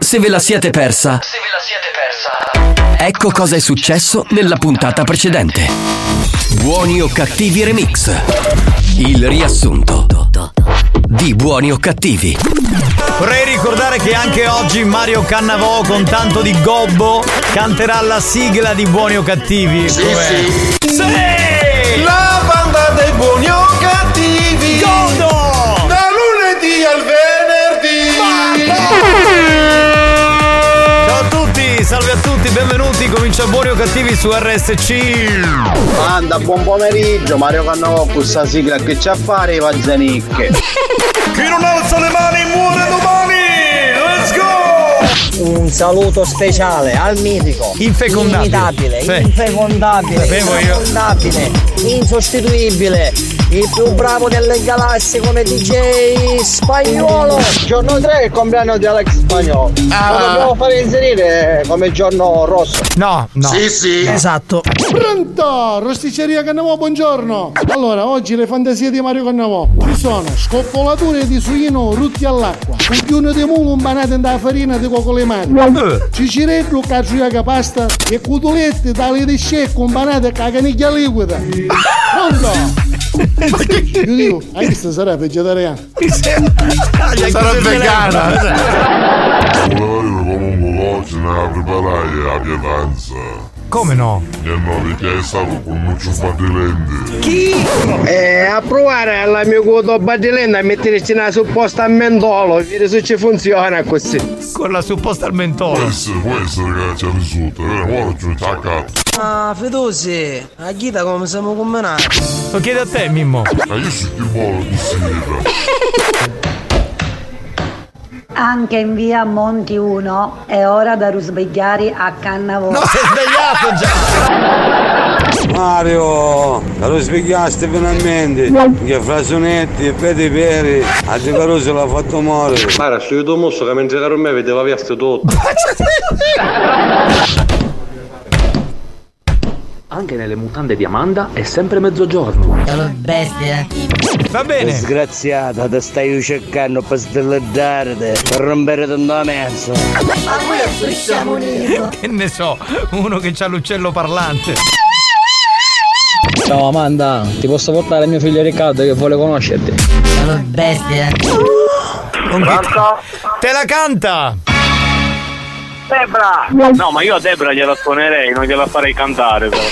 Se ve la siete persa, Se ve la siete persa. ecco cosa è successo nella puntata precedente. Buoni o cattivi remix. Il riassunto di buoni o cattivi. Vorrei ricordare che anche oggi Mario Cannavò con tanto di gobbo canterà la sigla di Buoni o Cattivi. Sì, sì. La banda dei buoni o cattivi Godo! Da lunedì al venerdì Ciao a tutti, salve a tutti, benvenuti. Comincia Buoni o Cattivi su RSC. Anda, buon pomeriggio, Mario Cannavo con sta sigla che c'ha a fare i Vazzanicche. Chi non alza le mani muore domani Let's go un saluto speciale al mitico Infecondabile. inimitabile Sì. infecondabile Sapevo io. infecondabile insostituibile il più bravo delle galassie come DJ spagnolo Giorno 3 è il compleanno di Alex Spagnolo. Ah. Lo dobbiamo fare inserire come giorno rosso. No, no. esatto Pronto! Rosticceria Cannavò, buongiorno! Allora, oggi le fantasie di Mario Cannavò ci sono scoppolature di suino rutti all'acqua, cucchione di mulo imbanate da farina di cocolemani, Eh, ciciretto caciuaga pasta e cutulette dalle di scecco imbanate a canicchia liquida. Pronto! Io dico, ah, questa sarà vegetariana. Ah, Sarà vegana Volevo comunque oggi nella preparare la pietanza. come no? Mi hanno richiesto con un ciuffatilente. E Eh, a provare alla mia coto badilenda a metterci una supposta a mentolo, vedere se ci funziona così. Con la supposta al mentolo. Questo, questo ragazzi è risultato. Ora ora ci ho attaccato. ma Fedosi a Ghita come siamo combinati Lo chiedo a te, Mimmo. Ma io sono più buono di sera. Anche in via Monti 1 è ora da rusbegliare a Cannavo. Si è svegliato già. Mario, lo svegliaste finalmente, che frasonetti e pedi peri, a De Caruso l'ha fatto morire. Guarda, sto io mosso che mentre ero me vedeva via sto tutto. Anche nelle mutande di Amanda è sempre mezzogiorno. sono bestia Va bene. Disgraziata, ti stai cercando per stellardarti, per rompere il mezzo. Che ne so, uno che c'ha l'uccello parlante. Ciao Amanda, ti posso portare mio figlio Riccardo che vuole conoscerti. sono bestia Con chi- Te la canta! Debra! No, ma io a Debra gliela suonerei, non gliela farei cantare però.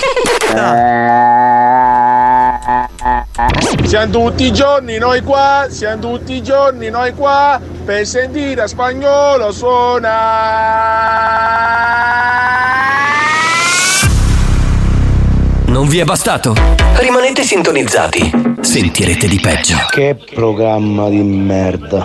Siamo tutti i giorni noi qua Siamo tutti i giorni noi qua Per sentire a spagnolo suona Non vi è bastato? Rimanete sintonizzati. Sentirete di peggio. Che programma di merda.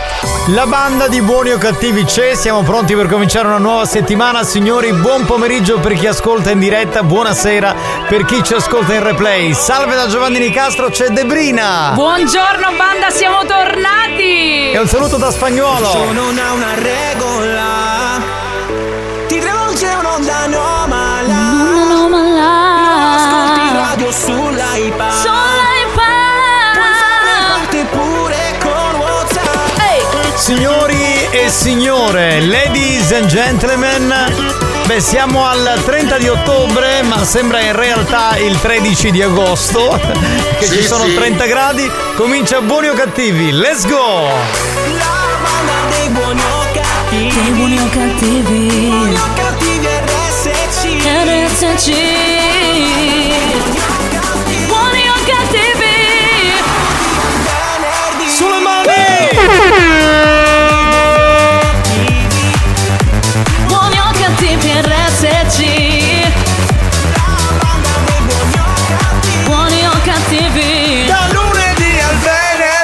La banda di buoni o cattivi c'è, siamo pronti per cominciare una nuova settimana. Signori, buon pomeriggio per chi ascolta in diretta, buonasera per chi ci ascolta in replay. Salve da Giovanni Nicastro, c'è Debrina! Buongiorno banda, siamo tornati! Ah. E un saluto da spagnolo! non ha una regola ti rivolge un'onda anomala ascolti radio sulla iPad pure con WhatsApp Signori e signore, ladies and gentlemen, beh siamo al 30 di ottobre ma sembra in realtà il 13 di agosto che ci sono 30 gradi, comincia buoni o cattivi, let's go! Dei buoni o cattivi Buoni o cattivi RSC RSC Buoni o cattivi Sulle mani! Buoni o cattivi RSC Buoni o cattivi Da lunedì al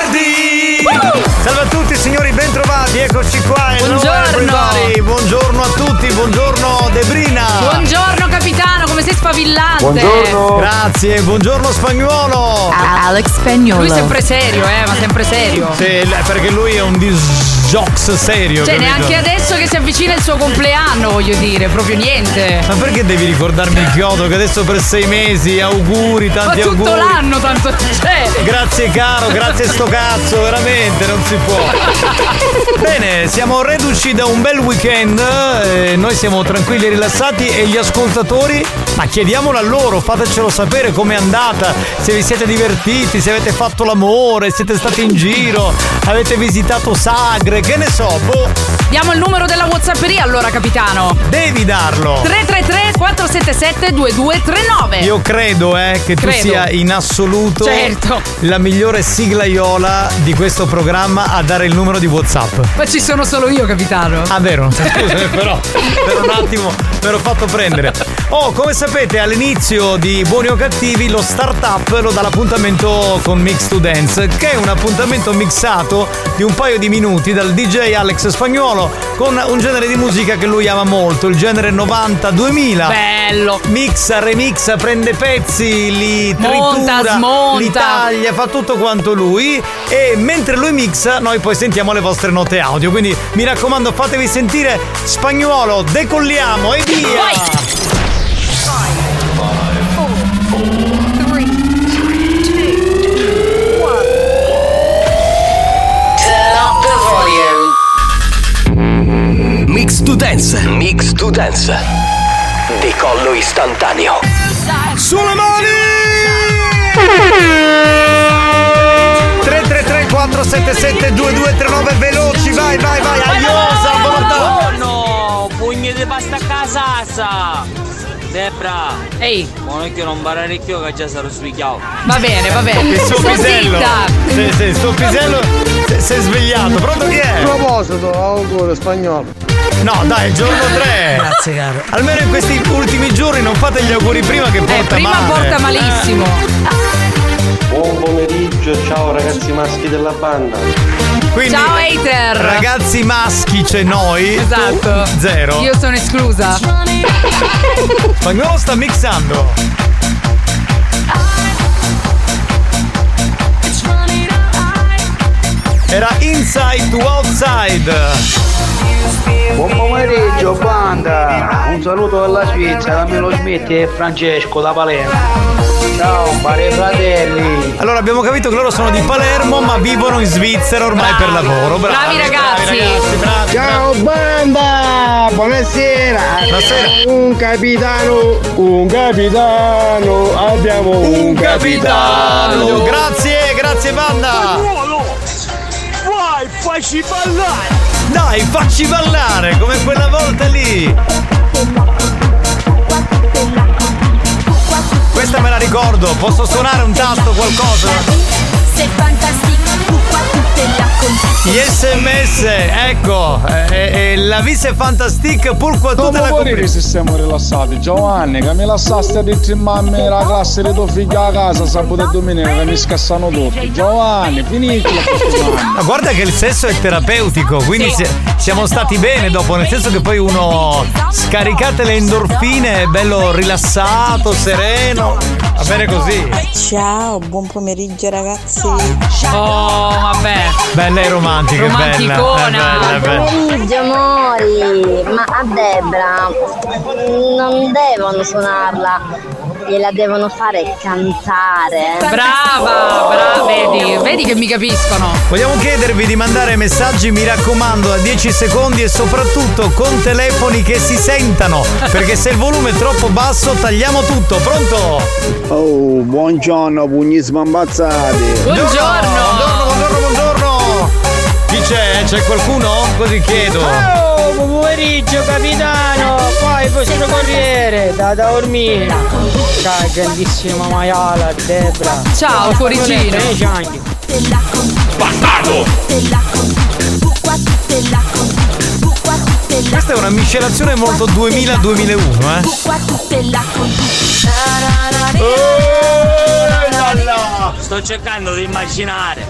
venerdì! Salve a tutti signori, bentrovati, eccoci qua. Hello Buongiorno. everybody. Buongiorno a tutti, buongiorno, buongiorno Debrina. Buongiorno capitano, come sei sfavillante. Grazie, buongiorno spagnolo. Alex Spagnolo. Lui sempre serio, eh, ma sempre serio. Sì, l- perché lui è un disjox serio. Cioè, capito? neanche adesso che si avvicina il suo compleanno, voglio dire, proprio niente. Ma perché devi ricordarmi il chiodo che adesso per sei mesi auguri, Ma tanti tutto auguri. l'anno tanto cioè. c'è. Grazie caro, grazie sto cazzo, veramente non si può. Bene, siamo reduci da un bel weekend, eh, noi siamo tranquilli e rilassati e gli ascoltatori, ma chiediamolo a loro, fatecelo sapere com'è andata, se vi siete divertiti, se avete fatto l'amore, siete stati in giro, avete visitato sagre, che ne so, boh, Diamo il numero della Whatsapperia allora, capitano. devi darlo. 333 477 2239. Io credo eh, che tu Credo. sia in assoluto Certo. la migliore siglaiola di questo programma a dare il numero di Whatsapp. Ma ci sono solo io, capitano. Ah, vero? Scusami, però per un attimo me l'ho fatto prendere. Oh, come sapete, all'inizio di Buoni o Cattivi lo startup lo dà l'appuntamento con Mix to Dance, che è un appuntamento mixato di un paio di minuti dal DJ Alex Spagnuolo con un genere di musica che lui ama molto, il genere 90-2000. Bello. Mixa, remixa, prende pezzi, li Monta, tritura, smonta. li taglia, fa tutto quanto lui e mentre lui mixa noi poi sentiamo le vostre note audio, quindi mi raccomando fatevi sentire spagnuolo, decolliamo e via! Mix to dance. Mix to dance. Decollo istantaneo. Sulle mani! 333 477 2239 veloci, vai, vai, vai, aiosa, volontà! Buongiorno, pugni di pasta a casa! Debra! Ehi! Ma non è che non barare più che già sarò sbigliato! Va bene, va bene. Il suo Sto pisello! zitta. Sì, sì, il suo pisello si- si è svegliato, pronto chi A è? proposito, auguro spagnolo. No, dai, giorno 3. Grazie, caro. Almeno in questi ultimi giorni non fate gli auguri prima che porta Eh, Prima male. Eh. porta malissimo. Buon pomeriggio, ciao ragazzi maschi della banda. Quindi, Ciao hater. Ragazzi maschi c'è noi. Esatto. tu Zero. Io sono esclusa. Spagnolo sta mixando. Era inside to outside. Buon pomeriggio banda, un saluto dalla Svizzera, da Melo Smith e Francesco da Palermo. Ciao pare fratelli. Allora abbiamo capito che loro sono di Palermo ma vivono in Svizzera ormai per lavoro. Bravi, Bravi bravi ragazzi, bravi. Ciao banda! Buonasera! Buonasera! Un capitano, un capitano, abbiamo un, capitano! Grazie, grazie banda! Vai, facci ballare! Dai, facci ballare come quella volta lì. Questa me la ricordo, posso suonare un tasto qualcosa? Sei fantastico, qua tu te la conti. Gli sms, ecco, eh, eh, la vis è fantastic pur qua tutta la Guarda che compagnia. se siamo rilassati, Giovanni, che mi lassaste di trimmare la classe di tuo figlio a casa sabato e domenica che mi scassano tutti. Giovanni, finiscila. Ma guarda che il sesso è terapeutico, quindi si- siamo stati bene dopo, nel senso che poi uno scaricate le endorfine, è bello rilassato, sereno, va bene così. Ciao, buon pomeriggio ragazzi. Oh, vabbè. Bella e romantica, è bella. È bella, è bella. pomeriggio amori, ma a Debra non devono suonarla, gliela devono fare cantare. Brava, brava, vedi, vedi che mi capiscono. Vogliamo chiedervi di mandare messaggi, mi raccomando, a 10 secondi e soprattutto con telefoni che si sentano, perché se il volume è troppo basso tagliamo tutto, pronto? Oh, buongiorno, pugni smambazzati. Buongiorno! Buongiorno, buongiorno, buongiorno! Chi c'è? C'è qualcuno? Così chiedo. Oh, Ciao, buon pomeriggio capitano, poi questo corriere, da da dormire. Ciao, grandissima maiala, Debra. Ciao, cuoricino. Bastardo! Questa è una miscelazione molto 2000-2001, eh? Qua tu te la conti. Eh, Oh, Sto cercando di immaginare!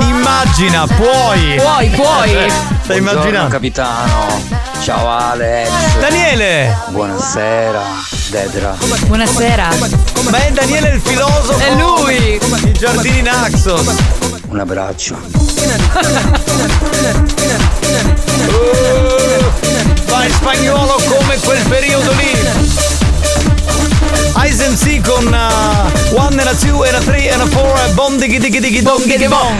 Immagina, puoi! Puoi, puoi. Eh, Stai immaginando? capitano. Ciao Alex. Daniele! Buonasera, Dedra. Buonasera. Ma è Daniele il filosofo! È lui! I giardini Naxos! Un abbraccio. Vai Uh, spagnolo come quel periodo lì! Ice C con uh, One and a Two and a Three and a Four uh, and Bom Diggy Diggy Diggy Dom Diggy Bom!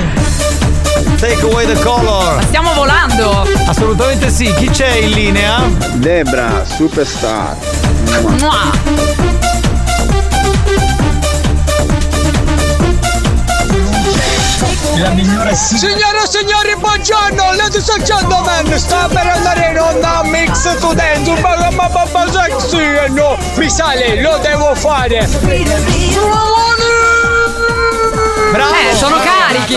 Take away the color! Stiamo volando. Assolutamente sì, chi c'è in linea? Debra, superstar. Mua. Signore e signori, buongiorno, ladies and gentlemen, sta per andare in onda Mix to Dance, un po' come papà sexy, eh no, mi sale, lo devo fare. Bravo! Eh, sono carichi!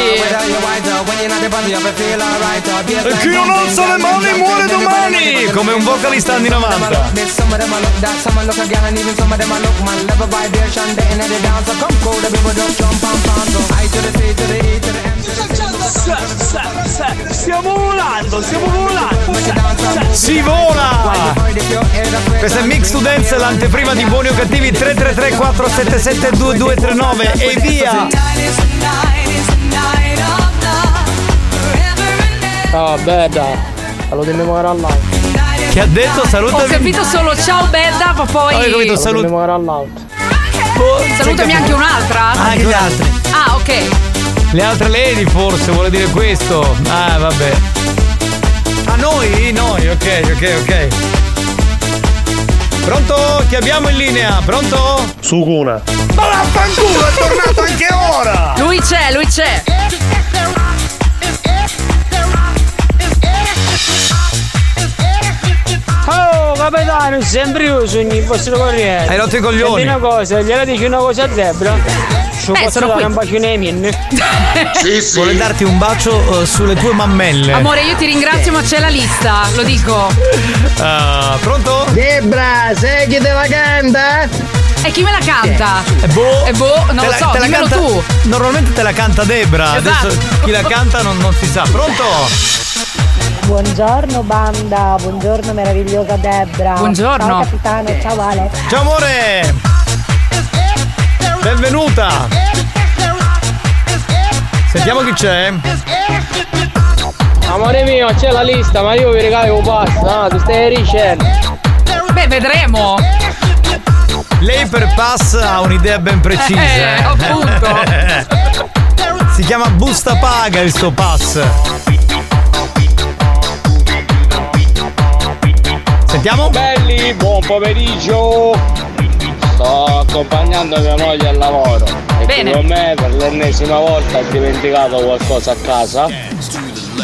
E chi non alza le mani muore domani! Come un vocalista anni 90. Stiamo volando, stiamo volando. Si vola! Questa è Mix to Dance, l'anteprima di Buoni o Cattivi 333 477 2239 e via! Ah, Ciao bella, saluto in memoria all'alto. Che ha detto Ho salutami! capito solo ciao Bedda, ma poi. Hai capito? Oh, Salut- Salutami anche un'altra. Anche le altre. Ah, ok. Le altre lady forse vuole dire questo. Ah, vabbè. A noi? Noi, ok, ok, ok. Pronto? Chi abbiamo in linea? Pronto? Suguna. Ma vaffanculo, Oh, è tornato anche ora! Lui c'è, lui c'è. Oh capitano, sempre io sono il vostro corriere. Hai rotto i coglioni. Senti una cosa, gliela dici una cosa a Debra? Ci Eh, posso sono dare qui. un bacino ai miei? Sì, sì. Vuole darti un bacio eh, sulle tue mammelle. Amore, io ti ringrazio, ma c'è la lista, lo dico. Ah, pronto? Debra, sei chi te la canta? E chi me la canta? E boh. E boh, non Te lo la- so, te la dimmelo canta- tu. Normalmente te la canta Debra. Esatto. Adesso chi la canta non, non si sa. Pronto? Buongiorno banda, buongiorno meravigliosa Debra. Buongiorno. Ciao capitano, ciao Ale. Ciao amore! Benvenuta! Sentiamo chi c'è. Amore mio, c'è la lista, ma io vi regalo un passo, ah, tu stai dicendo. Beh, vedremo. Lei per pass ha un'idea ben precisa. Eh, appunto. si chiama busta paga il suo pass. Sentiamo? Belli, buon pomeriggio. Sto accompagnando mia moglie al lavoro. E Bene. con me per l'ennesima volta ha dimenticato qualcosa a casa.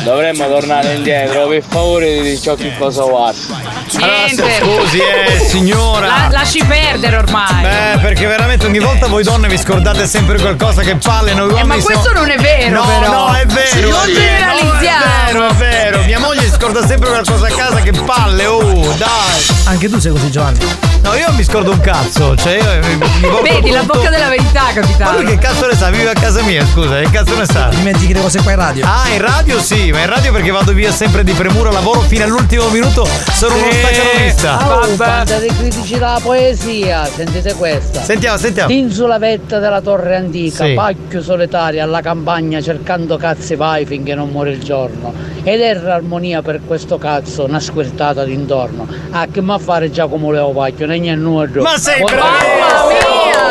Dovremmo tornare indietro, per favore di ciò che cosa guarda. Niente. scusi, eh, signora. La- lasci perdere ormai. Beh, Eh, perché veramente ogni volta voi donne vi scordate sempre qualcosa che palle noi uomini Eh, ma siamo- questo non è vero, No, però. no, è Sì, vero. non è vero, generalizziamo. È vero, è vero. Mia moglie scorda sempre qualcosa a casa che palle, oh, dai. Anche tu sei così, Giovanni. No, io mi scordo un cazzo, cioè io mi, mi porto Vedi la tutto- bocca della verità, Ma lui che capitano. cazzo ne sa? Vive a casa mia, scusa, che cazzo ne sa? Dimentichi le cose qua in radio. Ah, in radio sì, ma in radio perché vado via sempre di premura, lavoro fino all'ultimo minuto, sono uno staccanovista. Vabbè. Pensate i critici della poesia, sentite questa. Sentiamo, sentiamo. In sulla vetta della torre antica, Sì. pacchio solitario alla campagna cercando cazzi vai finché non muore il giorno. Ed erra armonia per questo cazzo, una squirtata d'intorno. Ah, che ma fare Giacomo Leopacchio, ne niente nudo. Ma sei Buon- bravo!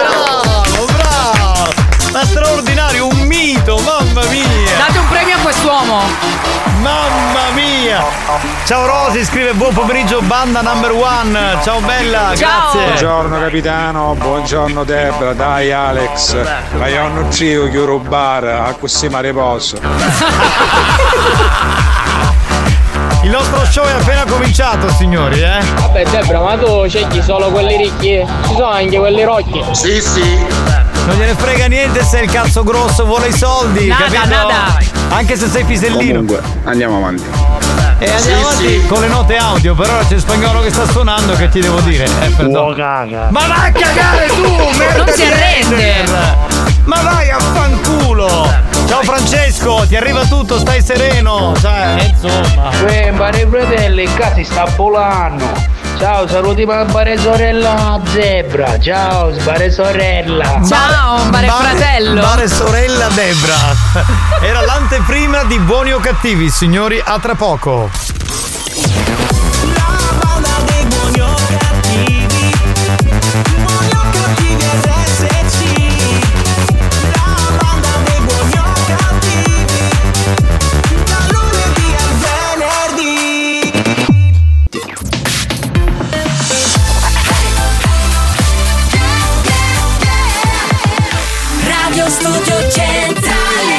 Bravo, bravo! Ma straordinario, un mito, mamma mia! Date un premio a quest'uomo. Mamma mia! Ciao Rosi, scrive buon pomeriggio, banda number one. Ciao bella, Ciao. grazie. Buongiorno capitano, buongiorno Debra, dai Alex, ma io non trio che rubare, a così mare posso. Il nostro show è appena cominciato, signori, eh? Vabbè Debra, ma tu scegli solo quelli ricchi, ci sono anche quelli rocchi. Sì, sì. Non gliene frega niente se il cazzo grosso vuole i soldi, Nada, capito? nada. Anche se sei pisellino. Comunque, andiamo avanti. E andiamo avanti con le note audio, però c'è il spagnolo che sta suonando che ti devo dire. Eh, perdono. Ma vai a cagare tu, merda Non si di arrende. hater! Ma vai a fanculo! Ciao Francesco, ti arriva tutto, stai sereno. Cioè, insomma. Beh, i fratelli, qua si sta volando. Ciao, saluti Bare Sorella Zebra. Ciao, Bare Sorella. Bare sorella Debra. Era l'anteprima di buoni o cattivi, signori, a tra poco. Radio Studio Centrale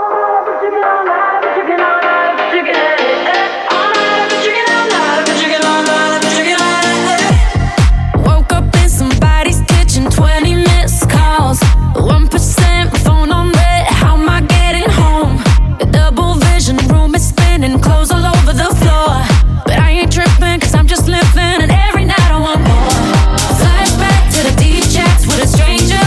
Woke up in somebody's kitchen, 20 missed calls. 1% phone on red, how am I getting home? Double vision, room is spinning, clothes all over the floor. But I ain't tripping, cause I'm just living, and every night I want more. Flashback to the D-chats with a stranger.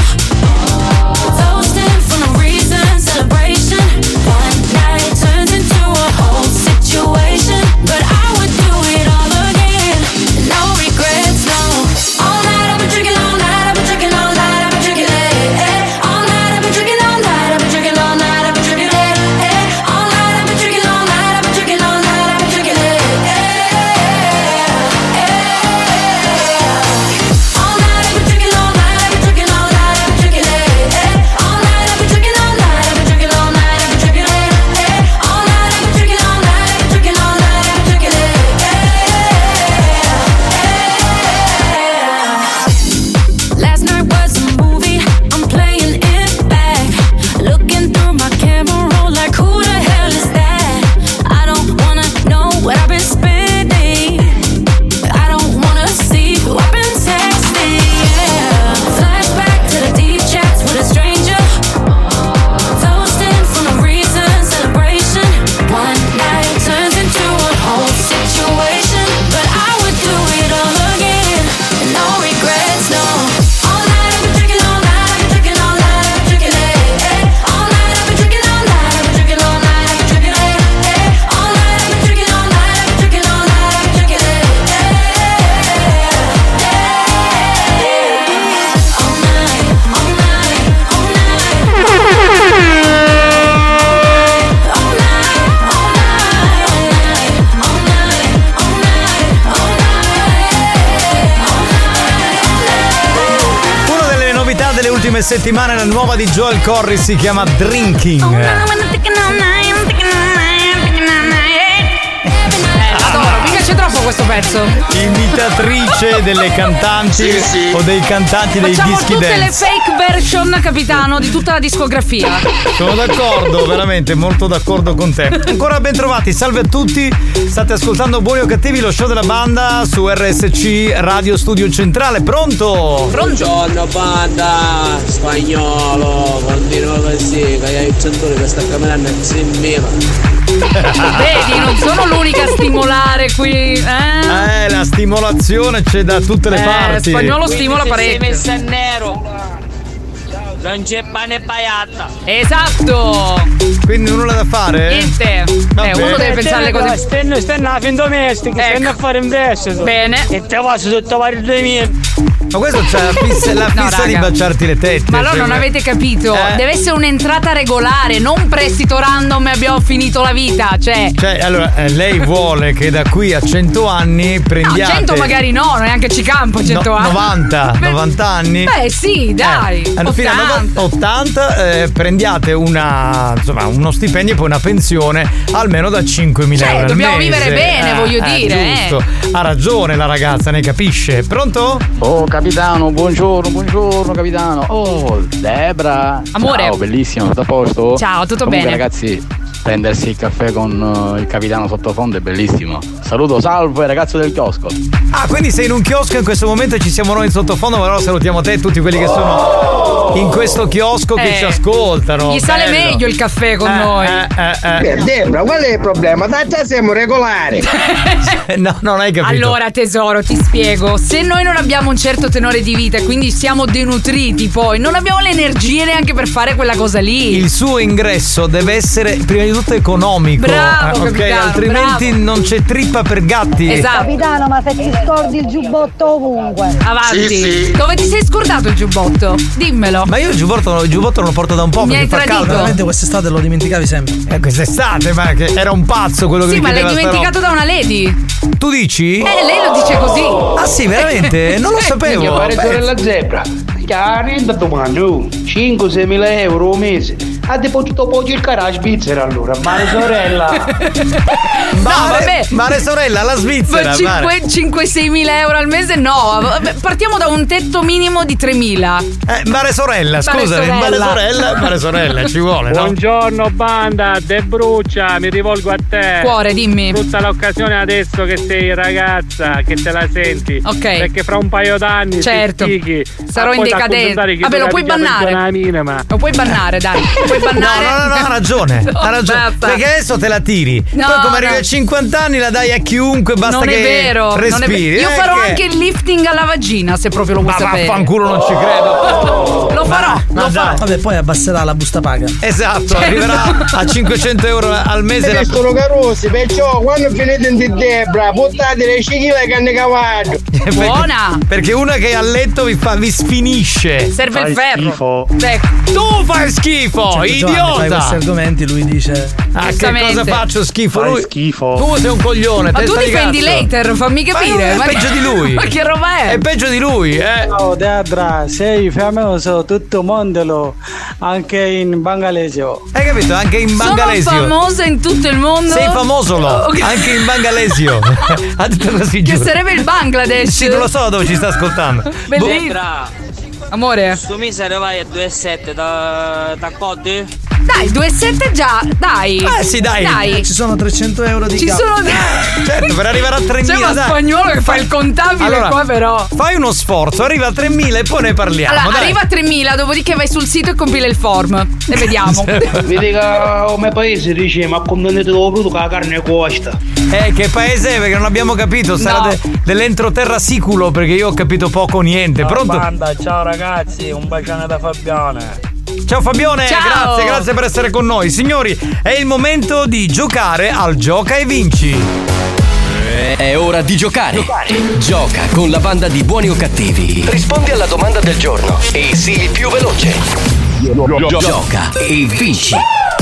Toasting for no reason, celebration. One night turns into a whole situation. But I would do it all again. No regrets, no. All night I've been drinking, all night I've been drinking, all night I've been drinking it. eh. All night I've been drinking, all night I've been drinking, all night I've been drinking it. eh. All night I've been drinking, all night I've been drinking, all night I've been drinking it. Last night was a movie. I'm playing it back, looking through my camera roll like who the hell is that? I don't wanna know what I've been spending. I don't wanna see who I've been texting. Yeah, flashback to the deep chats with a stranger. Toasting for no reason, celebration. One night turns into a whole situation, but I would do it all again. No regrets, no. Una delle novità delle ultime settimane, la nuova di Joel Corry si chiama Oh, Ah, Drinking. Adoro, mi piace troppo questo pezzo. Imitatrice delle cantanti o dei cantanti dei Facciamo dischi tutte le dance. fake version, capitano, di tutta la discografia. Sono d'accordo, veramente molto d'accordo con te. Ancora ben trovati, salve a tutti. State ascoltando Buoni o Cattivi, lo show della banda su RSC Radio Studio Centrale. Pronto? Buongiorno banda spagnolo, continua così, che hai il centone che sta camminando insieme. Vedi, non sono l'unica a stimolare qui. Eh? Eh, la stimolazione c'è da tutte le Eh, parti. spagnolo stimola parecchio. messa in nero. Non c'è pane e paiata. Esatto. Quindi nulla da fare? Niente. Eh, uno deve pensare le cose. Ecco. Stanno, stanno alla fin domestica, stanno a fare un prestito. Bene. E te passo sotto vari 2000. Ma questo c'è la fissa, la No, fissa di raga. baciarti le tette. Ma allora cioè- non avete capito, Eh. deve essere un'entrata regolare, non prestito random e abbiamo finito la vita, cioè... Cioè, allora, eh, lei vuole che da qui a 100 anni No, prendiate 100 magari no, neanche ci campo cioè, 100 No, anni. 90, 90 anni. Beh sì, dai. Eh, alla fine 80. a 80 eh, prendiate una, insomma, uno stipendio e poi una pensione almeno da 5.000 Cioè, euro. al dobbiamo mese. vivere bene, voglio dire, eh. Giusto. Ha ragione la ragazza, ne capisce. Pronto? Oh, capitano, buongiorno, buongiorno capitano. Oh, Debra. Amore. Ciao, bellissimo, tutto a posto? Ciao, tutto Comunque, bene. ragazzi, prendersi il caffè con eh, il capitano sottofondo è bellissimo. Saluto, salve ragazzo del chiosco. Ah, quindi sei in un chiosco in questo momento ci siamo noi in sottofondo, ma allora salutiamo te e tutti quelli che sono in questo chiosco che Eh. ci ascoltano. Gli sale Bello. meglio il caffè Eh, con noi. Beh, Eh, Debra, qual è il problema? Tanto siamo regolari. no, non hai capito. Allora tesoro, ti spiego, se noi non abbiamo un certo tenore di vita e quindi siamo denutriti poi, non abbiamo le energie neanche per fare quella cosa lì. Il suo ingresso deve essere prima di tutto economico. Bravo, eh, ok? capitano, Altrimenti non c'è trippa per gatti. Esatto. Capitano, ma se ti scordi il giubbotto ovunque. Avanti. Sì, sì. Dove ti sei scordato il giubbotto? Dimmelo. Ma io il giubbotto, il giubbotto non lo porto da un po' Mi perché hai fa tradito. caldo. Veramente quest'estate lo dimenticavi sempre. Eh, quest'estate, ma che era un pazzo quello che Sì, mi ma l'hai chiedeva sta dimenticato da una lady. roba. Tu dici? Eh, lei lo dice così. Ah, sì, Eh, veramente? Non lo Sì, sapevo. mio Beh. padre- la zebra. Chiaramente uh, domani 5-6 mila euro al mese. Ha deposito poi cercare la Svizzera allora, ma la sorella. No, Mare- vabbè. Mare sorella, la Svizzera, mare. 5-6 mila euro al mese? No, vabbè, partiamo da un tetto minimo di 3 mila. Eh, mare sorella, scusami, mare sorella, mare sorella, ci vuole, no? Buongiorno banda, De Brucia, mi rivolgo a te. Cuore, dimmi. Tutta l'occasione adesso che sei ragazza, che te la senti. Ok. Perché fra un paio d'anni Certo. ti stichi. Sarò Ma in poi t'accusi decadenza. di chi Vabbè, ti lo ha puoi pigliato in bannare. zona minima. Lo puoi bannare, dai. Lo puoi bannare. No, no, no, no, ha ragione, No, ha ragione. basta. Perché adesso te la tiri. No, Poi come arrivi no. a 50 anni la dai a chiunque, basta non che è vero, non è respiri. vero. Io Eh, farò che- anche il lifting alla vagina, se proprio lo vuoi Ma sapere. vaffanculo, non ci Oh. credo. Lo farò. Ma dai. Vabbè, poi abbasserà la busta paga. Cioè, Esatto, arriverà a 500 euro al mese la... Io sono carosi, perciò quando finite in di Debra, buttate le cicchine che hanno cavallo. Buona. Perché una che è a letto vi, fa, vi sfinisce. Serve il ferro. Ecco. Tu fai schifo, Cioè, Giovanni, fai idiota! questi argomenti, lui dice. Ah, che cosa faccio schifo? Fai lui... schifo. Tu sei un coglione, Ma tu testa di difendi cazzo. later, fammi Ma capire. no, è peggio di lui. Ma che roba è? È peggio di lui, eh. Ciao Debra, sei famoso tutto mondo, anche in Bangladesh. oh. Hai capito? Anche in Bangladesh. Sono famosa in tutto il mondo. Sei famosolo, Ok. anche in Bangalesio. ha detto così Che giuro. sarebbe il Bangladesh. Sì, non lo so da dove ci sta ascoltando. Boh. Bellissimo. Amore. Su misero vai a 2,7 da, da cotti? Dai, 2,7 già, dai. Ah, Eh, sì, dai. Ci sono 300 euro di Ci capo. sono Certo, per arrivare a 3.000 C'è uno dai. spagnolo che fa il contabile Allora, qua però. Fai uno sforzo, arriva a 3.000 e poi ne parliamo. Allora, dai. arriva a 3000, dopodiché vai sul sito e compila il form. E vediamo. Vedi che come paese dice, ma condannate dopo brutto che la carne costa. Eh, che paese è? Perché non abbiamo capito. Sarà No. de- dell'entroterra siculo perché io ho capito poco o niente. Pronto? ciao ragazzi, un bacione da Fabione. Ciao Fabione, Ciao. grazie, grazie per essere con noi. Signori, è il momento di giocare al Gioca e Vinci. È ora di giocare. Gioca con la banda di buoni o cattivi. Rispondi alla domanda del giorno e sii il più veloce. Gioca e vinci.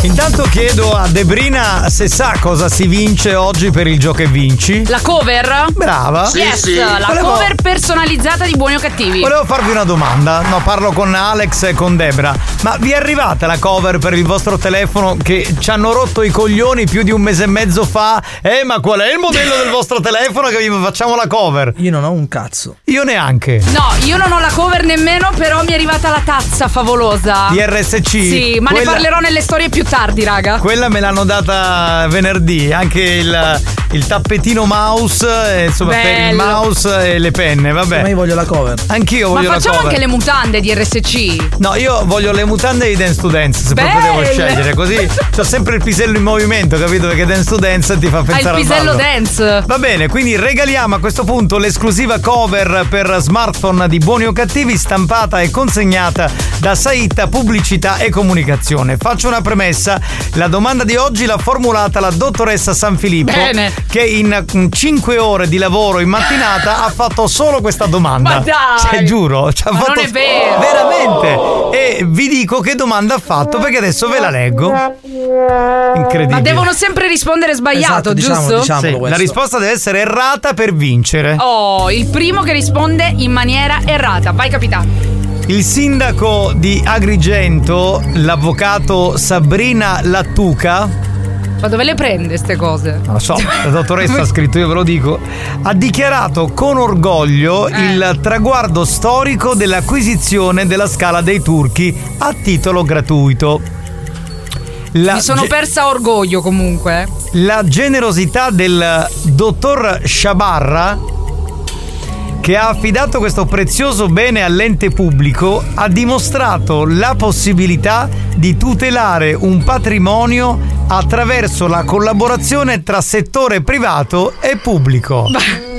Intanto chiedo a Debrina se sa cosa si vince oggi per il Gioca e Vinci. La cover? Brava. Yes, la Ah? Volevo- cover personalizzata di buoni o cattivi. Volevo farvi una domanda, no, parlo con Alex e con Debra, ma vi è arrivata la cover per il vostro telefono che ci hanno rotto i coglioni più di un mese e mezzo fa? Eh, ma qual è il modello del vostro telefono che vi facciamo la cover? Io non ho un cazzo. Io neanche. No, io non ho la cover nemmeno, però mi è arrivata la tazza favolosa. Di RSC? Sì, ma ne Quella- parlerò nelle storie più tardi, raga. Quella me l'hanno data venerdì, anche il, il tappetino mouse, eh, insomma per il Bello. mouse e le penne, vabbè. Ma io voglio la cover. Anch'io ma voglio la facciamo cover. anche le mutande di RSC. No, io voglio le mutande di Dance to Dance, se proprio Belle! devo scegliere, così ho sempre il pisello in movimento, capito? Perché Dance to Dance ti fa Hai Ah, il pensare al pisello ballo. dance. Va bene, quindi regaliamo a questo punto l'esclusiva cover per smartphone di Buoni o Cattivi stampata e consegnata da Saitta Pubblicità e Comunicazione. Faccio una premessa, la domanda di oggi l'ha formulata la dottoressa San Filippo Bene. che in 5 ore di lavoro in mattinata ha fatto solo questa domanda. Ma dai! Cioè, giuro, ci ha Ma fatto non è vero! Veramente! E vi dico che domanda ha fatto perché adesso ve la leggo. Incredibile. Ma devono sempre rispondere Esatto, sbagliato, diciamo, giusto? Sì, la risposta deve essere errata per vincere. Oh, il primo che risponde in maniera errata. Vai, capità. Il sindaco di Agrigento, l'avvocato Sabrina Lattuca, Ma dove le prende ste cose? Non lo so, la dottoressa ha scritto, io ve lo dico. Ha dichiarato con orgoglio Eh. il traguardo storico dell'acquisizione della scala dei turchi a titolo gratuito. La Mi sono ge- persa orgoglio comunque. eh. la generosità del dottor Sciabarra che ha affidato questo prezioso bene all'ente pubblico ha dimostrato la possibilità di tutelare un patrimonio attraverso la collaborazione tra settore privato e pubblico.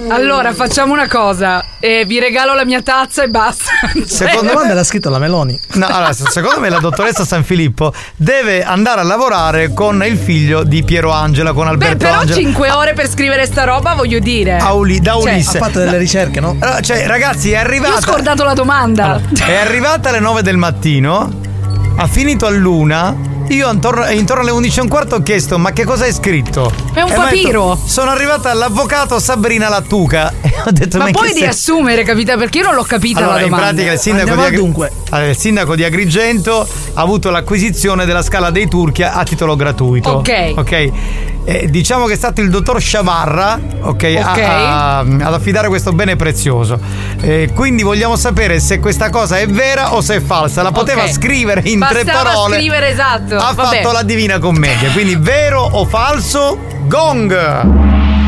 Allora, facciamo una cosa. Eh, vi regalo la mia tazza e basta. Secondo me me l'ha scritto la Meloni. No, allora, se- secondo me la dottoressa San Filippo deve andare a lavorare con il figlio di Piero Angela, con Alberto Però Angela. 5 ore per scrivere sta roba, voglio dire. Auli- da cioè, Ulisse. No. no? Allora, cioè, ragazzi, è Io ho arrivata. scordato la domanda. È arrivata alle 9 del mattino, ha finito all'una. Io intorno, intorno alle 11 e un quarto ho chiesto: ma che cosa hai scritto? È un E mi ha detto, papiro. Sono arrivata all'avvocato Sabrina Lattuca. E ho detto, Ma in poi che di sen- assumere, capita? Perché io non l'ho capita allora, la in domanda. pratica il sindaco, di Agri- Allora, il sindaco di Agrigento ha avuto l'acquisizione della scala dei turchi a titolo gratuito. Ok. Ok. Eh, diciamo che è stato il dottor Sciavarra ok, a- Ok. a- mm, ad affidare questo bene prezioso. Eh, quindi vogliamo sapere se questa cosa è vera o se è falsa. La poteva Ok. scrivere in tre Bastava parole. scrivere, esatto. Ha Vabbè. fatto la divina commedia. Quindi vero o falso? Gong!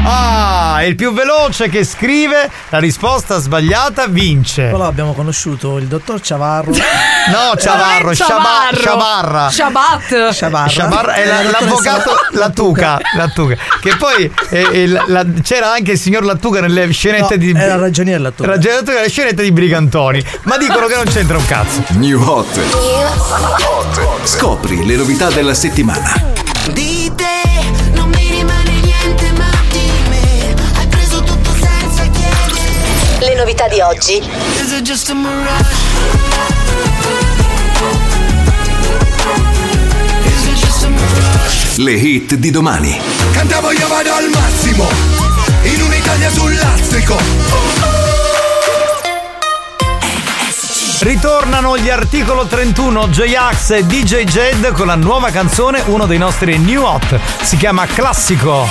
Ah, il più veloce che scrive la risposta sbagliata vince. Però abbiamo conosciuto il dottor Ciavarro. No, Ciavarro, Sciaba- Sciabarra. Sciabat. Sciabarra. Sciabarra è la- Eh, dottoressa- l'avvocato Lattuca, Lattuca. Che poi eh, il- la- c'era anche il signor Lattuca nelle scenette No, di. era il ragioniere Lattuca. Ragioniere Lattuca nelle scenette di Brigantoni. Ma dicono che non c'entra un cazzo. New Hot. Scopri le novità della settimana. Di te non mi rimane niente ma di me Hai preso tutto senza chiedere Le novità di oggi Is it just a mirage? Is it just a mirage? Le hit di domani. Cantavo io vado al massimo In un'Italia sul lastrico Ritornano gli articolo 31 J-Ax e DJ Jed con la nuova canzone, uno dei nostri new hot. Si chiama Classico.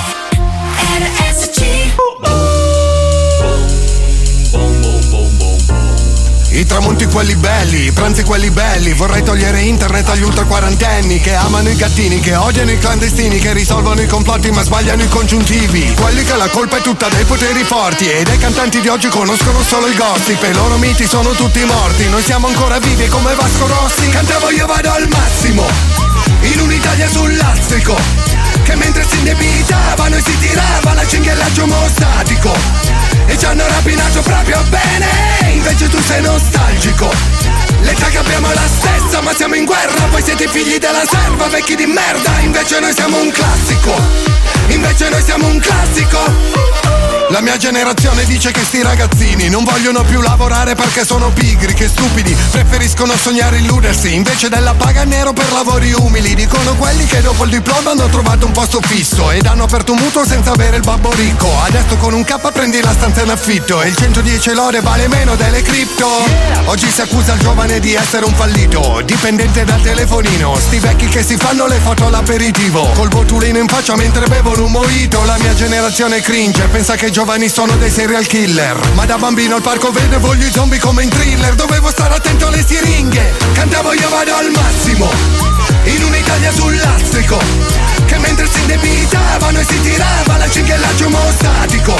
I tramonti quelli belli, i pranzi quelli belli Vorrei togliere internet agli ultra quarantenni Che amano i gattini, che odiano i clandestini Che risolvono i complotti ma sbagliano i congiuntivi Quelli che la colpa è tutta dei poteri forti E dei cantanti di oggi conoscono solo il gossip E i loro miti sono tutti morti Noi siamo ancora vivi come Vasco Rossi Cantavo io vado al massimo In un'Italia sul lastrico Che mentre si indebitavano e si tirava La cinghiellaggia omostatico e ci hanno rapinato proprio bene Invece tu sei nostalgico L'età che abbiamo è la stessa ma siamo in guerra Voi siete figli della serva, vecchi di merda Invece noi siamo un classico Invece noi siamo un classico la mia generazione dice che sti ragazzini non vogliono più lavorare perché sono pigri, che stupidi, preferiscono sognare e illudersi, invece della paga nero per lavori umili, dicono quelli che dopo il diploma hanno trovato un posto fisso ed hanno aperto un mutuo senza avere il babbo ricco, adesso con un K prendi la stanza in affitto e il 110 lore vale meno delle cripto. Oggi si accusa il giovane di essere un fallito, dipendente dal telefonino, sti vecchi che si fanno le foto all'aperitivo, col botulino in faccia mentre bevono un mojito, la mia generazione cringe, pensa che i giovani sono dei serial killer, ma da bambino al parco vedevo gli zombie come in thriller, dovevo stare attento alle siringhe, cantavo io vado al massimo, in un'Italia sul lastrico, che mentre si indebitavano e si tirava la cinghiellaggia omostatico,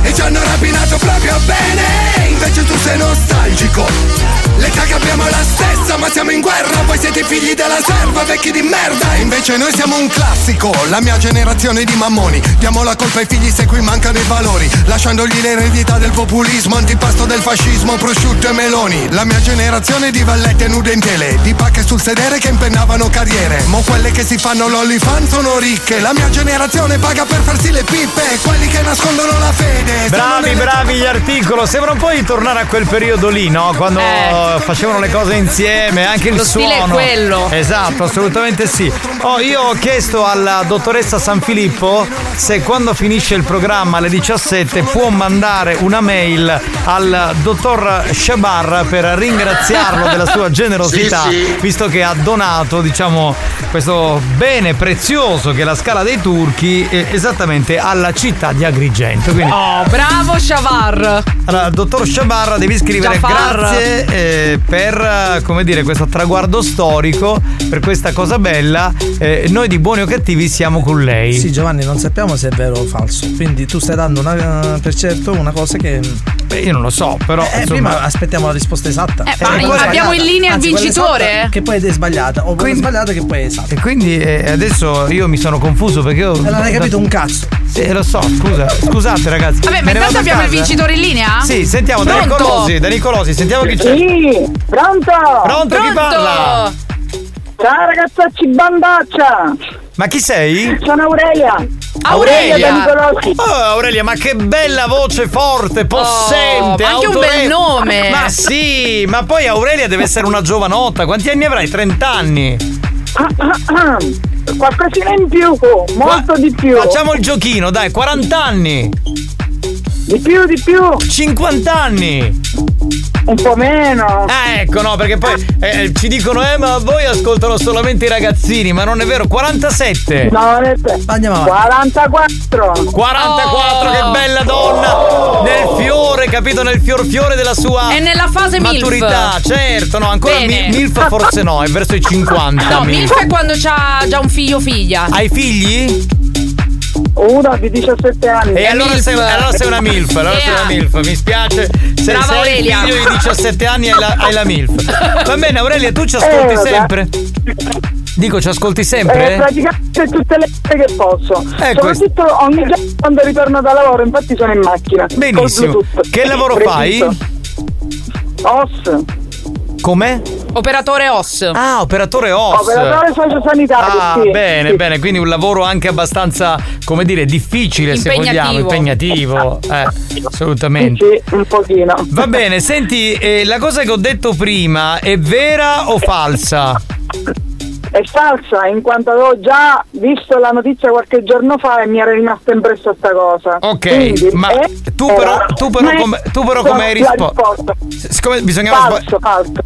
e ci hanno rapinato proprio bene, invece tu sei nostalgico, l'età che abbiamo è la stessa ma siamo in guerra, voi siete figli della serva, vecchi di merda, invece noi siamo un classico, la mia generazione di mammoni, diamo la colpa ai figli se qui mancano i valori, lasciandogli l'eredità del populismo, antipasto del fascismo, prosciutto e meloni, la mia generazione di vallette nude in tele, di pacche sul sedere che impennavano carriere, mo quelle che si fanno l'olifan sono ricche, la mia generazione paga per farsi le pippe, quelli che nascondono la fede. Eh, stanno Bravi, nelle- bravi gli articolo. Sembra un po' di tornare a quel periodo lì, no? Quando facevano le cose insieme, insieme, anche il Eh. Lo suono. stile è quello. Esatto, assolutamente sì. Oh, io ho chiesto alla dottoressa San Filippo se quando finisce il programma alle 17 può mandare una mail al dottor Shabar per ringraziarlo della sua generosità, Sì, sì. visto che ha donato, diciamo, questo bene prezioso che è la scala dei turchi eh, esattamente alla città di Agrigento. Quindi Oh, bravo Eh, Shavar. allora, dottor Sciabarra, devi scrivere Jafar. grazie eh, per eh, come dire, questo traguardo storico, per questa cosa bella. Eh, noi di buoni o cattivi siamo con lei. Sì, Giovanni, non sappiamo se è vero o falso. Quindi tu stai dando una- per certo una cosa che. Beh, io non lo so, però. Eh, insomma- prima aspettiamo la risposta esatta. Eh, ma Eh, quella abbiamo sbagliata. in linea il Anzi, quella vincitore? esatta Che poi è sbagliata. O quella sbagliata che poi è esatta. E quindi eh, adesso io mi sono confuso perché io. non hai capito un cazzo. Sì, lo so, scusa. Scusate, ragazzi. Vabbè, ma Me ne vado intanto a abbiamo il casa. vincitore in linea? Sì, sentiamo, da Pronto? Nicolosi, da Nicolosi, sentiamo chi c'è. Sì, pronto? Pronto, chi parla? Ciao ragazzacci bandaccia! Ma chi sei? Sono Aurelia! Aurelia! da Nicolossi! Oh, Aurelia, ma che bella voce Oh, forte, possente! ma anche un autorevole. bel nome. Ma sì, ma poi Aurelia deve essere una giovanotta. Quanti anni avrai? 30 anni? Qualcosina in più, oh, molto di più! Facciamo il giochino, dai, 40 anni! Di più, di più! 50 anni! Un po' meno! Ah, ecco, no, perché poi eh, ci dicono, eh, ma voi ascoltano solamente i ragazzini, ma non è vero, 47! No, non è vero. Andiamo avanti. 44! 44, Oh. che bella donna! Nel fiore, capito? Nel fior fiore della sua È nella fase MILF. maturità, certo, no, ancora Bene. mi- MILF forse no, è verso i 50. No, Milf è quando c'ha già un figlio o figlia. Hai figli? Uno di 17 anni! E allora sei, allora sei una MILF, allora sei una MILF, mi spiace. Se Brava sei Aurelia. figlio di 17 anni hai la, hai la MILF. Va bene Aurelia, tu ci ascolti Eh, vabbè. sempre? Dico, ci ascolti Eh, sempre? praticamente tutte le volte che posso. Ecco. Soprattutto ogni giorno quando ritorno da lavoro, infatti sono in macchina. col Benissimo. Bluetooth. Che lavoro fai? Preciso. OS. Com'è? Operatore OS. Ah, operatore OS. Operatore sociosanitario. Ah, sì. bene, Sì. bene, quindi un lavoro anche abbastanza, come dire, difficile se Impegnativo. vogliamo, impegnativo. Eh, assolutamente. un pochino. Va bene, senti, eh, la cosa che ho detto prima è vera o falsa? È falsa, in quanto avevo già visto la notizia qualche giorno fa e mi era rimasta impressa sta cosa. Ok, Quindi, ma eh, tu però, era- tu però ma è- come, tu però come hai la risposto? risposta. Siccome bisognava Falso, sbag-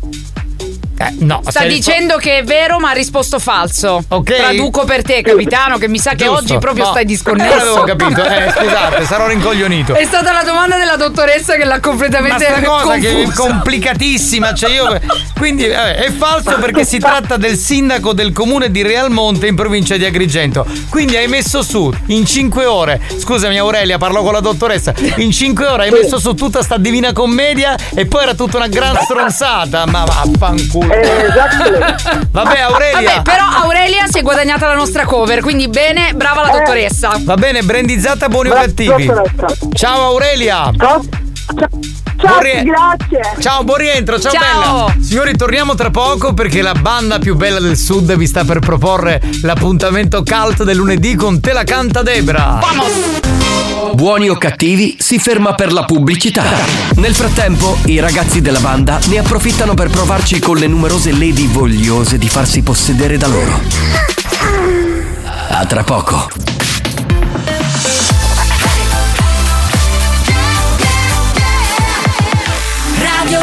Eh, no, Sta se- dicendo che è vero ma ha risposto falso. Ok. Traduco per te, capitano, che mi sa che Giusto. oggi proprio No, stai Non disconnesso. avevo capito, eh, scusate, sarò rincoglionito. È stata la domanda della dottoressa che l'ha Ma completamente sta cosa che è confusa. complicatissima, cioè io. Quindi vabbè, è falso perché si tratta del sindaco del comune di Realmonte in provincia di Agrigento. Quindi hai messo su in 5 ore. Scusami Aurelia, parlo con la dottoressa. In 5 ore hai messo su tutta sta divina commedia e poi era tutta una gran stronzata. Ma vaffanculo. esatto. Vabbè Aurelia. Vabbè, però Aurelia si è guadagnata la nostra cover, quindi bene, brava la Eh. dottoressa. Va bene, brandizzata buoni o cattivi. Ciao Aurelia. Ciao, grazie. Ciao, buon rientro, ciao, Ciao. bella. Signori, torniamo tra poco perché la banda più bella del sud vi sta per proporre l'appuntamento cult del lunedì con Te la canta Debra. Buoni o cattivi si ferma per la pubblicità. Nel frattempo, i ragazzi della banda ne approfittano per provarci con le numerose lady vogliose di farsi possedere da loro. A tra poco. Radio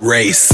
Race.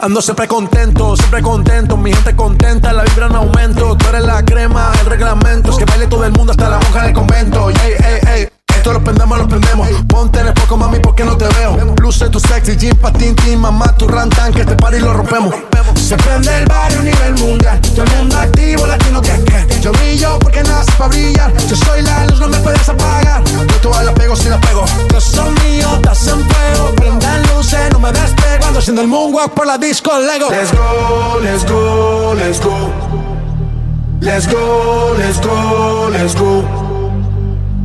Ando siempre contento, siempre contento, mi gente contenta, la vibra en aumento. Tú eres la crema, el reglamento, es que baile todo el mundo hasta la monja del convento. Ey, ey, ey. Esto lo prendemos, lo prendemos. Ponte en el poco, mami, porque no te veo. Luce tu sexy, jean, patín, tin, mamá, tu rantan, que este party lo rompemos. Se prende el barrio a nivel mundial. Todo el mundo activo, latino que que. Yo brillo porque nací para brillar. Yo soy la luz, no me puedes apagar. Yo todas la pego si la pego. Yo soy mío, estás en fuego. Prendan luces, no me despego. Ando haciendo el moonwalk por la disco Lego. Let's go, let's go, let's go. Let's go, let's go, let's go.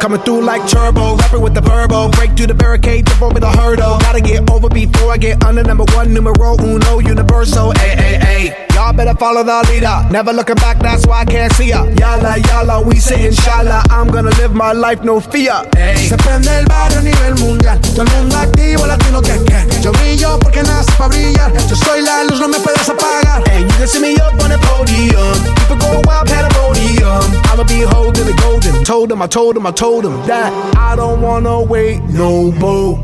Coming through like turbo, rapping with the verbo. Break through the barricade, jump over the hurdle. Gotta get over before I get under number one, numero uno, universal. Ay, ay, ay. Y'all better follow the leader. Never looking back, that's why I can't see ya. Yalla, yalla, we say inshallah. I'm gonna live my life, no fear. Se prende el barrio a nivel mundial. Todo el mundo activo, latino que que. Yo brillo porque nací para brillar. Yo soy la luz, no me puedes apagar. And you can see me up on the podium. People go wild, had a podium. I'ma be holding the golden. Told him, I told him, I told him that I don't wanna wait no more.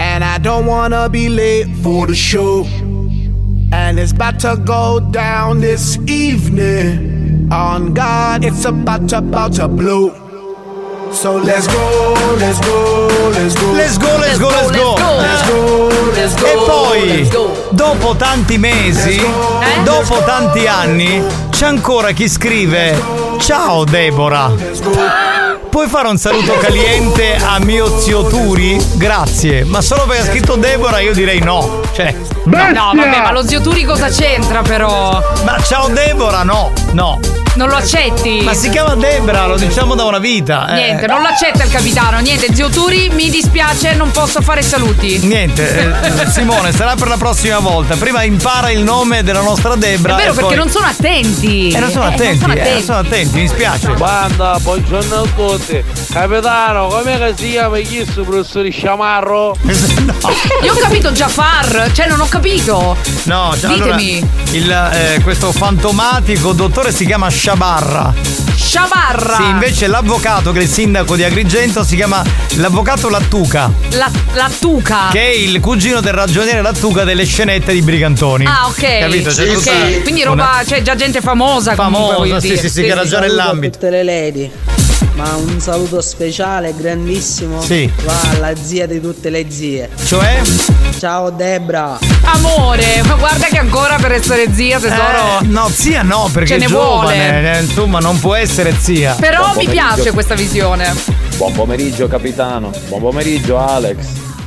And I don't wanna be late for the show. And it's about to go down this evening. On God, it's about to, about to blow. So let's go, let's go, let's go. Let's go, let's go, let's go. Let's go, let's go. E poi, dopo tanti mesi, dopo tanti anni, c'è ancora chi scrive: Ciao Deborah. Puoi fare un saluto caliente a mio zio Turi? Grazie. Ma solo perché ha scritto Deborah io direi no. Cioè, No, no, vabbè, ma lo zio Turi cosa c'entra però? Ma ciao Deborah, no, no. Non lo accetti? Ma si chiama Debra, lo diciamo da una vita. eh. Niente, non lo accetta il capitano. Niente, zio Turi, mi dispiace, non posso fare saluti. Niente, eh, Simone, sarà per la prossima volta. Prima impara il nome della nostra Debra. È vero e perché poi- non sono attenti. Eh, non sono attenti, non sono eh, non attenti. sono attenti, mi dispiace. Banda, buongiorno a tutti. Capitano, com'è che si chiama chi su professore Sciamarro? Io ho capito Jafar, cioè non ho capito. No, cioè, allora, Ditemi. il, eh, questo fantomatico dottore si chiama Sciabarra. Sciabarra. Sì, invece l'avvocato che è il sindaco di Agrigento si chiama l'avvocato Lattuca, La, la tuca. che è il cugino del ragioniere Lattuca delle scenette di Brigantoni. Ah, ok. Capito? C'è Ok, tutta Quindi una- roba, cioè già gente famosa. Famosa, comunque, voglio sì, dire. sì, sì, che ragiona Saluto a nell'ambito. tutte le lady. Ma un saluto speciale, grandissimo. Sì. Va alla zia di tutte le zie. Cioè? Ciao Debra. Amore, ma guarda che ancora per essere zia, tesoro. Eh, no, zia no, perché Ce ne è giovane, vuole. eh, insomma, non può essere zia. Però mi piace questa visione. Buon pomeriggio capitano, buon pomeriggio Alex.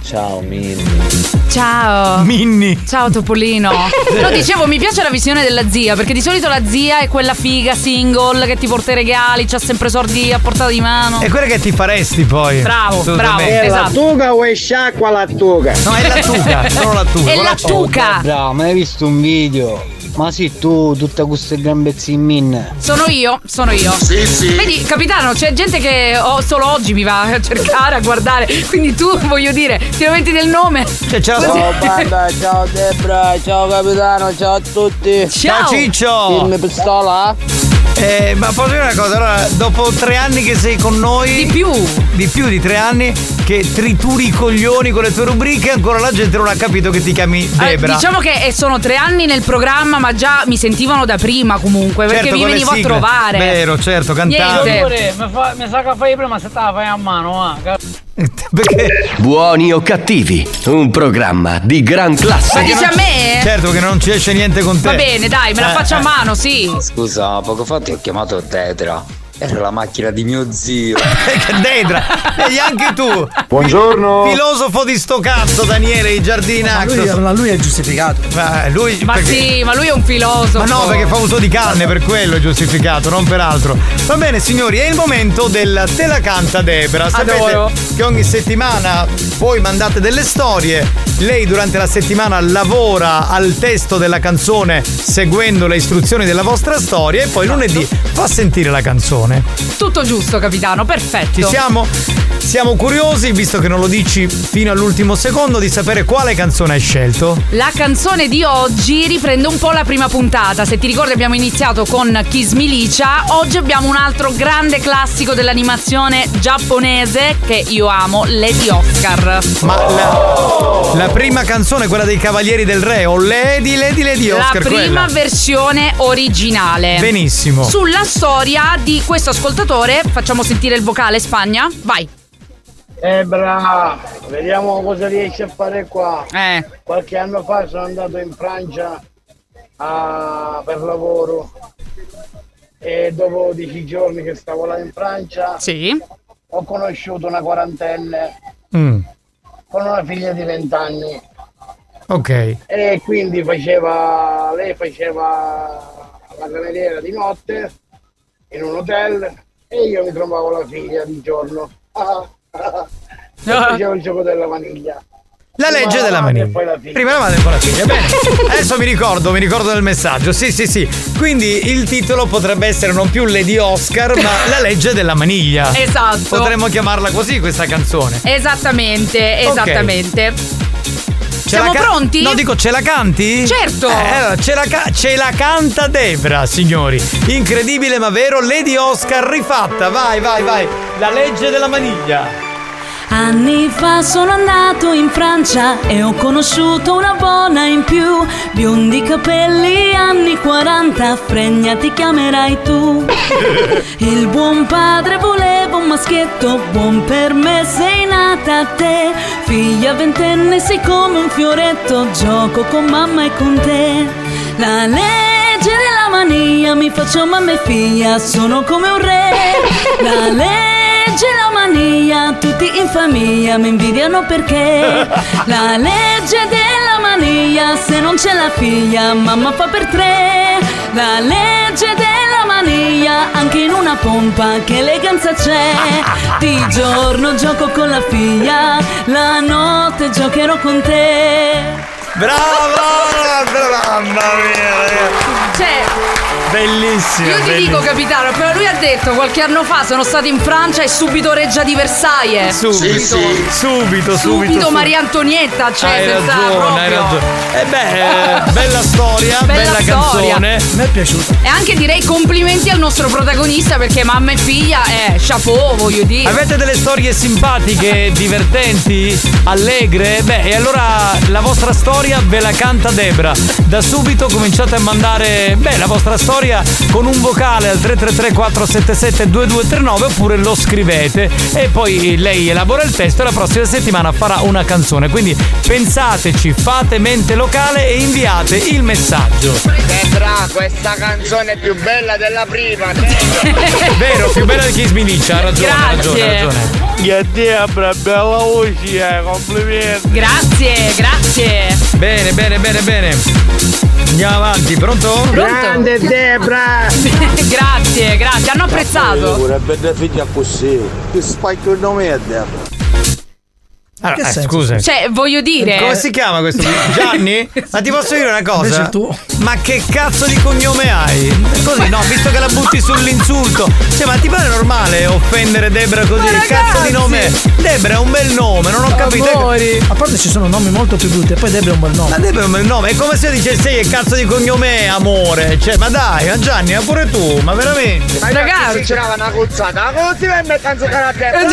Ciao Minni. Ciao. Minni. Ciao Topolino. No, dicevo, mi piace la visione della zia, perché di solito la zia è quella figa, single, che ti porta i regali, c'ha sempre sordi a portata di mano. È quella che ti faresti poi. Bravo, bravo, esatto. Assolutamente. Eh, È la tuga o è sciacqua la tuga? No, è la tuga, sono la tuga. È la Ah. tuca. Bravo, ma hai visto un video? Ma sì, tu, tutte queste grambezze in min. Sono io, sono io. Sì, sì. Vedi, capitano, c'è gente che oh, solo oggi mi va a cercare, a guardare. Quindi tu, voglio dire, ti metti del nome. Cioè, ce la Ciao banda, ciao Debra, ciao capitano, ciao a tutti. Ciao. Ciao, Ciccio. Film pistola? Eh, ma posso dire una cosa? Allora, dopo tre anni che sei con noi. Di più! Di più di tre anni che trituri i coglioni con le tue rubriche, ancora la gente non ha capito che ti chiami Eh, Debra. Diciamo che eh, sono tre anni nel programma, ma già mi sentivano da prima comunque, Certo, perché vi con le venivo a sigle. trovare. Vero, certo, cantante. Niente. Eh, Mi, fa, mi sa che fai prima se te la fai a mano, eh. Buoni o cattivi, un programma di gran classe. Ma dici a me? Certo Eh, che non ci esce niente con te. Va bene, dai, me la faccio a mano, sì. Scusa, poco fa ti ho chiamato Tetra. Era la macchina di mio zio. Dedra, e anche tu. Buongiorno. Filosofo di sto cazzo, Daniele i Ma Giardinax. lui, ma lui è giustificato. Ma, lui, Ma perché- sì, ma lui è un filosofo. Ma no, perché fa uso di carne, per quello è giustificato, non per altro. Va bene, signori, è il momento del Te la canta Debra. Sapete Adoro. che ogni settimana voi mandate delle storie. Lei durante la settimana lavora al testo Esatto. della canzone seguendo le istruzioni della vostra storia e poi lunedì fa sentire la canzone. canzone. Tutto giusto, capitano, perfetto. Ci siamo? Siamo curiosi, visto che non lo dici fino all'ultimo secondo, di sapere quale canzone hai scelto. La canzone di oggi riprende un po' la prima puntata. Se ti ricordi abbiamo iniziato con Kiss Milicia, oggi abbiamo un altro grande classico dell'animazione giapponese che io amo, Lady Oscar. Ma la, la prima canzone, quella dei Cavalieri del Re, o Lady, Lady, Lady Oscar. la prima quella. versione originale. Benissimo. Sulla storia di questo ascoltatore, facciamo sentire il vocale Spagna. Vai. Eh brava, vediamo cosa riesci a fare qua. Eh. Qualche anno fa sono andato in Francia a- per lavoro e dopo dieci giorni che stavo là in Francia ho conosciuto una quarantenne Mm, con una figlia di vent'anni ok. e quindi faceva, lei faceva la cameriera di notte in un hotel e io mi trovavo la figlia di giorno. Ah, ah. E facevo il gioco della vaniglia. La legge della maniglia. Prima la madre e poi la figlia. Bene, adesso mi ricordo, mi ricordo del messaggio. Sì, sì, sì. Quindi il titolo potrebbe essere non più Lady Oscar, ma la legge della maniglia. Esatto. Potremmo chiamarla così questa canzone. Esattamente, esattamente. Ce Siamo la ca- pronti? No, dico, ce la canti? Certo. Eh, allora, ce, la ca- ce la canta Debra, signori. Incredibile ma vero, Lady Oscar rifatta. Vai, vai, vai. La legge della maniglia. Anni fa sono andato in Francia e ho conosciuto una buona in più. Biondi capelli, anni 40, fregna ti chiamerai tu. Il buon padre voleva un maschietto, buon per me sei nata a te. Figlia ventenne sei come un fioretto, gioco con mamma e con te. La legge della mania, mi faccio mamma e figlia, sono come un re. La legge della mania, tutti in famiglia mi invidiano perché. La legge della mania, se non c'è la figlia, mamma fa per tre. La legge della mania, anche in una pompa che eleganza c'è. Di giorno gioco con la figlia, la notte giocherò con te. Brava, brava, mamma mia, ragazzi. Cioè, Bellissimo. io ti dico, capitano, però lui ha detto qualche anno fa sono stato in Francia e subito reggia di Versailles. Subito, subito, subito, Subito Maria Antonietta, cioè, hai senza ragione, proprio. hai ragione. E beh, eh, bella storia, Bella bella, storia. canzone. Mi è piaciuta. E anche direi complimenti al nostro protagonista perché mamma e figlia, eh, chapeau, voglio dire. Avete delle storie simpatiche, divertenti, allegre? Beh, e allora la vostra storia ve la canta Debra. Da subito cominciate a mandare, beh, la vostra storia con un vocale al 333-477-2239 oppure lo scrivete e poi lei elabora il testo e la prossima settimana farà una canzone. Quindi pensateci, fate mente locale e inviate il messaggio. Sembra questa canzone è più bella della prima. Vero, più bella di chi sminiccia, ha ragione, ha ragione, ha ragione. E Debra, bella voce, eh, complimenti. Grazie, grazie. Bene, bene, bene, bene. Andiamo avanti, pronto? Grande Debra! grazie, grazie, hanno apprezzato. Pure bella figlia così. Che spacco il nome è Debra. Allora, Che eh, senso? scusa. Cioè, voglio dire. Come si chiama questo? Gianni? Ma ti posso dire una Invece cosa? il tuo. Ma che cazzo di cognome hai? Così, no, visto che la butti sull'insulto. Cioè, ma ti pare normale offendere Debra così? Ma Che cazzo ragazzi! di nome è? Debra è un bel nome, non ho capito. A parte ci sono nomi molto più brutti e poi Debra è un bel nome. Ma Debra è un bel nome, è come se io dicessi che cazzo di cognome è, amore. Cioè, ma dai, ma Gianni, ma pure tu, ma veramente. Ragazzi, c'era una cozzata, la cozzi per me canzo carattere.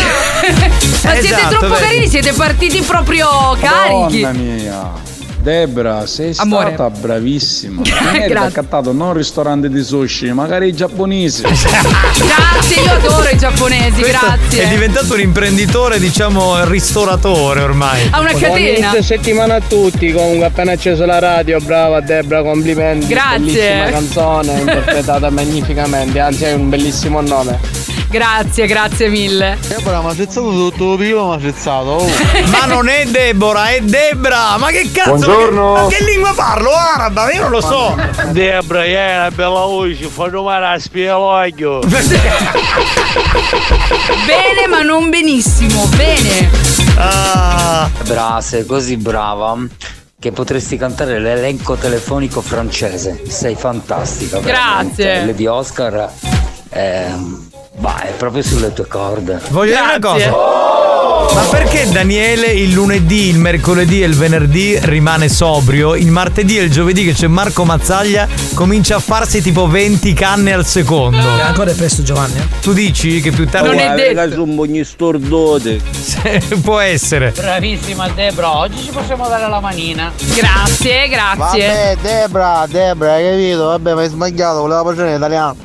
Ma siete Esatto, troppo vedi. carini, siete partiti proprio carichi. Mamma mia. Debra, sei Amore. stata bravissima. Mi Grazie. hai accattato non un ristorante di sushi, magari i giapponesi. Grazie, io adoro i giapponesi, Questo È grazie. diventato un imprenditore, diciamo, ristoratore ormai. Ha una catena. Buon inizio settimana a tutti, comunque appena acceso la radio, brava Debra, complimenti. Grazie. Bellissima canzone, interpretata magnificamente, anzi hai un bellissimo nome. Grazie, grazie mille. Debra, ma c'è stato tutto il primo, ma c'è stato. oh. Ma non è Debora, è Debra! Ma che cazzo? Buongiorno. Ma che lingua parlo? Araba, io non lo so! Debra, è una bella voce, fa male a spielogno. Bene, ma non benissimo. Bene. Ah. Bra, sei così brava che potresti cantare l'elenco telefonico francese. Sei fantastica. veramente. Grazie. Lady Oscar è Ma è proprio sulle tue corde. Voglio dire una cosa. Ma perché Daniele il lunedì, il mercoledì e il venerdì rimane sobrio? Il martedì e il giovedì che c'è Marco Mazzaglia comincia a farsi tipo 20 canne al secondo. ancora è presto Giovanni. Tu dici che più tardi... un ogni stordote. Può essere. Bravissima Debra, oggi ci possiamo dare la manina. Grazie, grazie. Vabbè, Debra, Debra, hai capito? Vabbè, ma hai sbagliato, voleva facciare in italiano.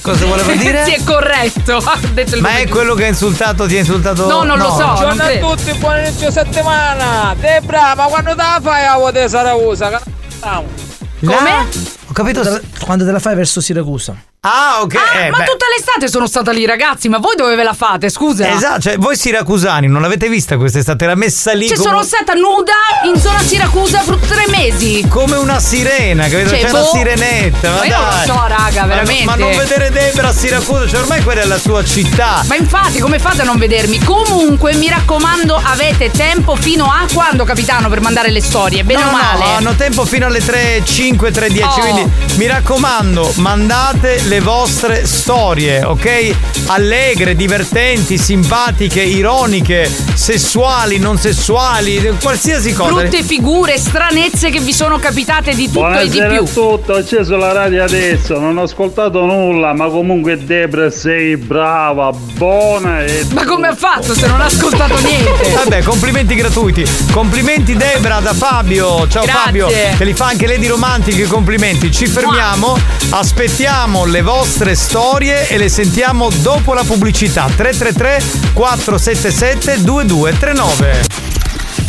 Cosa voleva dire? sì, è corretto. Ha detto il Ma è nome quello che ha insultato, ti ha insultato? No, non lo so. Buongiorno non a credo. tutti, buon inizio settimana! Debra, ma quando te la fai a votare Saragossa? Come? Ho capito. Quando te la fai verso Siracusa. Ah, ok. Ah, eh, ma beh. tutta l'estate sono stata lì, ragazzi. Ma voi dove ve la fate? Scusa. Esatto, cioè voi siracusani non l'avete vista quest'estate, era messa lì Cioè, come, sono stata nuda in zona Siracusa per tre mesi. come una sirena, capito? Cioè, C'è boh. una sirenetta. Ma, Ma io non lo dai. so, raga, Ma- veramente. Ma, non vedere Debra a Siracusa, cioè ormai quella è la sua città. Ma infatti, come fate a non vedermi? Comunque, mi raccomando, avete tempo fino a quando, capitano, per mandare le storie, bene No, o no, male. hanno tempo fino alle 3, 5, 3, 10. Oh. Quindi mi raccomando, mandate le vostre storie, ok? Allegre, divertenti, simpatiche, ironiche, sessuali, non sessuali, qualsiasi cosa. Brutte figure, stranezze che vi sono capitate di tutto e Buonasera di a più. tutti, ho acceso la radio adesso, non ho ascoltato nulla, ma comunque Debra sei brava, buona e... Ma come ha fatto se non ha ascoltato niente? Vabbè, complimenti gratuiti. Complimenti Debra da Fabio. Ciao Grazie. Fabio. Che li fa anche Lady Romantic i complimenti. Ci fermiamo, aspettiamo le vostre storie e le sentiamo dopo la pubblicità. 333 477 2239.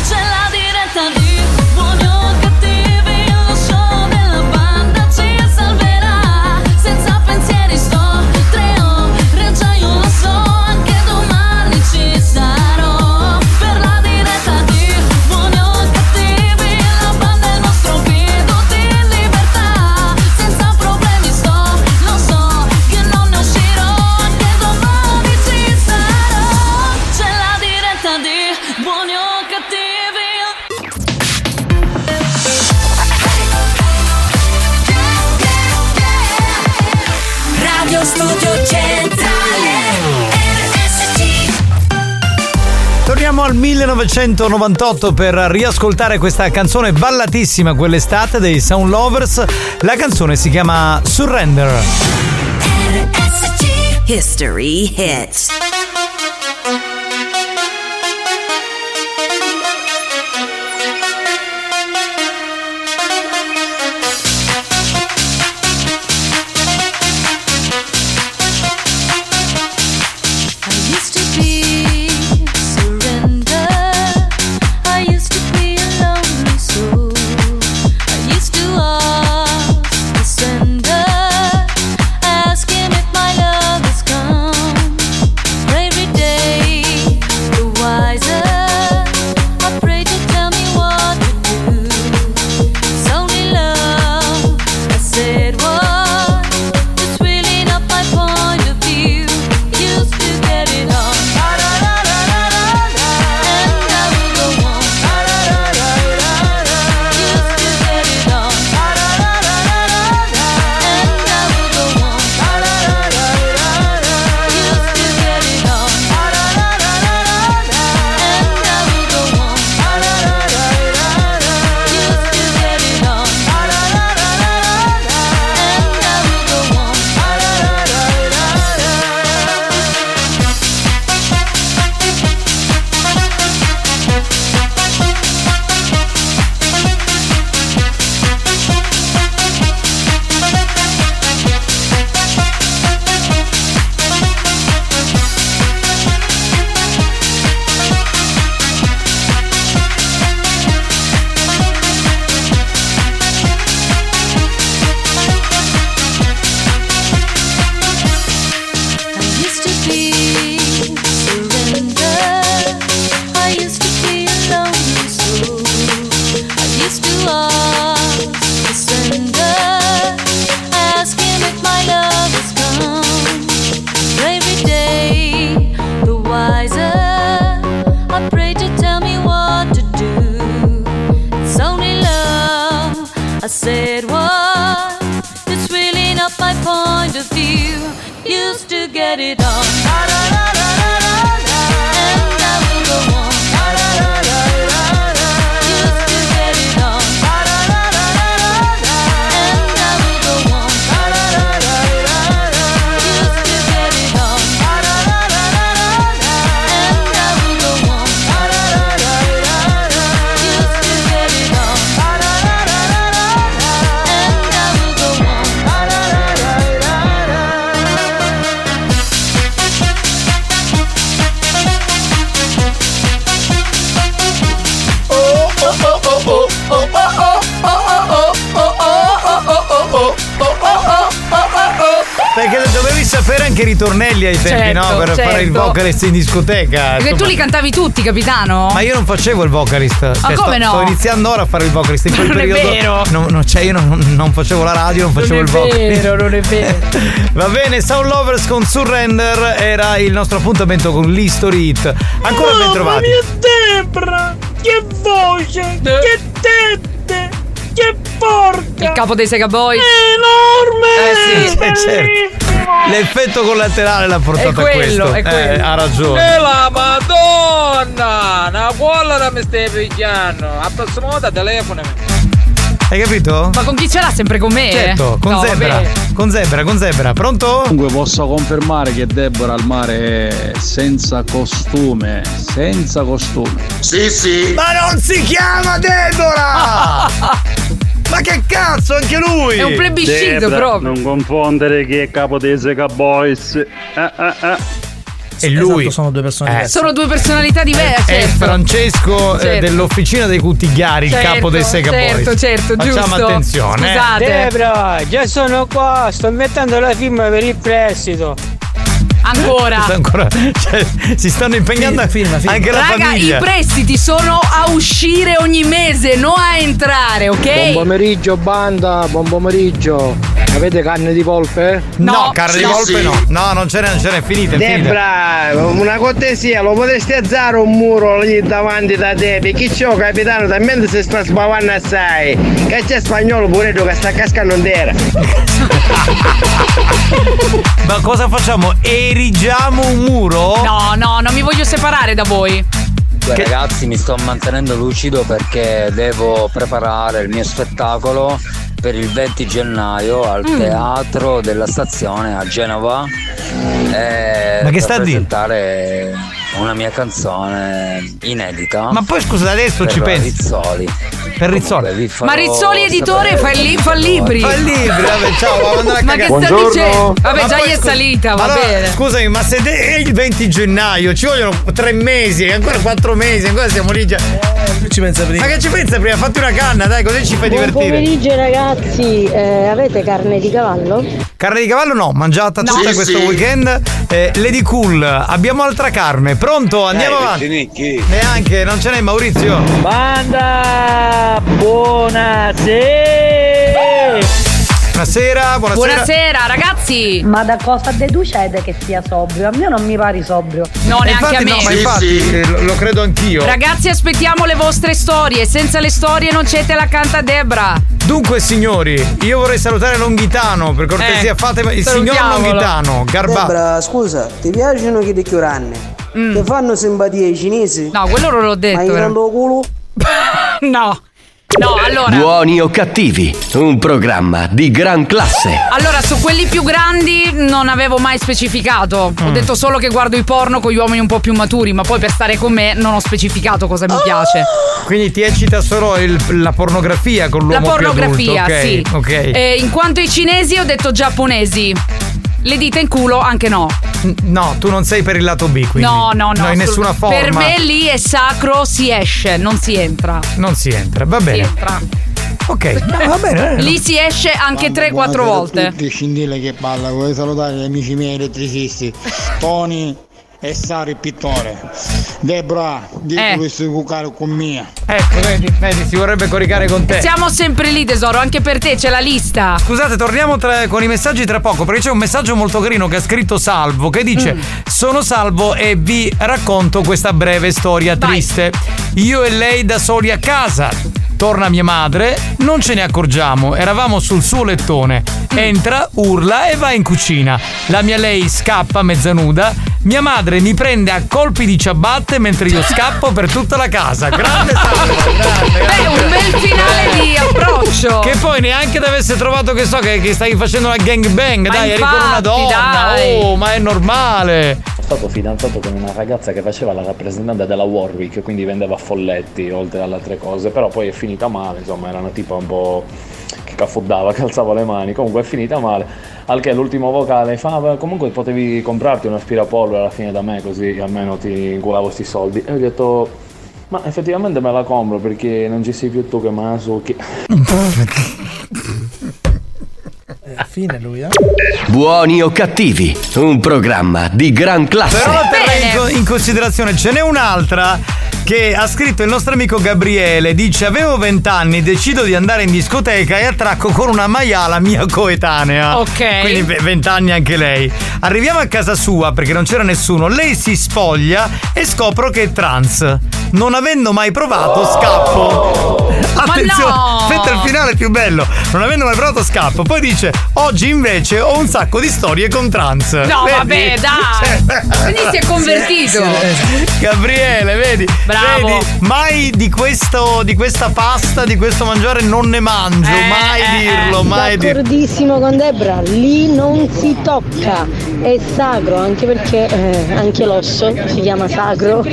C'è la diretta di buoni o cattivi, lo show della banda ci salverà. Senza pensieri sto, tre ore già io lo so, anche domani ci sarò. Per la diretta di buoni o cattivi, la banda è il nostro grido di libertà. Senza problemi sto, lo so, che non ne uscirò, anche domani ci sarò. C'è la diretta di buoni o cattivi. Radio Studio Centrale RSC Torniamo al 1998 per riascoltare questa canzone ballatissima quell'estate dei Sound Lovers. La canzone si chiama Surrender. RSC History Hits I used to be surrender. I used to be a lonely soul. I used to ask the sender, asking if my love has come. get it on. And I will go on. Just to get it on. And I will go on. Just to get it on. And I will go on. Just to get it on. And I will go on. Perché dovevi sapere anche i ritornelli ai tempi, Certo, no? Per certo. fare il vocalist in discoteca. Perché tu insomma. li cantavi tutti, capitano? Ma io non facevo il vocalist. Cioè, come sto, no? Sto iniziando ora a fare il vocalist. In quel Non è periodo vero. Non, non- cioè, io non, non facevo la radio, non facevo il vocalist. non è vero. Va bene, Sound Lovers con Surrender era il nostro appuntamento con l'History Hit. Ancora Oh, ben trovati. Eh. Debra! Oh, Che voce! Che tette! Che porca! Il capo dei Sega Boys. Enorme! Eh sì, certo. L'effetto collaterale l'ha portato È quello, a questo. è Eh, quello. ha ragione. E la madonna! Una cuola mi stai pigliando! La prossima volta telefonami! Hai capito? Ma con chi ce l'ha sempre con me? Certo, con Eh, No, Zebra. vabbè. Con Zebra, con Zebra. Pronto? Comunque posso confermare che Deborah al mare è senza costume, senza costume. Sì, sì. Ma non si chiama Deborah! Ma che cazzo, anche lui! Debra, Non confondere chi è capo dei Sega Boys. Ah, ah, ah. E lui. Eh. sono due persone diverse. Sono due personalità diverse. È certo. Francesco eh, Certo. dell'officina dei Cuttigliari, il Certo, capo dei Sega certo, Boys. certo, Facciamo giusto. attenzione. eh. Scusate. Debra, già sono qua, sto mettendo la firma per il prestito. Ancora. Sta ancora- cioè, si stanno impegnando anche la Raga, famiglia. i prestiti sono a uscire ogni mese, non a entrare, Buon ok? pomeriggio, banda, buon pomeriggio. Avete carne di volpe? No, carne di volpe no. No, non ce n'è, non ce n'è, è finita. è Debra, una cortesia, lo potresti alzare un muro lì davanti da te? Perché c'ho capitano, talmente si sta sbavando assai. Che c'è spagnolo pure tu che sta cascando in terra. finita. Ma cosa facciamo? Erigiamo un muro? No, no, non mi voglio separare da voi. Beh, Ragazzi, mi sto mantenendo lucido perché devo preparare il mio spettacolo per il 20 gennaio al Mm. teatro della stazione a Genova. eh, Ma che per sta a dire? presentare una mia canzone inedita. Ma poi, scusa, adesso per ci pensi. Rizzoli. Per Rizzoli. vi farò Ma Rizzoli editore fa, sapere- li- fa libri. Fa libri, vabbè, ciao, va a andare a Ma che cagare. sta dicendo? Vabbè, Ma già poi, gli è scusa- salita, va allora, bene. Scusami, ma se de- è il 20 gennaio ci vogliono tre mesi, ancora quattro mesi, ancora siamo lì già. ci pensa prima. Ma che ci pensa prima? Fatti una canna, dai, così ci fai Buon divertire. pomeriggio ragazzi, Eh, avete carne di cavallo? Carne di cavallo no, mangiata No. tutta Sì, questo sì. weekend. Eh, Lady Cool, abbiamo altra carne, pronto? Andiamo avanti. Neanche, non ce n'è Maurizio. Banda, buonasera. Buonasera, buonasera. Buonasera, ragazzi. Ma da cosa deducete che sia sobrio? A me non mi pare sobrio. No, E neanche infatti, a me. No, ma infatti, eh, lo, lo credo anch'io. Ragazzi, aspettiamo le vostre storie. Senza le storie non c'è te la canta Debra. Dunque, signori, io vorrei salutare Longhitano, per cortesia, Eh, fate il signor salutiamolo. Longhitano, garbato. Debra, scusa, ti piacciono chi ti chiuranne? Ti fanno simpatia i cinesi? Mm. No, quello non l'ho detto. Ma io però. non lo culo? no. No, allora. Buoni o cattivi, un programma di gran classe. Allora, su quelli più grandi non avevo mai specificato. Ho Mm. detto solo che guardo i porno con gli uomini un po' più maturi, ma poi per stare con me non ho specificato cosa Ah! mi piace. Quindi ti eccita solo il- la pornografia con La l'uomo più pornografia, adulto, ok? sì. ok. Eh, in quanto ai cinesi ho detto giapponesi. Le dita in culo anche no. No, tu non sei per il lato B, quindi. no, no, no. in assolut- nessuna forma. Per me lì è sacro, si esce, non si entra. Non si entra, va Si bene. entra. Ok, no, va bene. eh. Lì si esce anche 3-4 volte. Il scindile che balla, vorrei salutare gli amici miei elettricisti, Tony e Sari il pittore. Debra, dico Eh. che stai cucare con mia. Ecco, vedi, vedi, si vorrebbe coricare con te. Siamo sempre lì, tesoro, anche per te c'è la lista. Scusate, torniamo tra- con i messaggi tra poco, perché c'è un messaggio molto carino che ha scritto Salvo, che dice Sono Salvo e vi racconto questa breve storia triste. Io e lei da soli a casa. Torna mia madre, non ce ne accorgiamo, eravamo sul suo lettone. Entra, urla e va in cucina. La mia lei scappa mezzanuda. Mia madre mi prende a colpi di ciabatte mentre io scappo per tutta la casa. Grande Ecco, Beh, un bel finale Eh. di approccio. Che poi neanche ti avesse trovato che so che, che stavi facendo una gangbang, Ma dai, eri con una infatti, donna. dai. Oh, ma è normale. Sono stato fidanzato con una ragazza che faceva la rappresentante della Warwick, quindi vendeva folletti oltre alle altre cose, però poi è finita male, insomma era una tipa un po' che cafoddava, calzava le mani, comunque è finita male, al che l'ultimo vocale fa, "Ah, beh, comunque potevi comprarti un aspirapolvere alla fine da me così almeno ti inculavo sti soldi. E ho detto, ma effettivamente me la compro perché non ci sei più tu che Masuki. Fine lui, eh? Buoni o cattivi, un programma di gran classe. Però la terrei in, co- in considerazione ce n'è un'altra che ha scritto il nostro amico Gabriele, dice avevo 20 anni, decido di andare in discoteca e attracco con una maiala mia coetanea. Ok. Quindi ve- 20 anni anche lei. Arriviamo a casa sua perché non c'era nessuno, lei si spoglia e scopro che è trans. Non avendo mai provato scappo. Attenzione, no! aspetta il finale è più bello. Non avendo mai provato scappo. Poi dice, oggi invece ho un sacco di storie con trans. No, Vedi? vabbè, dai. Cioè- Quindi si è convertito. Gabriele, vedi? Bravo. Vedi? Mai di, questo, di questa pasta, di questo mangiare non ne mangio. Eh, mai dirlo, mai dirlo. D'accordissimo con Debra, lì non si tocca, è sacro, anche perché eh, anche l'osso si chiama sacro.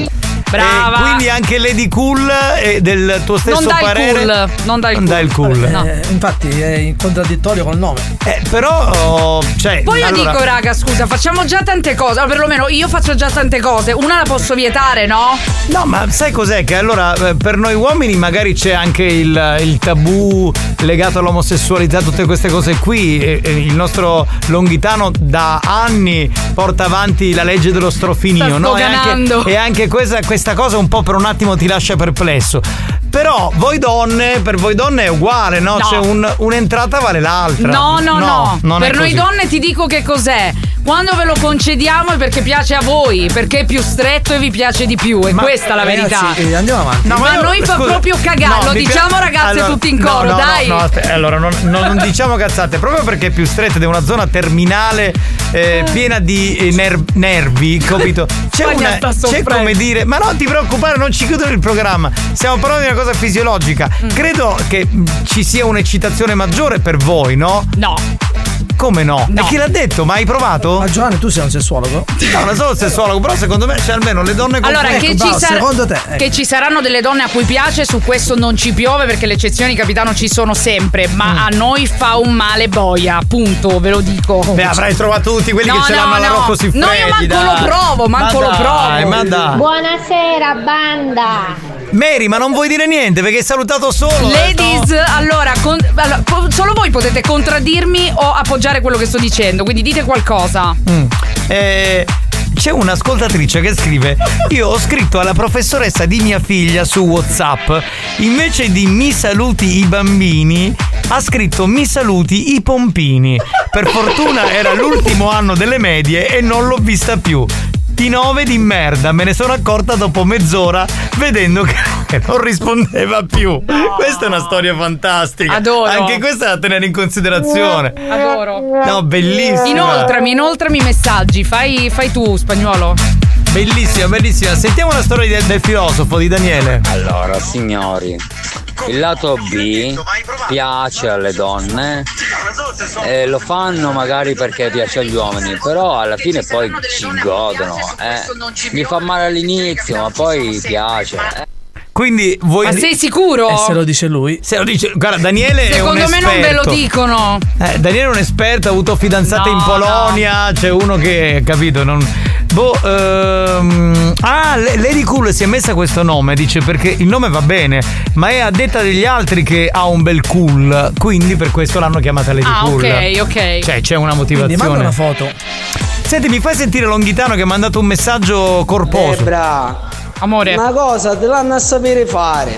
Brava. Eh, quindi anche Lady Cool eh, del tuo stesso dà il parere. cool, non dà il cool. Eh, infatti è in contraddittorio col nome. Eh, però, oh, cioè. Poi io allora- dico, raga, scusa, facciamo già tante cose. O perlomeno io faccio già tante cose. Una la posso vietare, no? No, ma sai cos'è? Che allora eh, per noi uomini magari c'è anche il, il tabù legato all'omosessualità, tutte queste cose qui. E- e il nostro Longhitano da anni porta avanti la legge dello strofinio, Sta no? E sdoganando. anche, e anche questa, questa cosa un po' per un attimo ti lascia perplesso. Però voi donne, per voi donne è uguale, no? No. C'è un- un'entrata vale l'altra. No, no, no. non è Per noi così. donne ti dico che cos'è. Quando ve lo concediamo è perché piace a voi, perché è più stretto e vi piace di più. E questa è la verità. Ragazzi, eh, andiamo avanti. No, ma a noi fa proprio cagare. No, Lo mi pi- diciamo, ragazze, Allora, tutti in no, coro, no, no, dai. no, aspe- allora, non, non- non diciamo cazzate, proprio perché è più stretta ed è una zona terminale eh, piena di eh, ner- nervi, capito? C'è, Magna una, sta c'è soffrendo. come dire, ma non ti preoccupare, non ci chiudono il programma. Stiamo parlando di una cosa fisiologica. Mm. Credo che mh, ci sia un'eccitazione maggiore per voi, no? No. Come no? E chi l'ha detto? Ma hai provato? Ma Giovanni, tu sei un sessuologo? No, non sono un sessuologo, però secondo me c'è almeno le donne con Allora, Ecco, che, bravo, ci sar- secondo te. ecco. che ci saranno delle donne a cui piace, su questo non ci piove perché le eccezioni, capitano, ci sono sempre. Mm. Ma a noi fa un male boia, punto, ve lo dico. Beh, avrai trovato tutti quelli No, che ce no, l'hanno alla no. Rocco Siffredi No, io manco dai. lo provo, manco Ma lo dai, provo. Ma dai. Buonasera banda! Mary, ma non vuoi dire niente perché hai salutato solo. eh, Ladies, allora, con- allora, po- solo voi potete contraddirmi o appoggiare quello che sto dicendo, quindi dite qualcosa. Mm. Eh, c'è un'ascoltatrice che scrive: Io ho scritto alla professoressa di mia figlia su WhatsApp. Invece di mi saluti i bambini, ha scritto mi saluti i pompini. Per fortuna era l'ultimo anno delle medie e non l'ho vista più. T9 di merda, me ne sono accorta dopo mezz'ora vedendo che non rispondeva più. Questa è una storia fantastica. Adoro. Anche questa è da tenere in considerazione. Adoro. No, bellissima. Inoltrami, inoltrami i messaggi. Fai, fai tu, spagnolo. Bellissima, bellissima. Sentiamo la storia del, del filosofo di Daniele. Allora, signori, il lato B piace alle donne e lo fanno magari perché piace agli uomini, però alla fine poi ci godono. Eh. Mi fa male all'inizio, ma poi piace. eh. Quindi voi. Ma sei sicuro? E se lo dice lui? Se lo dice. Guarda, Daniele è un Secondo me non ve lo esperto. dicono. Eh, Daniele è un esperto, ha avuto fidanzate No, in Polonia. C'è uno che, capito, non. Boh, ehm, ah, Le- Lady Cool si è messa questo nome, dice perché il nome va bene, ma è a detta degli altri che ha un bel cool, quindi per questo l'hanno chiamata Lady Ah, Cool. ok, ok. Cioè, c'è una Quindi motivazione. manda una foto. Senti, mi fai sentire Longhitano che mi ha mandato un messaggio corposo. Amore. Una cosa te l'hanno a sapere fare.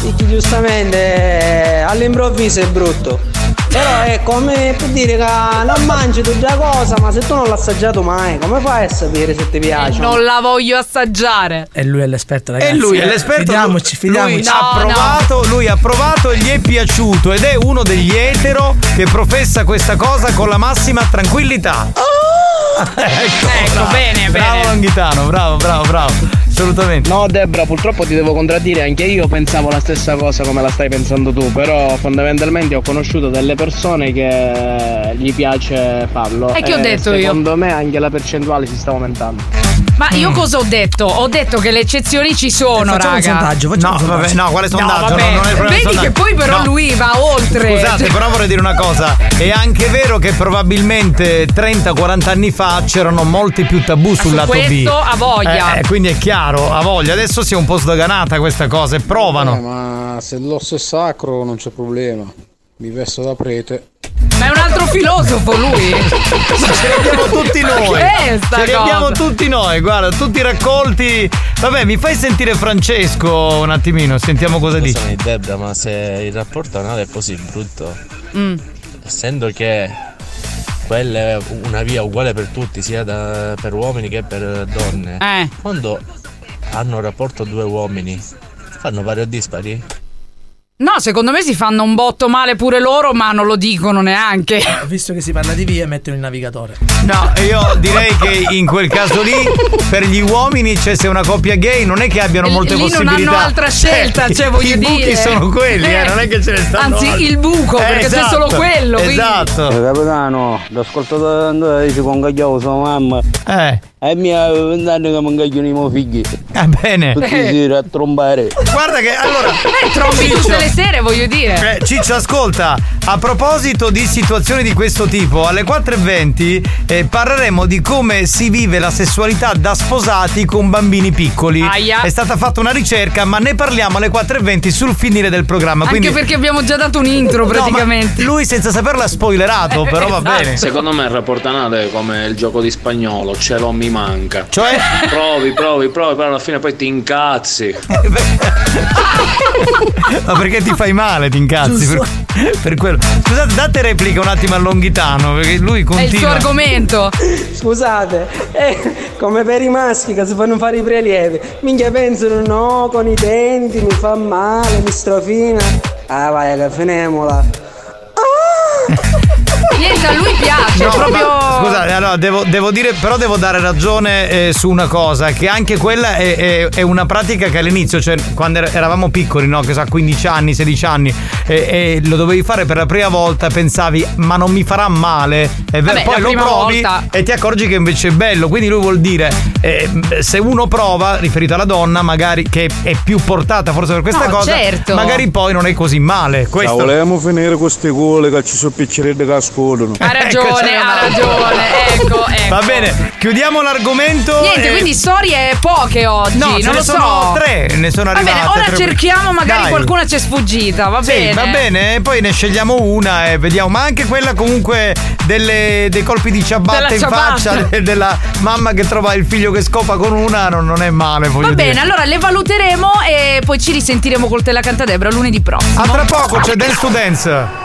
Perché giustamente eh, all'improvviso è brutto. Però è come per dire che non mangi tutta la cosa, ma se tu non l'hai assaggiato mai, come fai a sapere se ti piace? Eh, Non la voglio assaggiare. E lui è l'esperto, ragazzi. E lui eh, è l'esperto. Fidiamoci, lui- fidiamoci. Lui ha No, no. provato, lui ha provato e gli è piaciuto ed è uno degli etero che professa questa cosa con la massima tranquillità. ecco, Eh, bene, Bravo Langhitano, bravo, bravo, bravo. Assolutamente. No Debra, purtroppo ti devo contraddire, anche io pensavo la stessa cosa come la stai pensando tu, però fondamentalmente ho conosciuto delle persone che gli piace farlo. Eh, E che ho detto io? Secondo me anche la percentuale si sta aumentando. Ma io cosa ho detto? Ho detto che le eccezioni ci sono, Facciamo un raga. sondaggio, facciamo No, un vabbè, sondaggio. no, quale sondaggio? vabbè. No, non è proprio Vedi sondaggio. che poi però No. lui va oltre. Scusate, Cioè- però vorrei dire una cosa. È anche vero che probabilmente 30-40 anni fa c'erano molti più tabù sul su lato B. questo ha voglia. Eh, eh, quindi è chiaro, a voglia. Adesso si è un po' sdoganata questa cosa e provano. Eh, ma se l'osso è sacro non c'è problema. Mi vesto da prete. Ma è un altro filosofo lui. Ce li abbiamo tutti Ma noi. che è sta Ce li abbiamo cosa? tutti noi, guarda, tutti raccolti. Vabbè, mi fai sentire Francesco un attimino, sentiamo cosa dice. Scusami Debra, ma se il rapporto anale è così brutto, Mm. essendo che quella è una via uguale per tutti, sia da- per uomini che per donne, Eh. quando hanno un rapporto due uomini, fanno pari o dispari? No, secondo me si fanno un botto male pure loro, ma non lo dicono neanche. Visto che si parla di via, mettono il navigatore. No, io direi che in quel caso lì, per gli uomini, cioè se una coppia gay, non è che abbiano molte Lì non possibilità. hanno altra scelta, Eh, cioè i- voglio I dire. buchi sono quelli, eh, non è che ce ne stanno. Anzi, altri. il buco, Eh, perché se è solo esatto, quello, quindi- Esatto. Eh, capitano, l'ascoltatore andare dice con cagliavo sua mamma. Eh. E mia vent'anni che mangiano i miei figli. Eh bene. Tutti i seri a trombare. Guarda che allora. Eh, trombi Ciccio. tutte le sere, voglio dire. Eh, Ciccio, ascolta, a proposito di situazioni di questo tipo, alle 4.20 eh, parleremo di come si vive la sessualità da sposati con bambini piccoli. Aia. È stata fatta una ricerca, ma ne parliamo alle 4.20 sul finire del programma. quindi... Anche perché abbiamo già dato un intro No, ma praticamente. lui senza saperlo ha spoilerato, Eh, però va esatto. bene. Secondo me il rapporto anale è come il gioco di spagnolo, ce l'ho mi manca. Cioè? Provi, provi, provi, però alla fine poi ti incazzi. Ma perché ti fai male, ti incazzi? Per, per quello. Scusate, date replica un attimo a Longhitano, perché lui È continua. il suo argomento. Scusate, eh, come per i maschi che si fanno fare i prelievi, minchia pensano no, con i denti mi fa male, mi strofina. Ah vai che finemola. Niente, a lui piace, No, proprio. ma- scusate, allora devo, devo dire, però devo dare ragione eh, su una cosa, che anche quella è, è- è una pratica che all'inizio, cioè quando er- eravamo piccoli, no, che so, a 15 anni, 16 anni, e, e lo dovevi fare per la prima volta, pensavi, ma non mi farà male, e Vabbè, la poi lo prima provi volta. e ti accorgi che invece è bello, quindi lui vuol dire, eh, se uno prova, riferito alla donna, magari che è più portata forse per questa No, cosa, certo. magari poi non è così male. La Questo... volevamo finire con queste gole che ci sono picciarelle che ascoltano. Ha Ecco, ragione, ha ragione. Ecco, ecco. Va bene, chiudiamo l'argomento. Niente, eh, quindi storie poche oggi. No, ce non ne lo sono so. tre, ne sono Va bene, arrivate ora tre. cerchiamo, magari Dai. qualcuna ci è sfuggita, va Sì, bene. va bene, eh, poi ne scegliamo una e vediamo. Ma anche quella comunque delle- dei colpi di ciabatta Della in ciabatta. faccia de- della mamma che trova il figlio che scopa con una non, non è male, voglio Va dire. bene, allora le valuteremo e poi ci risentiremo col Tella Cantadebra lunedì prossimo. A tra poco c'è Dance to Dance.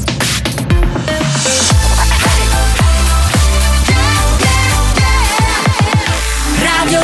Radio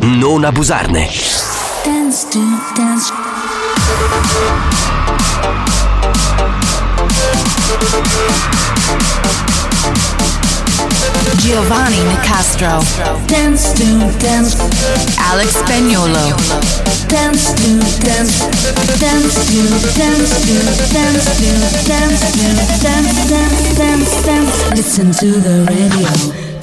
non abusarne. Dance to Dance Giovanni Nicastro. Dance to dance. Alex Spagnolo. Dance to dance. Dance to dance to dance to dance to dance dance dance dance. Listen to the radio.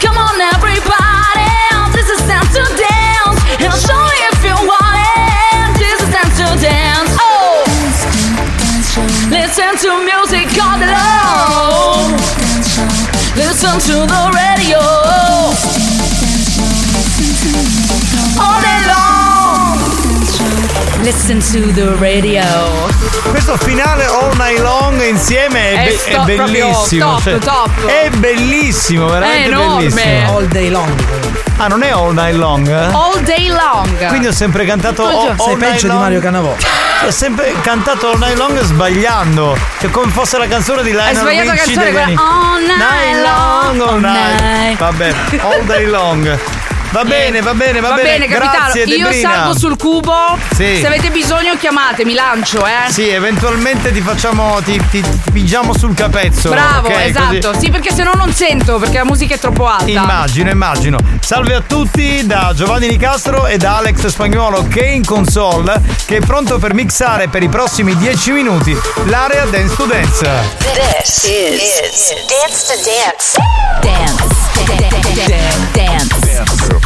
Come on everybody. This is dance to dance. And I'll show you if you want it. This is dance to dance. Oh. Listen to music all day long. Listen to the radio. All day long. Listen to the radio. Questo finale oh. all night long insieme è, È be- sto- è Eh, proprio bellissimo. cioè, top, top. È bellissimo, veramente È enorme. bellissimo. All day long. Ah, non è all night long? eh? All day long. Quindi ho sempre cantato Tutto il all, giorno. all Sei Night peggio di Long. Mario Canavò. Ho sempre cantato all night long sbagliando. Cioè come fosse la canzone di Lionel Hai sbagliato la Richie canzone degli quella anni- All night long, all night. Vabbè, all day long. Va bene, va bene, va, Va bene, capitano. Grazie, Io Debrina. salgo sul cubo. Sì. Se avete bisogno, chiamatemi, lancio, eh. Sì, eventualmente ti facciamo. ti, ti, ti pigiamo sul capezzo. Bravo, ok? esatto. Così- Sì, perché se no non sento, perché la musica è troppo alta. Immagino, immagino. Salve a tutti da Giovanni Nicastro e da Alex Spagnuolo che è in console, che è pronto per mixare per i prossimi 10 minuti l'area Dance to Dance. This is, Dance to Dance. Dance. Dance.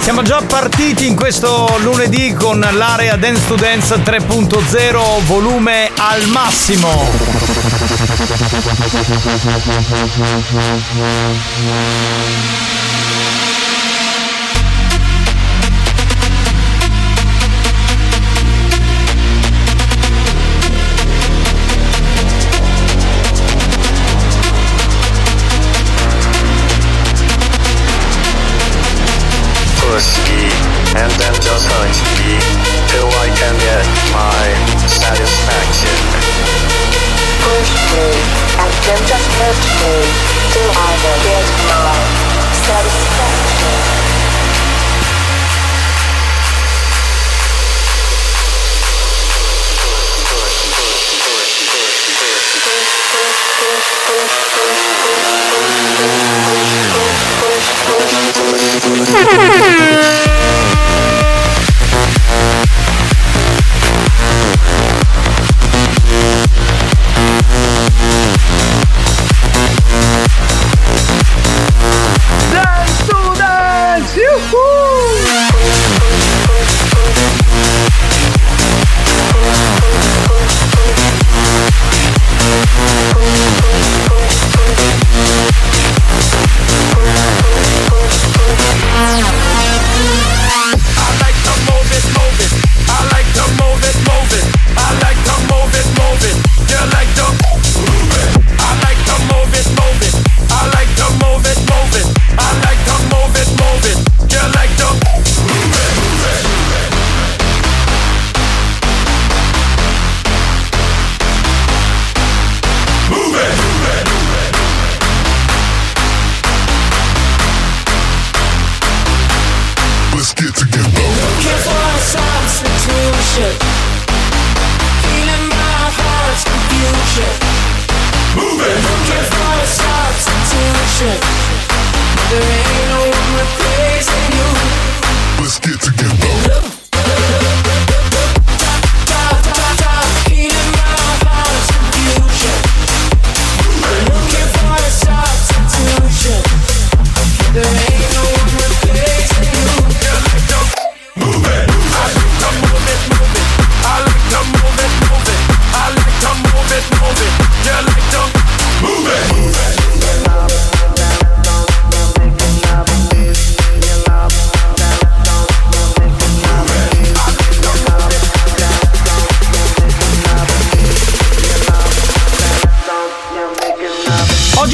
Siamo già partiti in questo lunedì con l'area Dance to Dance 3.0 volume al massimo. push D, and then just hunt D till I can get my satisfaction. push play and then just hit play till I will get my satisfaction. Dance to dance! Yahoo!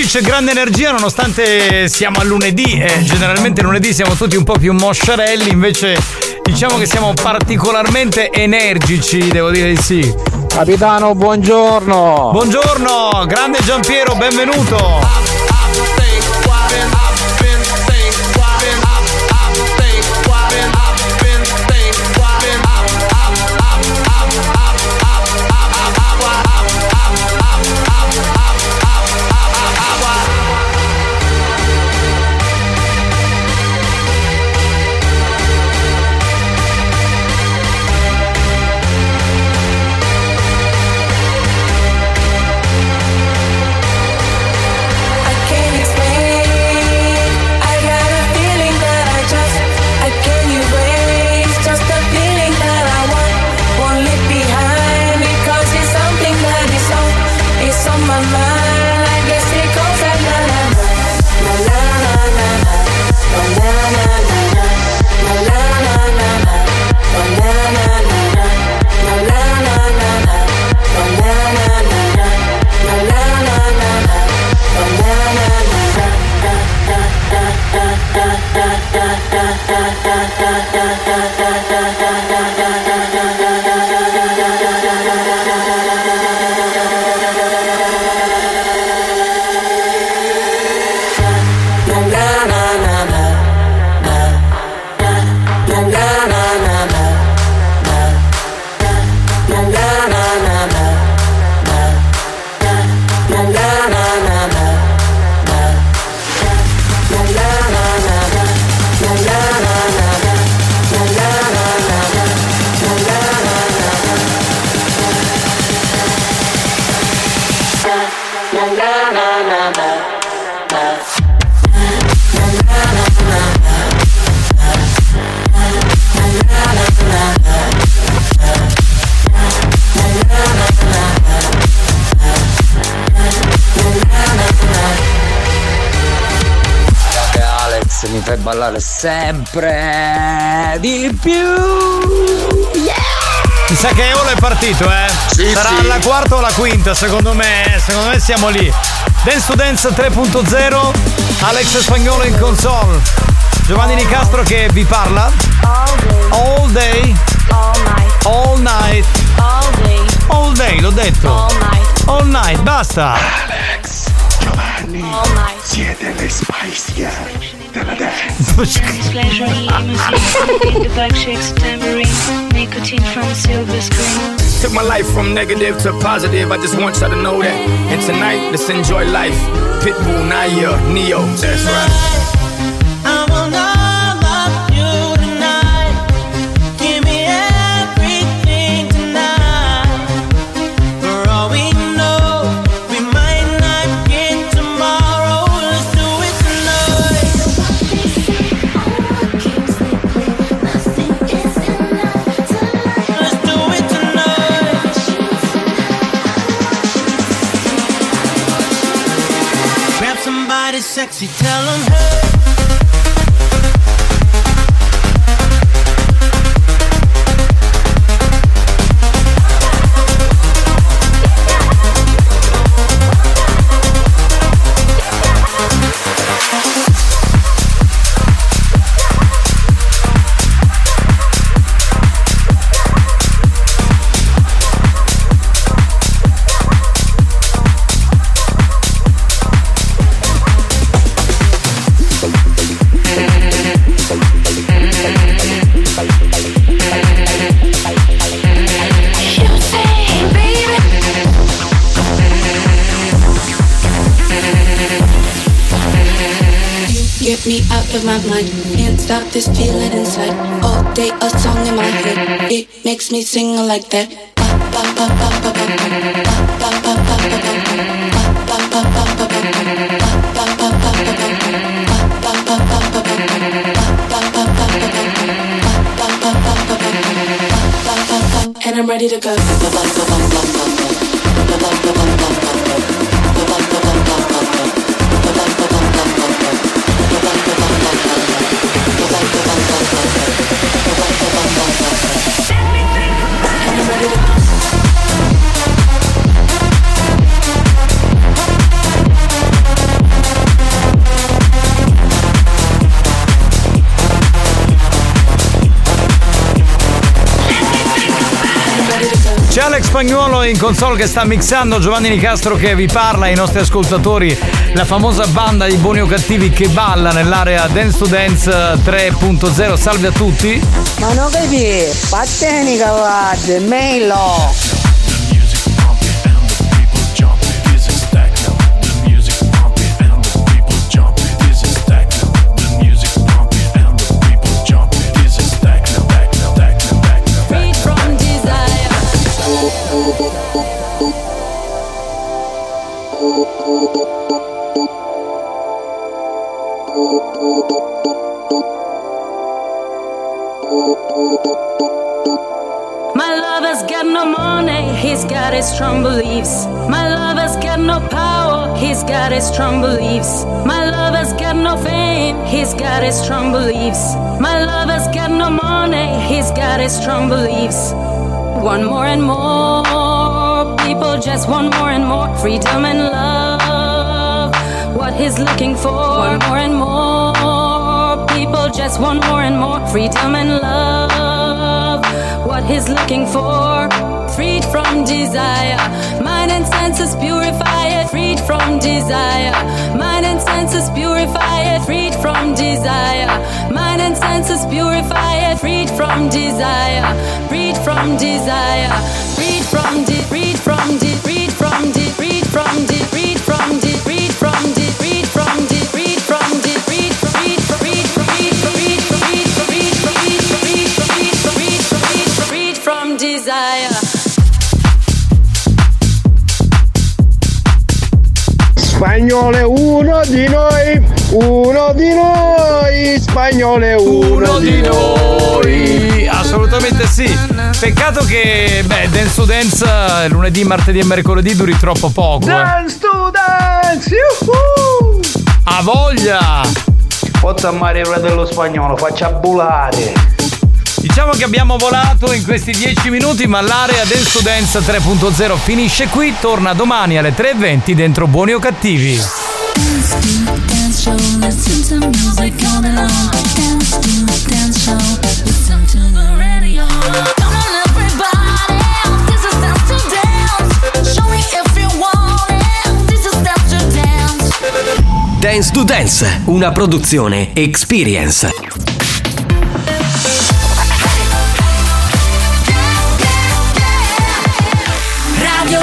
c'è grande energia nonostante siamo a lunedì e generalmente lunedì siamo tutti un po' più mosciarelli, invece diciamo che siamo particolarmente energici, devo dire di sì. Capitano, buongiorno. Buongiorno, grande Giampiero, benvenuto. I can't explain. I got a feeling that I just I can't erase. Just a feeling that I want. Won't leave behind because it's something that is on. It's on my mind. I guess it goes like na na na na na na na na na na na na na na na na na na na na na na na. Che Alex mi fai ballare sempre di più. Mi sa che Eolo è partito, eh? Sarà sì. alla quarta o alla quinta, secondo me, eh, secondo me siamo lì. Dance to Dance 3.0, Alex Spagnolo in console. Giovanni Nicastro che vi parla. All day. All night. All night. All day. All day, l'ho detto. All night. All night, basta. Alex, Giovanni, siete le Spice della Pleasure, limousine, the bike shakes tambourine, nicotine from silver screen. Took my life from negative to positive, I just want y'all to know that. And tonight, let's enjoy life. Pitbull, Naya, Neo. That's right. I will not love you tonight. Give me everything tonight. For all we know, we might not get tomorrow. Let's do it tonight. Let's do it tonight. Grab somebody sexy, tell 'em hey. Get me out of my mind. Can't stop this feeling inside. All day a song in my head. It makes me sing like that. And I'm ready to go. C'è Alex Spagnuolo in console che sta mixando, Giovanni Nicastro che vi parla, i nostri ascoltatori, la famosa banda di buoni o cattivi che balla nell'area Dance to Dance eh, 3.0. Salve a tutti. Ma non capi, patteni cavate, melo! Freed from desire. My lover's got no money, he's got his strong beliefs. My lover's got no power, he's got his strong beliefs. My lover's got no fame, he's got his strong beliefs. My lover's got no money, he's got his strong beliefs. One more and more, people just want more and more freedom and love. What he's looking for, one more and more, people just want more and more freedom and love what he's looking for. Freed from desire, mind and senses purify it. Freed from desire, mind and senses purify it. Freed from desire, mind and senses purify it. Freed from desire, freed from desire, freed from de, freed from de, freed from de, freed from de, freed from de, freed from de, freed from de, freed from de, freed from freed from freed from freed from freed from freed from freed from freed from freed from freed from freed from freed from freed from desire. Spagnolo è uno di noi, uno di noi, spagnolo è uno, di noi. Assolutamente sì. Peccato che, beh, Dance to Dance eh, lunedì, martedì e mercoledì duri troppo poco. eh. Dance to dance, yuhu! A voglia! Forza Mario, fratello spagnolo, faccia bulare. Diciamo che abbiamo volato in questi 10 minuti, ma l'area Dance to Dance 3.0 finisce qui. Torna domani alle 3.20 dentro Buoni o Cattivi. Dance to dance show, listen to music all day long. Dance to dance show, listen to the radio. Come on everybody, this is dance to dance. Show me if you want it. This is dance to dance. Dance to Dance, una produzione Experience. Radio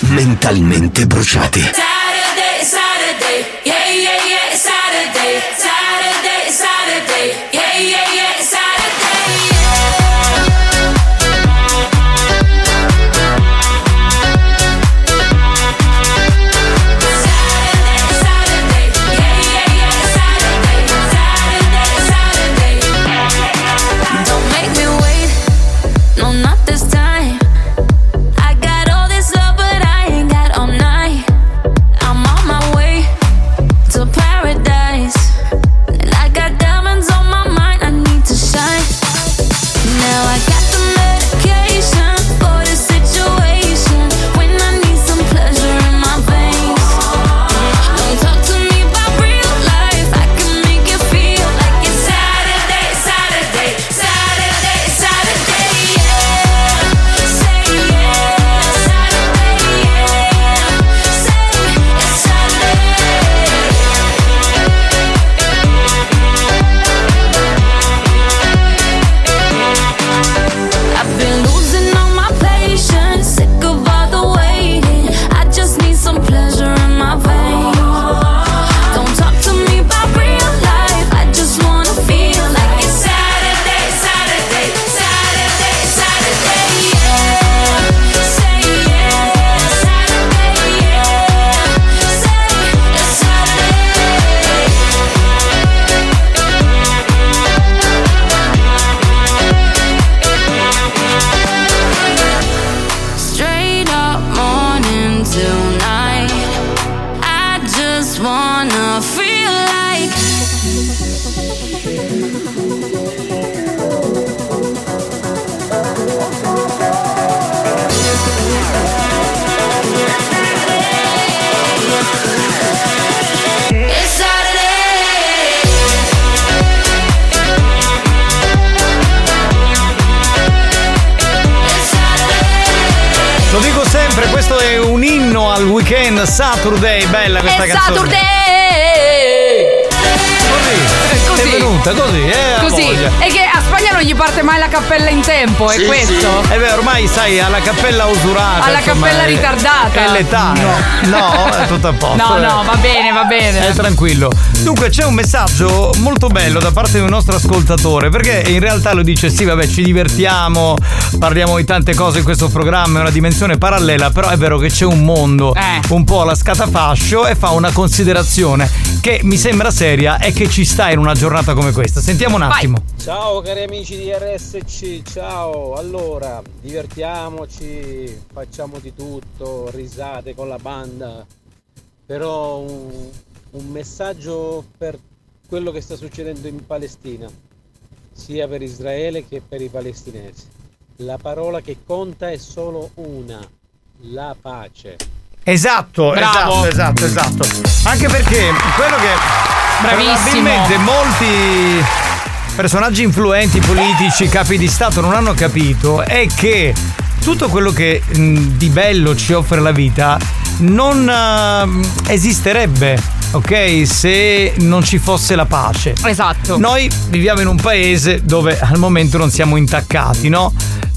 Mentalmente bruciati. Saturday, Saturday, yeah, yeah, yeah, it's Saturday, Saturday, it's Saturday, yeah, yeah, yeah, it's Saturday. Don't make me wait, no, not this time. I got all this love, but I ain't got all night. sempre, questo è un inno al weekend Saturday, bella questa È canzone. Saturday! Così. È venuta così, eh? ha Così, voglia. è che a Spagna non gli parte mai la cappella in tempo, è questo. Eh beh, ormai sai, alla cappella usurata. Alla insomma, cappella è- ritardata. Eh, È l'età. No, è tutto a posto. eh. No, no, va bene, va bene. È Eh, tranquillo. Dunque c'è un messaggio molto bello da parte di un nostro ascoltatore, perché in realtà lo dice sì, vabbè, ci divertiamo, parliamo di tante cose in questo programma, è una dimensione parallela, però è vero che c'è un mondo un po' alla scatafascio e fa una considerazione che mi sembra seria e che ci sta in una giornata come questa. Sentiamo un attimo. Ciao cari amici di RSC, ciao! Allora, divertiamoci, facciamo di tutto, risate con la banda, però un, un messaggio per quello che sta succedendo in Palestina, sia per Israele che per i palestinesi. La parola che conta è solo una, la pace. Esatto, Bravo. esatto, esatto, esatto. Anche perché quello che Bravissimo. probabilmente molti personaggi influenti, politici, capi di Stato non hanno capito è che tutto quello che mh, di bello ci offre la vita non ehm, esisterebbe. Ok, se non ci fosse la pace. Esatto. Noi viviamo in un paese dove al momento non siamo intaccati, no?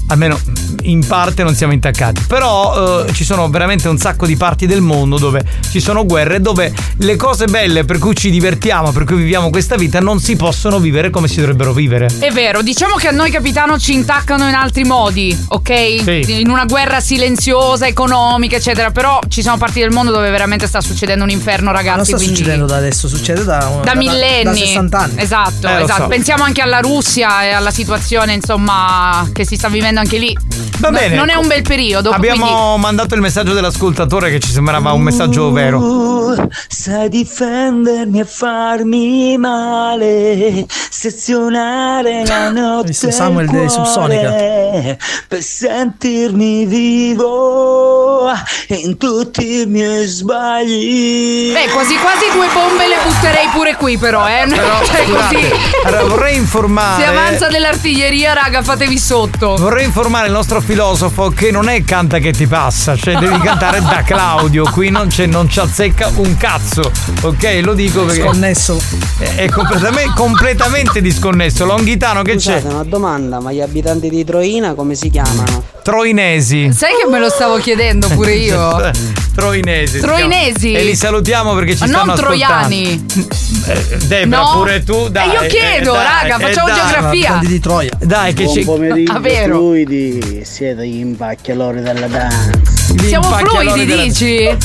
Almeno mm, in parte non siamo intaccati. Però eh, ci sono veramente un sacco di parti del mondo dove ci sono guerre, dove le cose belle per cui ci divertiamo, per cui viviamo questa vita, non si possono vivere come si dovrebbero vivere. È vero, diciamo che a noi capitano ci intaccano in altri modi, ok? Sì. In una guerra silenziosa, economica, eccetera. Però ci sono parti del mondo dove veramente sta succedendo un inferno, Non ragazzi. sta quindi- succedendo da adesso, succede da, da- Da, da- millenni. Da 60 anni. Esatto, Eh, lo esatto. so. Pensiamo anche alla Russia e alla situazione, insomma, che si sta vivendo anche lì. Va No- bene. Non è un bel periodo. Abbiamo quindi- mandato il messaggio dell'ascoltatore che ci sembrava un messaggio vero. Tu sai difendermi e farmi male, sezionare la notte Questo Ah, Samuel il dei Subsonica. cuore, per sentirmi vivo in tutti i miei sbagli. Beh, Eh, quasi quasi due bombe le butterei pure qui, però, eh. Però, Cioè, scusate, così. Allora, vorrei informare. Si avanza dell'artiglieria, raga, fatevi sotto. Vorrei informare il nostro filosofo che non è canta che ti passa, cioè devi cantare da Claudio, qui non, c'è, non ci azzecca un cazzo, ok? Lo dico perché... Sconnesso. È, è completamente, completamente disconnesso, l'onghitano che Scusate, c'è? una domanda, ma gli abitanti di Troina come si chiamano? Troinesi. Sai che me lo stavo chiedendo pure io. Troinesi. si Troinesi? chiama. E li salutiamo perché ci Ma stanno non troiani. ascoltando. Eh, Debra, No. pure tu, E dai. eh, io chiedo, raga, facciamo geografia. Grandi di Troia. Dai, che Buon ci... Ah, pomeriggio, Davvero? fluidi, siete gli impacchialori della danza. Siamo impacchi fluidi, all'ora della- dici?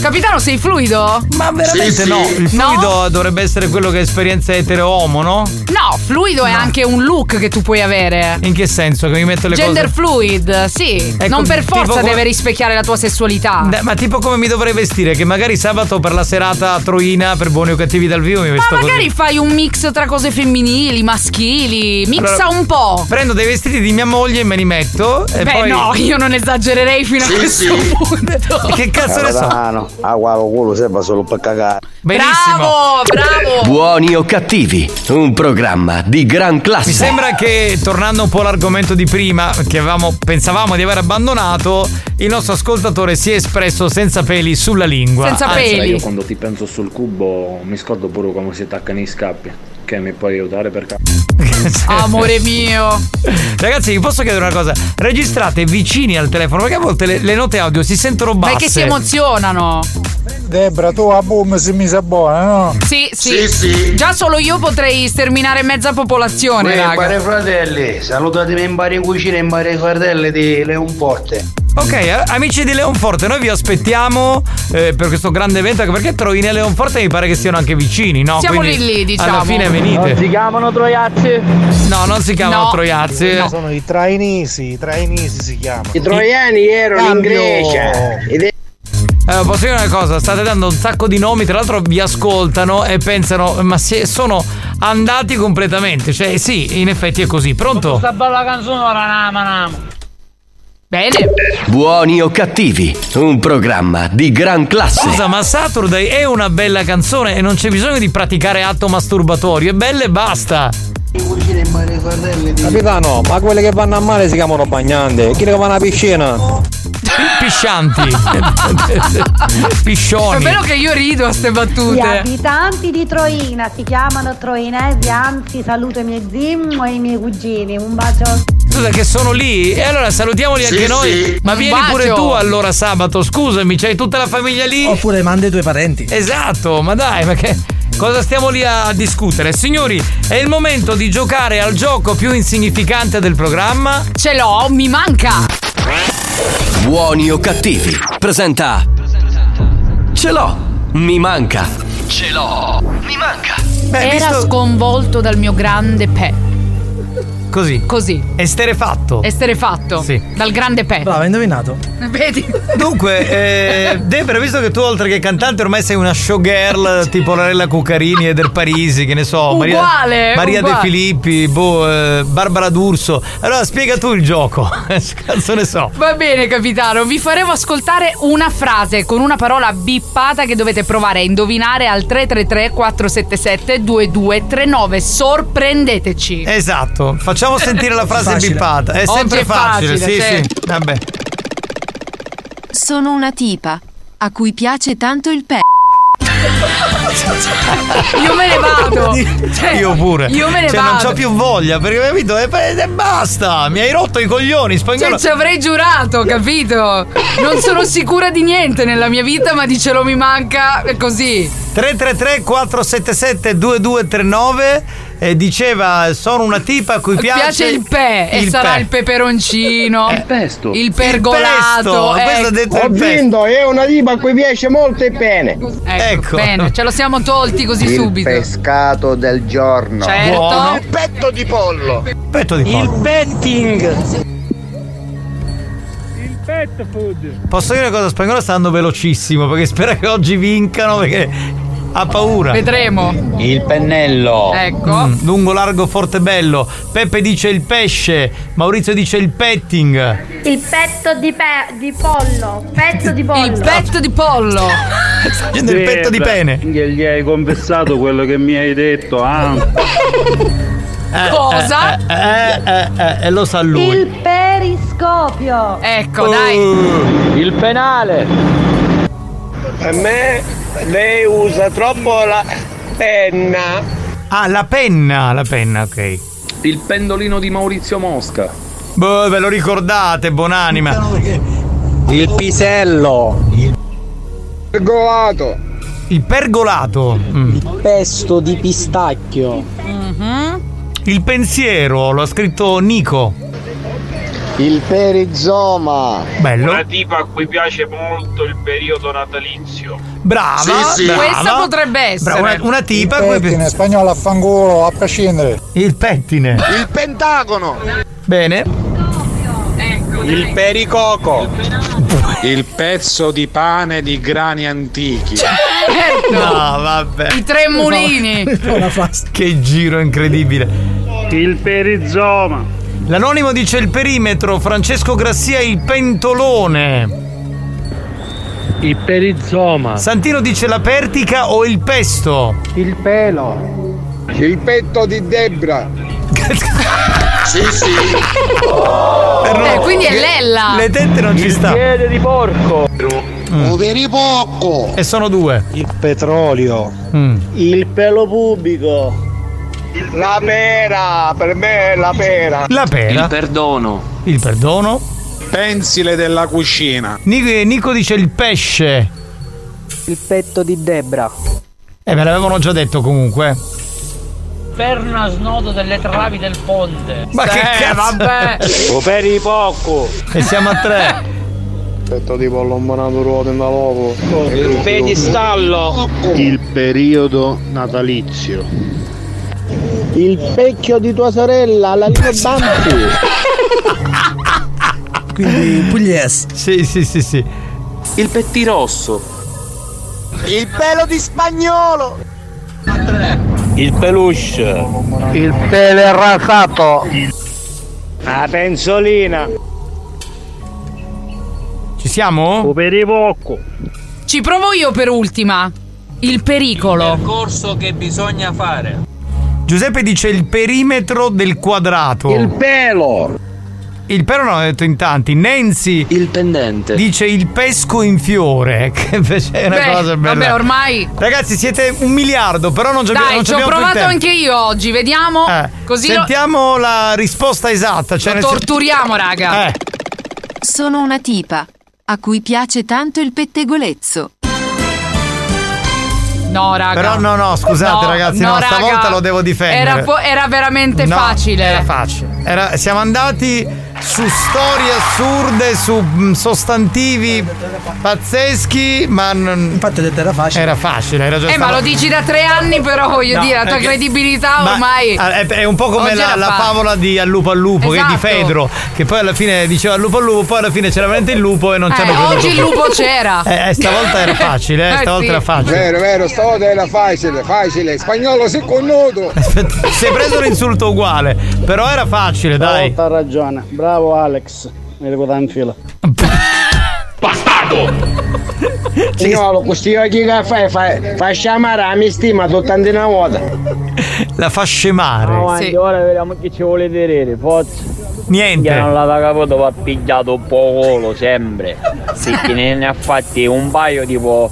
Capitano, sei fluido? Ma veramente no, il fluido dovrebbe essere quello che è esperienza etero-omo, no? No, fluido è anche un look che tu puoi avere. In che senso? Che mi metto le Gender cose... fluid, sì. Ecco, non per tipo forza come- deve rispecchiare la tua sessualità. Eh, Ma tipo come mi dovrei vestire? Che magari sabato per la serata a Troina, per buoni o cattivi dal vivo, mi vesto Ma magari così. fai un mix tra cose femminili, maschili, mixa Allora, un po'. Prendo dei vestiti di mia moglie e me li metto. E Beh, poi... no, io non esagererei fino a questo punto. Che cazzo ne so? Capitano, Ah, guarda, quello serve solo per cagare. Bravo, bravo. Buoni o cattivi, un programma di gran classe. Mi sembra che, tornando un po' all'argomento di prima, che avevamo- pensavamo di aver abbandonato, il nostro ascoltatore si è espresso senza peli sulla lingua. Anzi, Io quando ti penso sul cubo mi scordo pure come si attaccano i scappi. Che mi puoi aiutare per cazzo? Ah, Amore mio. Ragazzi, vi posso chiedere una cosa? Registrate vicini al telefono, perché a volte le, le note audio si sentono basse. Ma è che si emozionano. Debra, tu a boom si mise buona, no? Sì, sì. Già solo io potrei sterminare mezza popolazione, Uè, raga. pare fratelli, salutatemi in pari cucina e in pari fratelli di Leonforte. Ok, eh, amici di Leonforte, noi vi aspettiamo eh, per questo grande evento, anche perché Troina e Leonforte mi pare che siano anche vicini, no? Siamo Quindi lì lì, diciamo. Alla fine venite. Non si chiamano Troiazzi? No, non si chiamano Troiazzi. Sono i trainisi, i trainisi si chiamano. I troiani erano in Cambio. Grecia. Ed è- Eh, posso dire una cosa? State dando un sacco di nomi, tra l'altro vi ascoltano e pensano, ma se sono andati completamente. Cioè, sì, in effetti è così. Pronto? bella canzone ora nama nama. Bene. Buoni o cattivi, un programma di gran classe. Scusa, ma Saturday è una bella canzone e non c'è bisogno di praticare atto masturbatorio. È bella e basta. Capitano, ma quelle che vanno a mare si chiamano bagnande, chi che vanno a piscina? Piscianti. È Piscioni. vero che io rido a ste Gli battute. abitanti di Troina si chiamano troinesi, anzi saluto i miei zimmo e i miei cugini. Un bacio. Scusa, che sono lì? E allora salutiamoli Sì, anche noi. sì. Ma Un vieni pure bacio. tu allora sabato, scusami, c'hai tutta la famiglia lì? Oppure manda i tuoi parenti. Esatto, ma dai, ma che. Cosa stiamo lì a, a discutere? Signori, è il momento di giocare al gioco più insignificante del programma. Ce l'ho, mi manca. Buoni o cattivi? Presenta. Ce l'ho! Mi manca! Ce l'ho! Mi manca! Era sconvolto dal mio grande pe. Così. Così. Esterefatto. Esterefatto. Sì. Dal grande pe. Brava, hai indovinato. Vedi? Dunque, eh, Debra, visto che tu oltre che cantante ormai sei una showgirl tipo Lorella Cuccarini, Eder Parisi, che ne so, Uguale, Maria, Maria De uguale. Filippi, boh, eh, Barbara D'Urso. Allora spiega tu il gioco, cazzo ne so. Va bene, capitano, vi faremo ascoltare una frase con una parola bippata che dovete provare a indovinare al 333 477 2239. Sorprendeteci. Eh, Esatto, facciamo sentire la frase Facile. bippata. È Oggi sempre è facile, facile, cioè- sì, sì. sì. Vabbè. Sono una tipa a cui piace tanto il pe. Io me ne vado. Cioè, io pure. io me ne cioè, non vado. ho più voglia, perché capito? E, e- e basta, mi hai rotto i coglioni, spagnolo. Cioè, ci avrei giurato, capito? Non sono sicura di niente nella mia vita, ma di ce lo mi manca è così. 333 477 2239 eh, diceva sono una tipa a cui piace, Piace il pe e sarà il peperoncino. Eh, Il pesto. Il pesto, pergolato. questo ecco. ha detto Ho il pesto. vinto, è una tipa a cui piace molto il pene. Ecco, Bene, ce lo siamo tolti così subito. pescato del giorno. Certo. Buono. Il petto di pollo. Petto di pollo. petting. Il pet food. Posso dire una cosa? Spagnolo sta andando velocissimo perché spera che oggi vincano perché ha paura. Vedremo. Il pennello. Ecco. lungo, largo, forte, bello. Peppe dice il pesce. Maurizio dice il petting. Il petto di, pe- di pollo. Petto di pollo. Il petto di pollo. Nel petto di pene. Che gli hai confessato quello che mi hai detto, ah. Eh, Cosa? eh, eh, eh, eh, eh, lo sa lui. Il periscopio. Ecco, Uh. Il penale. A me lei usa troppo la penna. Ah, la penna, la penna, ok. Il pendolino di Maurizio Mosca. Boh, ve lo ricordate, buonanima. Il pisello. Il pergolato. Il pergolato. Mm. Il pesto di pistacchio. Il pensiero, lo ha scritto Nico. Il perizoma. Bello. Una tipa a cui piace molto il periodo natalizio. Brava. brava. Questa potrebbe essere. Brava, una, una tipa. Il pettine, spagnolo a fangolo, a prescindere. Il pettine. Il pentagono. Bene. Il pericoco. Il pezzo di pane di grani antichi. Certo. No, vabbè. I tre mulini. Eh. Che giro incredibile. Il perizoma. L'anonimo dice il perimetro, Francesco Grassia il pentolone. Il perizoma. Santino dice la pertica o il pesto. Il pelo. Il petto di Debra. sì, sì. Eh, quindi è Lella. Le tette non ci sta. Il piede di porco. Mm. E sono due. Mm. Il petrolio. Il pelo pubblico. La pera, per me è la pera. La pera. Il perdono. Il perdono. Pensile della cucina. Nico, Nico dice il pesce. Il petto di Debra. Eh, me l'avevano già detto comunque. Perno a snodo delle travi del ponte. Eh, Ma che cazzo? Operi poco. E siamo a tre. Petto di pollo monato ruote in loco. Il pedestallo. Il periodo natalizio. Il pecchio di tua sorella, la Lino Quindi pugliese. Sì, sì, sì, sì. Il petti rosso. Il pelo di spagnolo. Il peluche. Il pele rasato. La penzolina. Ci siamo? Operivocco. Ci provo io per ultima. Il pericolo. Corso che bisogna fare. Giuseppe dice il perimetro del quadrato. Il pelo. Il perno l'hanno detto in tanti. Nancy. Il pendente. Dice il pesco in fiore. Che invece è una Beh, cosa bella. Vabbè, ormai. Ragazzi, siete un miliardo, però non ci abbiamo Dai, non ci ho abbiamo più il provato tempo. anche io oggi, vediamo. Eh, Così lo- Sentiamo la risposta esatta. Cioè lo, nel sen- Eh. torturiamo, raga. Sono una tipa a cui piace tanto il pettegolezzo. No, raga. Però no, no, scusate No, ragazzi, no, no, raga. stavolta lo devo difendere. Era, po- era veramente No, facile. Era facile. Era- siamo andati su storie assurde, su mm, sostantivi pazzeschi, ma non... Infatti ho detto era facile. Era facile, hai ragione. Eh, ma stavo- lo dici da tre anni, però voglio No, dire, la tua perché- credibilità Ma- ormai. ah, È, è un po' come Oggi la, era la fa- favola di Al lupo al lupo, che è di Esatto. Fedro, che poi alla fine diceva al lupo al lupo, poi alla fine c'era veramente il lupo e non c'era Eh, oggi il lupo c'era. Eh, eh, stavolta era facile, eh, Eh, stavolta sì. era facile. Vero, vero, stavolta era facile, facile. Spagnolo si connudo. Si è preso l'insulto uguale, però era facile, dai. Ha ragione, bravo Alex, mi devo dare in fila. Signolo, questi occhi che fai, fai, fai sciamare la mia stima tutt'antina vuota. La fa scemare. Avanti, ora vediamo chi ci vuole vedere, forza. Niente. Che non l'aveva capito, va pigliato un po' volo sempre. Perché ne ne ha fatti un paio tipo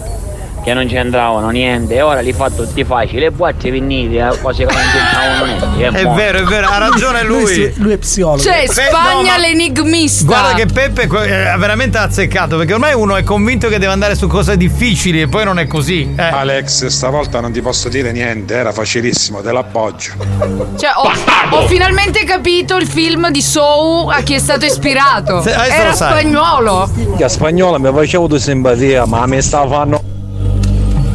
che non c'entravano niente. E ora li fa tutti facili. E poi ci venite, eh, cose che non c'entravano niente. È vero, è vero, ha ragione lui. si- lui è psicologo. Cioè, Beh, no, Spagna ma- l'enigmista. Guarda che Peppe que- eh, veramente ha azzeccato perché ormai uno è convinto che deve andare su cose difficili e poi non è così. eh. Alex, stavolta non ti posso dire niente, era facilissimo, te l'appoggio. Eh, Cioè, ho, ho finalmente capito il film di Sou a chi è stato ispirato. Se- adesso Era lo sai. spagnolo. Che a spagnola mi facevo di simpatia, ma mi stavano.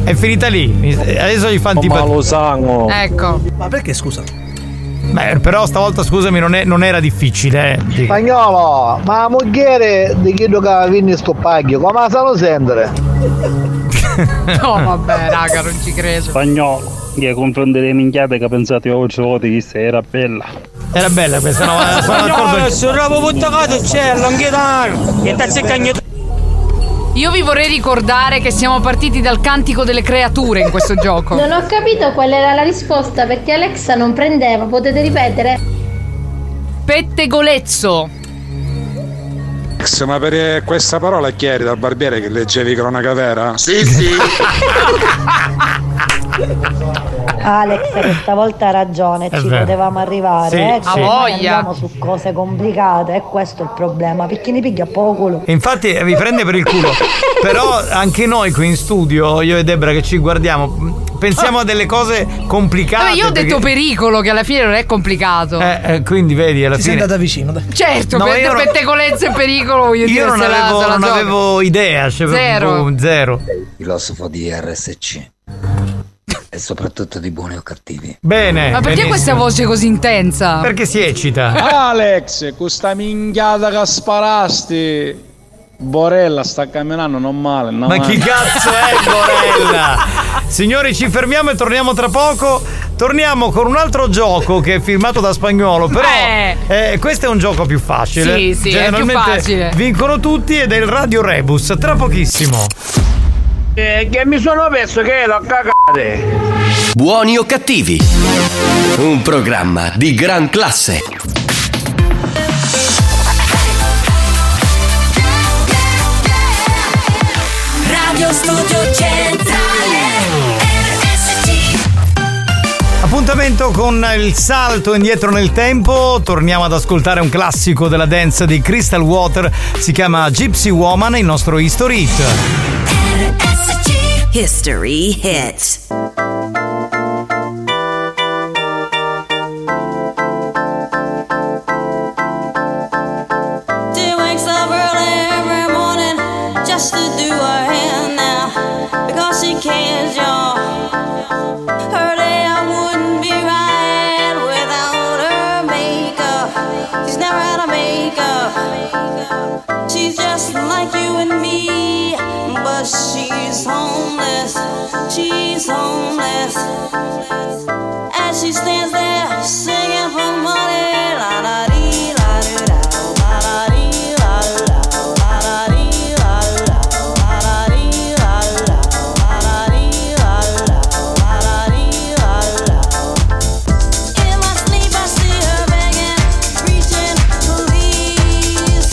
È finita lì. Mi- eh, Adesso gli fanno tipo. Ma lo sanno. Ecco. Ma perché Eh, scusa? Beh, però stavolta scusami, non, è- non era difficile. Eh. Dico. Spagnolo, ma la moglie di chi che viene sto pacchio, come la sanno sempre? No, vabbè, raga, non ci credo. Spagnolo, che confronto delle minchiate che pensate oggi voti chi se era bella. Era bella questa, no? eh, Sono d'accordo. Spagnolo, sul robo buttacato c'è, l'onghietano. E te c'è cagnato. Io vi vorrei ricordare che siamo partiti dal cantico delle creature in questo Ecco. gioco. Non ho capito qual era la risposta perché Alexa non prendeva, potete ripetere? Pettegolezzo. Alex, ma per eh, questa parola chi eri dal barbiere che leggevi cronaca vera? Sì, sì. Alex questa volta ha ragione, È ci vero. potevamo arrivare. Sì, eh, che sì. ormai Ha voglia. andiamo su cose complicate, e questo è il problema, perché ne piglia poco culo. Infatti eh, vi prende per il culo. Però anche noi qui in studio, io e Debra che ci guardiamo, pensiamo a delle cose complicate. Vabbè, io ho detto perché- pericolo, che alla fine non è complicato. Eh, eh, quindi vedi alla Ci sei fine. andata vicino, dai. Certo, No, per io non- pettegolezzo e pericolo, voglio dire, Io non se la- avevo, se la non gioca. avevo idea. cioè, Zero. boh, zero. Filosofo di RSC. E soprattutto di buoni o cattivi. Bene. Ma perché benissimo. questa voce così intensa? Perché si eccita? Alex, questa minchiata che sparasti. Borella sta camminando non male, no? Ma Ah. chi cazzo è Borella? Signori, ci fermiamo e torniamo tra poco. Torniamo con un altro gioco che è firmato da spagnolo. Però eh, questo è un gioco più facile. Sì, sì, è più Generalmente facile. vincono tutti ed è il Radio Rebus. Tra pochissimo. che mi sono perso che ero a cagare. Buoni o cattivi? Un programma di gran classe. Radio Studio Centrale RSC Appuntamento con il salto indietro nel tempo, torniamo ad ascoltare un classico della dance di Crystal Water, si chiama Gypsy Woman, il nostro history hit. History hit. She wakes up early every morning just to do her hair now because she cares, y'all. Her day I wouldn't be right without her makeup. She's never out of makeup. She's just like you and me, but she's homeless. She's homeless. And she stands there singing for money. La la dee la doo da. La la dee la doo da. La la dee la doo da. La la dee la doo da. La la dee la doo da. La la dee la doo da. In my sleep I see her begging, reaching, please.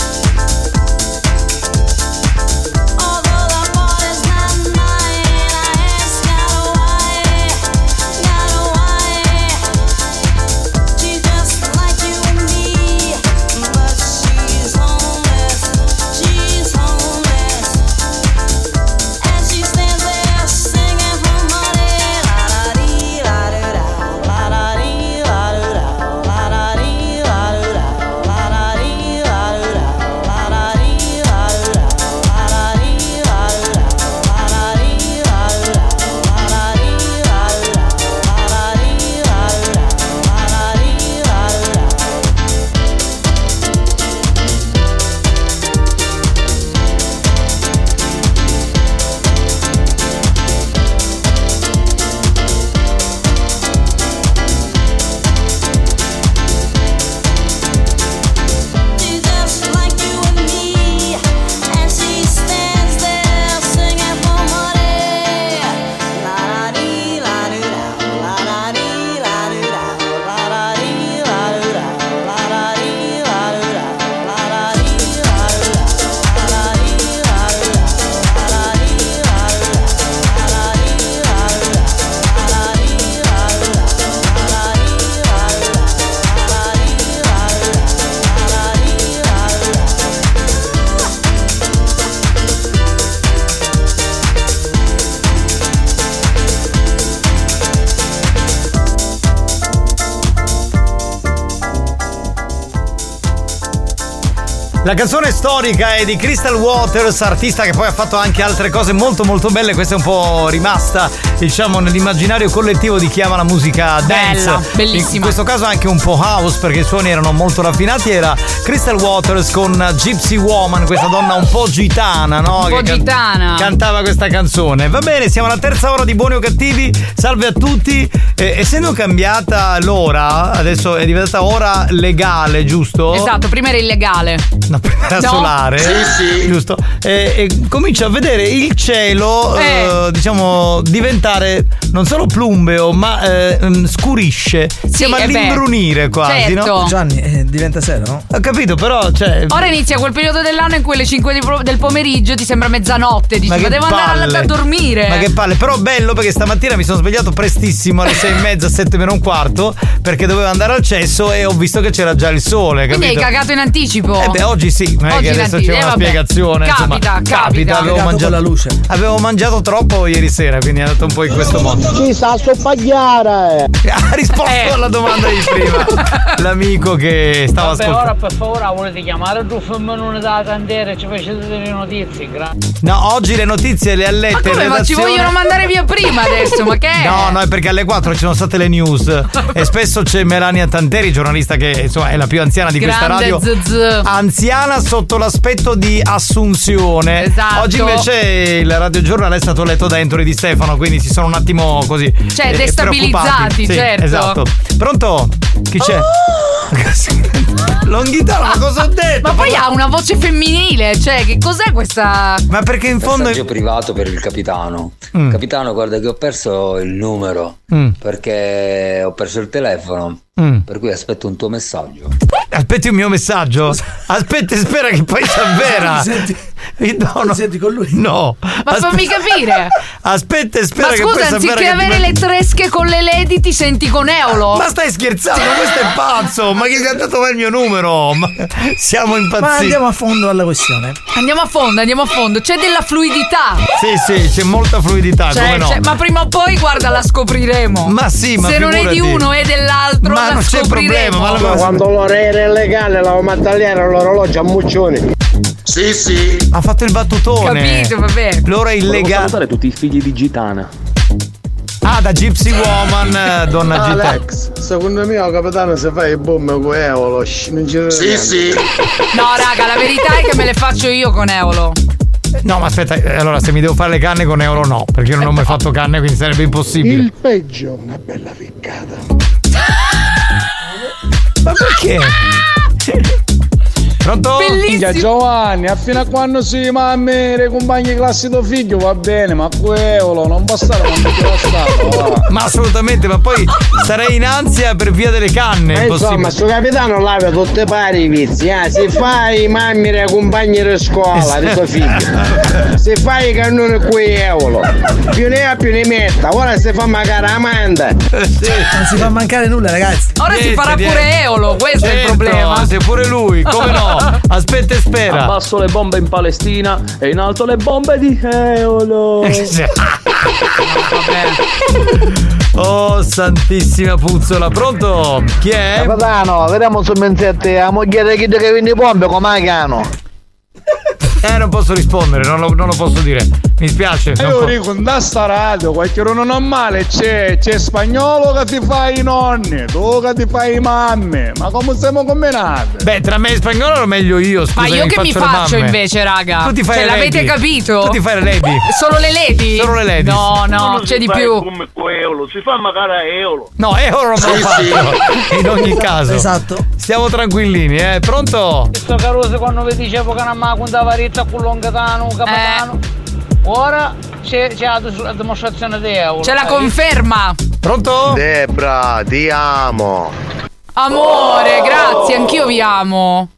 La canzone storica è di Crystal Waters, artista che poi ha fatto anche altre cose molto molto belle, questa è un po' rimasta diciamo nell'immaginario collettivo di chi ama la musica dance. Bella, bellissima. In questo caso anche un po' house perché i suoni erano molto raffinati, era Crystal Waters con Gypsy Woman, questa donna un po' gitana, no? Un po' Che can- gitana. cantava questa canzone. Va bene, siamo alla terza ora di Buoni o Cattivi. Salve a tutti. Eh, essendo cambiata l'ora, adesso è diventata ora legale, giusto? Esatto, prima era illegale. Era No. solare. Sì, Giusto. E, e comincio a vedere il cielo, eh, diciamo, diventare non solo plumbeo, ma eh, mm, scurisce. Siamo eh beh. all'imbrunire quasi, Certo. no? Gianni, diventa sera, no? Ho capito, però, cioè. Ora inizia quel periodo dell'anno in cui alle 5 di pro- del pomeriggio ti sembra mezzanotte, dici ma, che devo andare palle. a dormire. Ma che palle, però bello perché stamattina mi sono svegliato prestissimo alle sei e mezza, sette meno un quarto, perché dovevo andare al cesso e ho visto che c'era già il sole. Quindi hai capito? cagato in anticipo. Eh beh, oggi sì, non è Oggi che in adesso anticipo, c'è eh, una vabbè. spiegazione. Capita, insomma, capita. Avevo Cagato con mangiato, la luce. avevo mangiato troppo ieri sera, quindi è andato un po' in questo modo. Ci sta soppagliare! Ha risposto Eh, alla domanda di prima. L'amico che stava Vabbè, ora ascoltando. per favore volete chiamare giù femminone dalla candela e ci facete delle notizie, grazie. No, oggi le notizie le ha lette. come, in ma Ci redazione. vogliono mandare via prima adesso, ma che è? No, no, è perché alle 4 ci sono state le news e spesso c'è Melania Tanteri, giornalista che insomma è la più anziana di questa Grande radio. zz. Anziana sotto l'aspetto di Assunzione. Esatto. Oggi invece il radiogiornale è stato letto da Anthony Di Stefano, quindi si sono un attimo così. Cioè, eh, destabilizzati, preoccupati. Sì, certo. Esatto. Pronto? Chi c'è? Oh! Longhitano, ma cosa ho detto? Ma poi ha una voce femminile, cioè, che cos'è questa. Ma perché in fondo. Messaggio privato per il capitano. Capitano, guarda che ho perso il numero Mm. perché ho perso il telefono. Mm. Per cui aspetto un tuo messaggio. Aspetti un mio messaggio. Aspetta e spera che poi si avvera. Senti- no, no. senti con lui? No. Ma fammi capire. Aspetta e spera Ma che scusa, poi si anziché avvera che ti avere mando- le tresche con le lady, ti senti con Eolo. Ma stai scherzando? Ma questo è pazzo! Ma chi ti ha dato mai il mio numero? Ma siamo Ma impazziti. andiamo a fondo alla questione. Andiamo a fondo, andiamo a fondo. C'è della fluidità. Sì, sì, c'è molta fluidità, Cioè, Ah, come no? cioè, ma prima o poi, guarda, la scopriremo. Ma sì, ma Se non è di figurati. uno e dell'altro, Ma la non c'è scopriremo. problema, ma allora- Quando l'ora era legale la battagliare l'orologio a muccioni. Sì, sì. Ha fatto il battutone. Capito, vabbè. L'ora è Volevo illegale. salutare tutti i figli di Gitana. Ah, da Gypsy Woman, eh, donna Gitana. Alex, secondo me, oh, capitano, se fai il bombe con Eolo, eh, sci- non ci Sì, sì. No, raga, la verità è che me le faccio io con Eolo. No, ma aspetta, eh, allora se mi devo fare le canne con euro no, perché io non ho mai fatto canne, quindi sarebbe impossibile. Il peggio, una bella ficcata. Ma perché? Pronto? Minchia, Giovanni, appena quando si mamme, le compagne di classe tuo figlio va bene, ma quello non bastare quando ti bastava. Ma assolutamente, ma poi sarei in ansia per via delle canne. Ma è insomma, impossibile. sto capitano lava tutte pari i vizi, eh. Se fai mammi e compagni di scuola di tuo figlio, se fai i cannoni qui euro, più ne ha più ne metta, ora si fa magari Amanda. Non si fa mancare nulla, ragazzi. Ora si farà pure Eolo, questo è il Certo, problema. Se pure lui, come no? Aspetta e spera. Abbasso le bombe in Palestina e in alto le bombe di Eolo. Oh, santissima puzzola, pronto? Chi è? Eh, Capitano, vediamo su menzette la moglie di chi che vende bombe come cano. Eh, non posso rispondere, non lo, non lo posso dire. Mi spiace. E non io po- dico, da sta radio, qualche uno normale c'è, c'è spagnolo che ti fa i nonni, tu che ti fai i mamme, ma come siamo combinati? Beh, tra me e spagnolo ero meglio io, scusa. Ma io che mi le faccio mamme. invece, raga? Tu ti fai Cioè, le l'avete lady. capito? Eh, Tu ti fai le lady. Solo le lady? Solo le lady. No, no, Quello c'è si di fa più. come Eolo, si fa magari a Eolo. No, eh, ora non Sì, l'ho sì. fatto. In ogni caso. Esatto. Stiamo tranquillini, eh. Pronto? Questo caruso quando vi dicevo che non mi contava rizza con l'ongatano, capitano. Ora c'è, c'è la dis- la dimostrazione di Eolo. Eh. C'è la conferma. Pronto? Debra, ti amo. Amore, grazie, anch'io vi amo.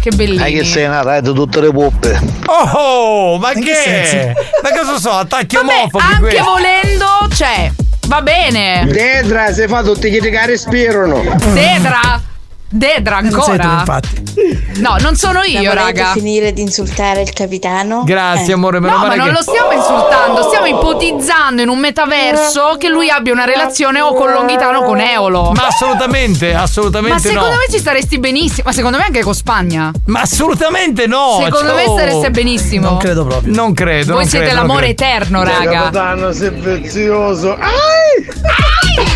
Che bellino. che sei una radio tutte le poppe. Oh, ma che? Ma cosa so? Attacchi omofobi Anche questi. volendo, cioè, va bene. Dedra, si fa tutti chi ti che respirano. Tetra. Dedra ancora. sei tu, infatti. No, non sono io, raga. finire di insultare il capitano. Eh. Grazie, amore, meno No, ma male non che- lo stiamo insultando, stiamo ipotizzando in un metaverso che lui abbia una relazione o con Longhitano o con Eolo. Ma assolutamente, assolutamente Ma secondo no. me ci staresti benissimo. Ma secondo me anche con Spagna. Ma assolutamente no. Secondo ciao. me stareste benissimo. Non credo proprio. Non credo. Voi siete l'amore eterno, raga. sei prezioso.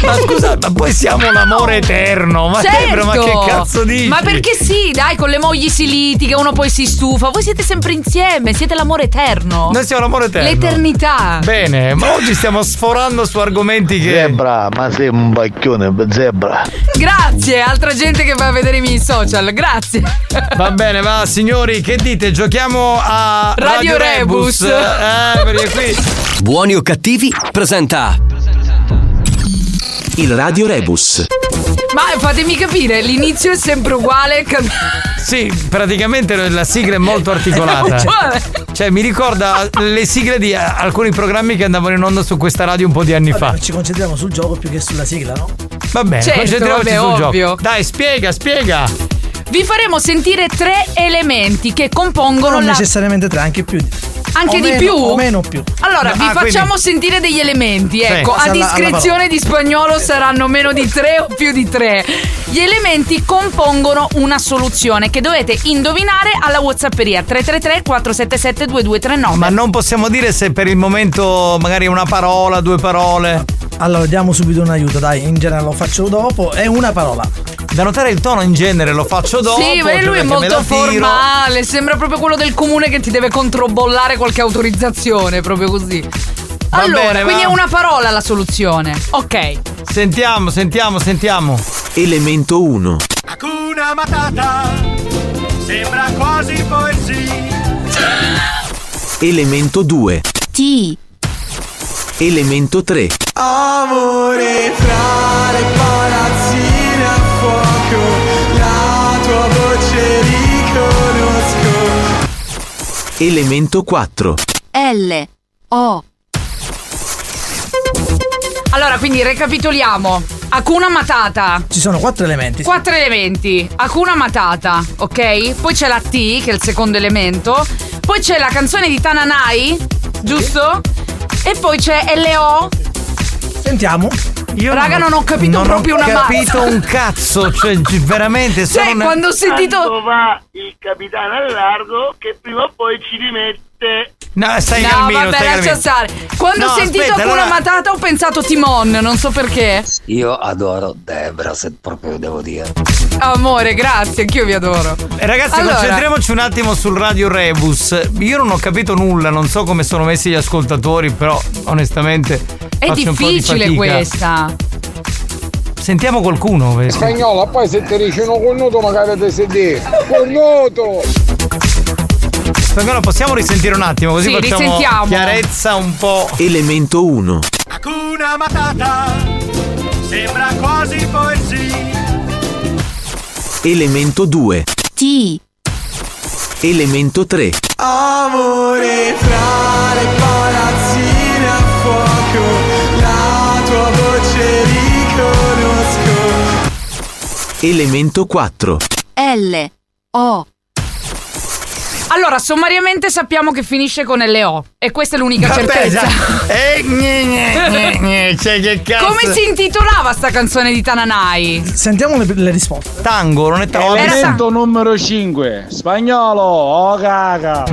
Ma scusa, ma poi siamo l'amore eterno. Ma Certo. Debra, ma che cazzo dici? Ma perché sì, dai, con le mogli si litiga, uno poi si stufa. Voi siete sempre insieme, siete l'amore eterno. Noi siamo l'amore eterno. L'eternità. Bene, ma oggi stiamo sforando su argomenti che. Zebra, ma sei un bacchione, zebra. Grazie, altra gente che va a vedere i miei social. Grazie. Va bene, va signori, che dite? Giochiamo a Radio Rebus. Eh, perché qui. Buoni o cattivi presenta il Radio Rebus. Ma fatemi capire, l'inizio è sempre uguale. cap- Sì, praticamente la sigla è molto articolata. Uguale. Cioè, mi ricorda le sigle di eh, alcuni programmi che andavano in onda su questa radio un po' di anni fa. Ci concentriamo sul gioco più che sulla sigla, no? Va bene, Certo, concentriamoci vabbè, sul ovvio. gioco. Dai, spiega, spiega. Vi faremo sentire tre elementi che compongono Non la. necessariamente tre, anche più. Anche O di meno- più? O meno o più. Allora, No, vi ah, quindi- facciamo sentire degli elementi, Sì. ecco, a Alla- alla discrezione di spagnolo saranno meno di tre o più di tre. Gli elementi compongono una soluzione che dovete indovinare alla Whatsapperia 333 477 2239. Ma non possiamo dire se per il momento magari una parola, due parole. Allora, diamo subito un aiuto, dai. In genere lo faccio dopo. È una parola. Da notare il tono in genere, lo faccio dopo. sì, perché lui è perché me molto la tiro. formale, sembra proprio quello del comune che ti deve controbollare qualche autorizzazione, proprio così. Va Allora, bene, quindi va. è una parola la soluzione. Ok. Sentiamo, sentiamo, sentiamo. Elemento 1. Hakuna Matata sembra quasi poesia. Elemento 2. T. Elemento 3. Amore fra le palazzine a fuoco, la tua voce riconosco. Elemento 4. L. O. Allora, quindi recapitoliamo. Hakuna Matata. Ci sono quattro elementi. Quattro elementi. Hakuna Matata, ok? Poi c'è la T, che è il secondo elemento. Poi c'è la canzone di Tananai, giusto? E poi c'è LO. Sentiamo. Io Raga, non ho capito proprio una Non ho capito mazza. un cazzo, cioè gi- veramente sono Cioè, una- quando ho sentito. va il capitano Allargo che prima o poi ci rimette. No, stai no, calmino, vabbè, stai lascia calmino. stare. Quando No, ho sentito aspetta, Hakuna allora- Matata ho pensato Timon, non so perché. Io adoro Debra, se proprio devo dire. Amore, grazie, anch'io vi adoro. Eh, Ragazzi, Allora, concentriamoci un attimo sul Radio Rebus. Io non ho capito nulla, non so come sono messi gli ascoltatori, però onestamente È faccio un po' di difficile fatica. questa. Sentiamo qualcuno. vedi. Spagnolo, poi se ti dice un connuto magari ti sedi. Connuto! Spagnolo, possiamo risentire un attimo così Sì, facciamo risentiamo. chiarezza un po'. Elemento 1. Hakuna Matata sembra quasi poesia. Elemento 2. T. Elemento 3. Amore fra le palazzine a fuoco, la tua voce riconosco. Elemento 4. L. O. Allora, sommariamente sappiamo che finisce con LO. E questa è l'unica certezza. Eh, gne, gne, gne, gne, cioè, che cazzo. Come si intitolava sta canzone di Tananai? Sentiamo le, le risposte. Tango, non è tango. Elemento numero 5. Spagnolo, oh caga.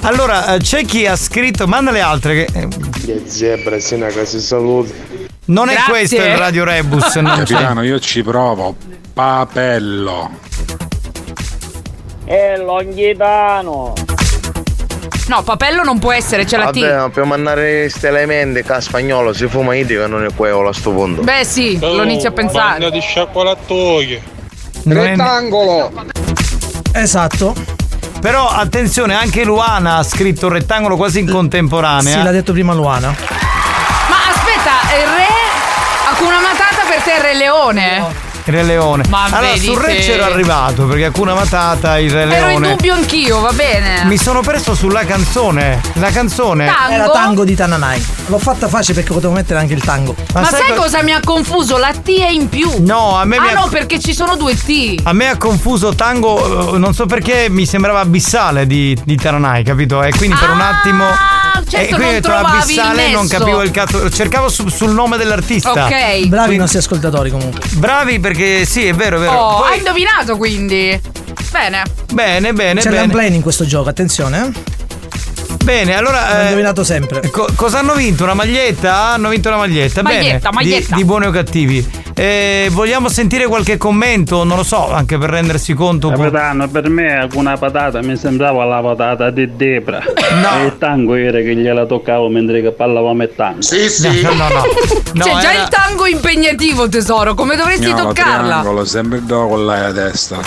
Allora, eh, c'è chi ha scritto, manda le altre. Che... eh, Che zebra, se una cosa saluti. Non è questo il Radio Rebus, non c'è. Capitano, io ci provo. Papello. E Longhitano. No, papello non può essere, c'è la Vabbè, T. ma per mandare queste elementi che a spagnolo si fuma io che non è quello a sto punto. Beh, sì, lo inizio a pensare. di sciacquolatoie. Rettangolo! Esatto. Però attenzione, anche Luana ha scritto rettangolo quasi in contemporanea. Sì, l'ha detto prima Luana. Ma aspetta, il re Hakuna Matata per te è il re leone. Re Leone. Ma allora, vedi sul Re te. c'ero arrivato perché alcuna matata, il Re Ero in Leone. dubbio anch'io, va bene. Mi sono perso sulla canzone. La canzone. Tango? Era tango di Tananai. L'ho fatta facile perché potevo mettere anche il tango. Ma sai, cosa mi ha confuso? La T è in più. No, a me ah mi ha- no, perché ci sono due T. A me ha confuso tango, eh, non so perché mi sembrava abissale di, di Taranai, capito? E quindi per un attimo. Ah, certo, e quindi non ho detto trovavi abissale il non nesso. capivo il cazzo. Cercavo su- sul nome dell'artista. Ok. Bravi i nostri ascoltatori comunque. Bravi perché sì, è vero, è vero. Oh, Poi- hai indovinato quindi. Bene. Bene, bene, C'è bene. l'unplane in questo gioco, attenzione. eh. Bene, allora. L'ho eh, indovinato sempre. co- cosa hanno vinto? Una maglietta? Hanno vinto una maglietta. Maglietta, Bene, di- maglietta. Di, buoni o cattivi. Eh, vogliamo sentire qualche commento? Non lo so, anche per rendersi conto. un po'. Capitano, per me alcuna patata mi sembrava la patata di Debra. E il tango era che gliela toccavo mentre che parlavamo e tango. Sì, sì. No, no, no. C'è Cioè, già il tango impegnativo, tesoro. Come dovresti Signora, toccarla? triangolo, sempre do con lei a destra.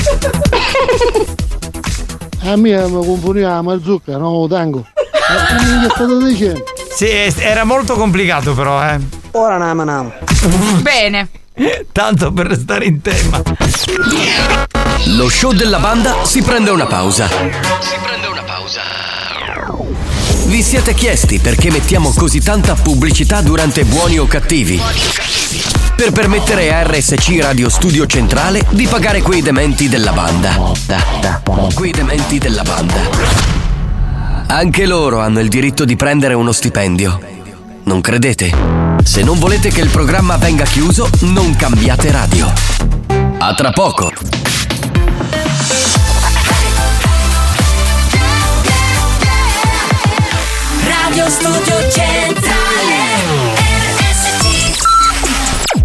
A me eh, mi componiamo ma zucca, no, tango. Ma che mi state dicendo? Sì, eh, era molto complicato, però, eh. Ora nama nama. Bene. Tanto per restare in tema. Lo show della banda si prende una pausa. Si prende una pausa. Vi siete chiesti perché mettiamo così tanta pubblicità durante buoni o cattivi? Per permettere a RSC Radio Studio Centrale di pagare quei dementi della banda. Da, da, quei dementi della banda. Anche loro hanno il diritto di prendere uno stipendio. Non credete? Se non volete che il programma venga chiuso, non cambiate radio. A tra poco. Radio Studio Centrale. RSC.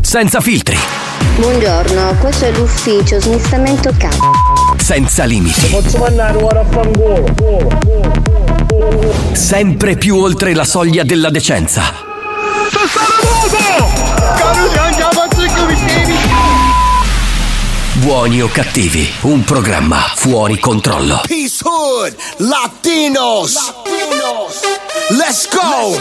Senza filtri, Buongiorno, questo è l'ufficio smistamento c***o. senza limiti. Posso mandare ora a Sempre più oltre la soglia della decenza. Buoni o cattivi, un programma fuori controllo. Peace Hood, Latinos. Latinos. Let's go.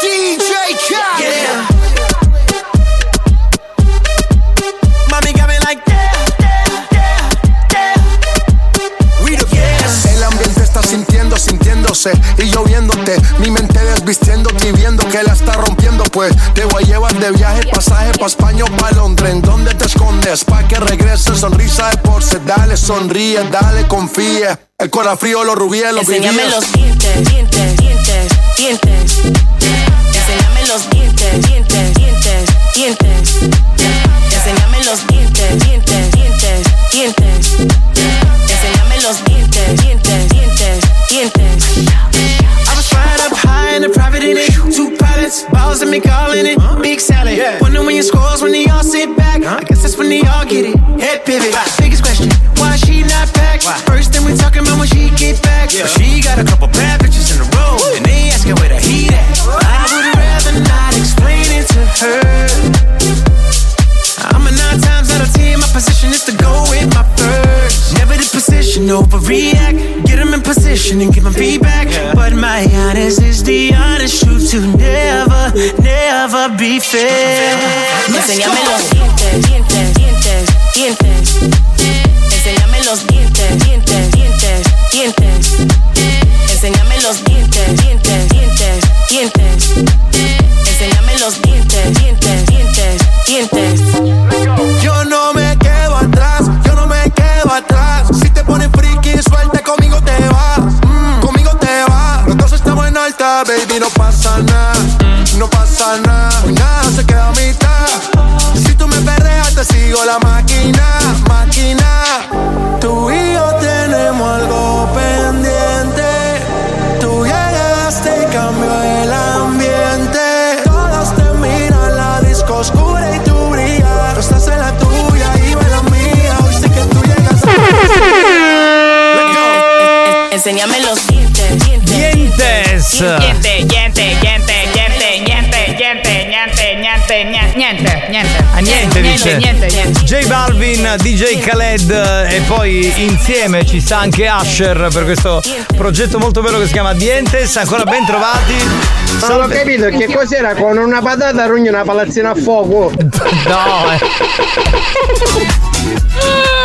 DJ Khaled. Mami got me like El ambiente está sintiendo, sintiéndose y yo viéndote. Mi mente desvistiéndote y viendo que la está rompiendo. Pues te voy a llevar de viaje, pasaje pa' España o pa' Londres. ¿En dónde te escondes? Pa' que regrese, sonrisa de porce. Dale, sonríe, dale, confía. El corazón frío, los rubíes, los Enséñame vivíes. los dientes, dientes, dientes, dientes. Enséñame los dientes, dientes, dientes, dientes. Enséñame los dientes, dientes, dientes, dientes. Enséñame los dientes, dientes, dientes, dientes. I was flying up high in a private in it. Two pilots, balls and me calling it. Big salad. Wonder when your scores when they all sit back. I guess that's when they all get it. Head pivot. Biggest question, why she not back? First thing we talking about when she get back. But she got a couple bad bitches in a row. And they asking where the heat at. I would rather not explain it to her. I'm a nine times out of ten. My position is to go with my first. Never the position, overreact. Get 'em in position and give 'em feedback. But my honest is the honest truth to never, never be fair. Let's go. Enséñame los dientes, dientes, dientes, dientes. Enséñame los dientes, dientes, dientes, dientes. Enséñame los dientes, dientes, dientes, dientes. Enséñame los dientes, dientes, dientes, dientes. Yo no me quedo atrás, yo no me quedo atrás. Si te pones friki, suelta conmigo te vas. Mm, conmigo te vas. Los dos estamos en alta, baby, no pasa nada. No pasa nada, Hoy nada se queda a mitad. Si tú me perreas, te sigo la máquina, máquina. Tú y yo tenemos algo pendiente. Tú llegaste y cambió el ambiente. Todos te miran la disco oscura y tú brillas. Tú estás en la tuya y yo en la mía. Hoy sé que tú llegas a... Enséñame los dientes, dientes. Dientes. Dientes, dientes, dientes, Niente, niente, niente, niente, niente, niente. A niente, dice. niente. J Balvin, DJ Khaled eh, e poi insieme ci sta anche Asher per questo progetto molto bello che si chiama Dientes, ancora ben trovati. Non ho capito che cos'era con una patata rugno una palazzina a fuoco. No, eh. eh.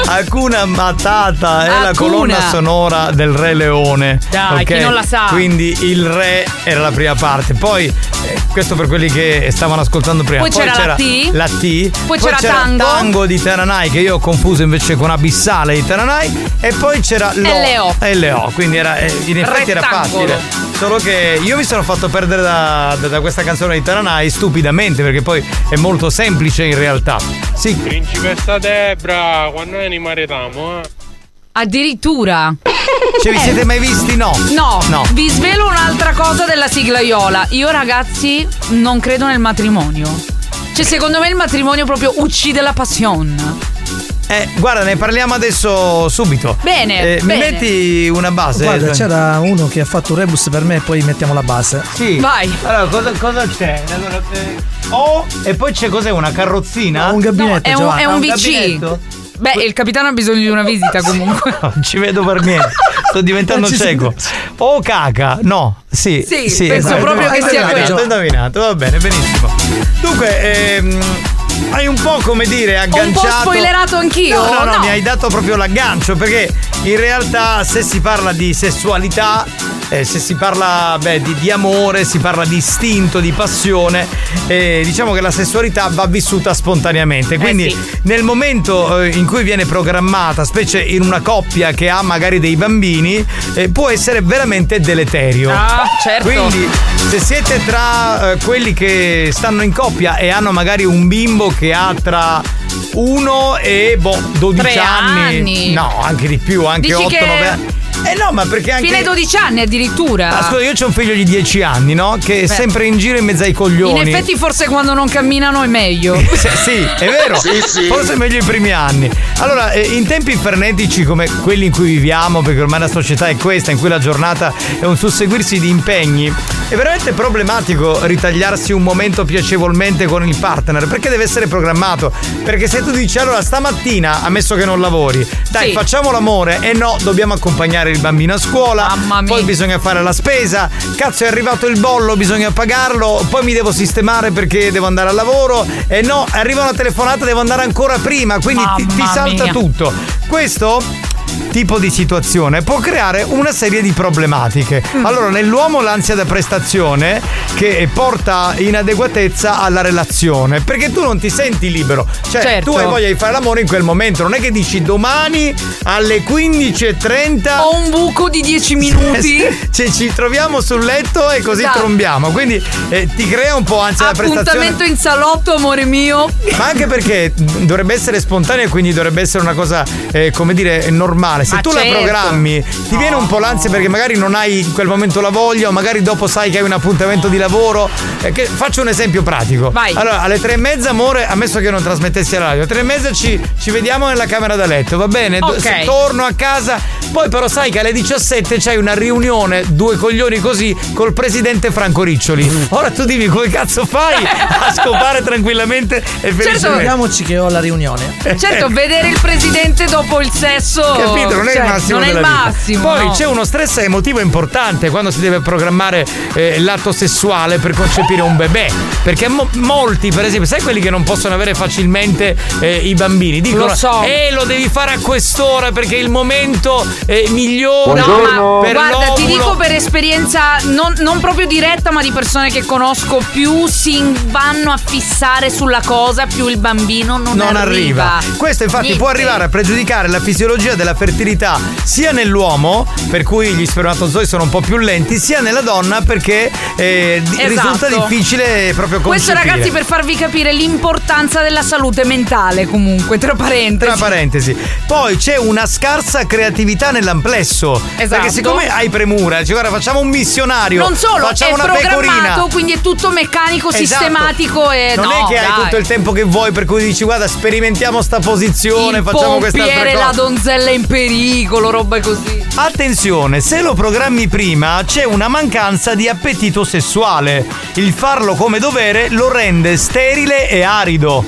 Hakuna Matata è la Hakuna. colonna sonora del Re Leone. Dai, ok? chi non la sa? Quindi il re era la prima parte. Poi, eh, questo per quelli che stavano ascoltando prima. Poi c'era la T. la T. Poi, c'era Tango. di Taranai, che io ho confuso invece con Abissale di Taranai. E poi c'era Lo. LO. E Leo. Quindi era, eh, in effetti era Rettangolo. facile. Solo che io mi sono fatto perdere da, da- da questa canzone di Taranai stupidamente, perché poi è molto semplice in realtà. Sì. Principessa Debra, quando è in maritamo? Eh? Addirittura. Eh. Cioè, vi siete mai visti? No. No. No. Vi svelo un'altra cosa della sigla Iola. Io, ragazzi, non credo nel matrimonio. Cioè, secondo me il matrimonio proprio uccide la passion. Eh, guarda, ne parliamo adesso subito. Bene, Eh, Mi bene. metti una base? Guarda, c'era uno che ha fatto un rebus per me e poi mettiamo la base. Sì. Allora, cosa, cosa c'è? Allora, eh, oh, e poi c'è cos'è? Una carrozzina? Eh, Ah, un gabinetto, È un, è un VC. Beh, il capitano ha bisogno di una visita comunque. Non ci vedo per niente. Sto diventando Non ci si- cieco. Oh, caca. No, sì. esatto. Sì, penso proprio che Hai sia indovinato, quello. hai indovinato, va bene, benissimo. Dunque, ehm, hai un po' come dire po' agganciato. spoilerato anch'io, No, no, no, no? mi hai dato proprio l'aggancio perché in realtà se si parla di sessualità. eh, se si parla beh, di, di amore, si parla di istinto, di passione, eh, diciamo che la sessualità va vissuta Eh, spontaneamente. Quindi nel momento eh, in cui viene programmata, specie in una coppia che ha magari dei bambini, eh, può essere veramente deleterio. Ah, certo. Quindi se siete tra eh, quelli che stanno in coppia e hanno magari un bimbo che ha tra 1 e boh, 12 Tre anni. No, anche di più, anche Dici 8, che- 9 anni. Eh no, ma perché anche. Fine 12 anni addirittura. Ah, scusa, io ho un figlio di 10 anni, no? Che è Beh. sempre in giro in mezzo ai In coglioni. effetti, forse quando non camminano è meglio. Sì, sì, è vero. Forse è meglio i primi anni. Allora, eh, in tempi frenetici come quelli in cui viviamo, perché ormai la società è questa, in cui la giornata è un susseguirsi di impegni, è veramente problematico ritagliarsi un momento piacevolmente con il partner, perché deve essere programmato. Perché se tu dici allora stamattina, ammesso che non lavori, dai, Sì. facciamo l'amore e no, dobbiamo accompagnare il bambino a scuola, poi bisogna fare la spesa, cazzo è arrivato il bollo, bisogna pagarlo, poi mi devo sistemare perché devo andare al lavoro e no, arriva una telefonata, devo andare ancora prima, quindi ti, ti Mamma salta mia. tutto. Questo tipo di situazione può creare una serie di problematiche. Mm. Allora, nell'uomo l'ansia da prestazione che porta inadeguatezza alla relazione, perché tu non ti senti libero. Cioè, Certo. tu hai voglia di fare l'amore in quel momento, non è che dici domani alle 15.30 ho un buco di 10 minuti. cioè, ci troviamo sul letto e così Esatto. trombiamo. Quindi eh, ti crea un po' ansia da prestazione. Appuntamento in salotto, amore mio. Ma anche perché dovrebbe essere spontanea e quindi dovrebbe essere una cosa, eh, come dire, normale. Se Ma tu la certo. programmi, ti viene un po' l'ansia perché magari non hai in quel momento la voglia o magari dopo sai che hai un appuntamento di lavoro. Eh, che- faccio un esempio pratico. Vai. Allora, alle tre e mezza, amore, ammesso che io non trasmettessi alla radio, alle tre e mezza ci, ci vediamo nella camera da letto, va bene? Do- Ok. se torno a casa, poi però sai che alle 17 c'hai una riunione, due coglioni così, col presidente Franco Mm. Riccioli. Ora tu dimmi come cazzo fai a scopare tranquillamente e felicemente. Eh, ricordiamoci Certo, che ho la riunione. Certo, vedere il presidente dopo il sesso. Capito? Non è cioè, il massimo. non è il della vita. massimo, Poi no. c'è uno stress emotivo importante quando si deve programmare eh, l'atto sessuale per concepire un bebè. Perché mo- molti, per esempio, sai quelli che non possono avere facilmente eh, i bambini? Dicono: Lo so. Eh, lo devi fare a quest'ora perché è il momento eh, migliore. No, ma per guarda, ti l'ovulo." dico per esperienza non, non proprio diretta, ma di persone che conosco, più si vanno a fissare sulla cosa, più il bambino non, non arriva. Questo infatti Niente. può arrivare a pregiudicare la fisiologia della fertilità sia nell'uomo, per cui gli spermatozoi sono un po' più lenti, sia nella donna perché eh, di- Esatto. risulta difficile proprio Questo concepire. ragazzi per farvi capire l'importanza della salute mentale comunque, tra parentesi. Tra parentesi. Poi c'è una scarsa creatività nell'amplesso. Esatto. Perché siccome hai premura, dici guarda facciamo un missionario. Non solo, facciamo è una programmato, pecorina. quindi è tutto meccanico, Esatto. sistematico e non no, è che hai dai. tutto il tempo che vuoi per cui dici guarda sperimentiamo sta posizione, Il facciamo questa pompiere, cosa. la donzella in pericolo, roba così. Attenzione, se lo programmi prima c'è una mancanza di appetito sessuale. Il farlo come dovere lo rende sterile e arido.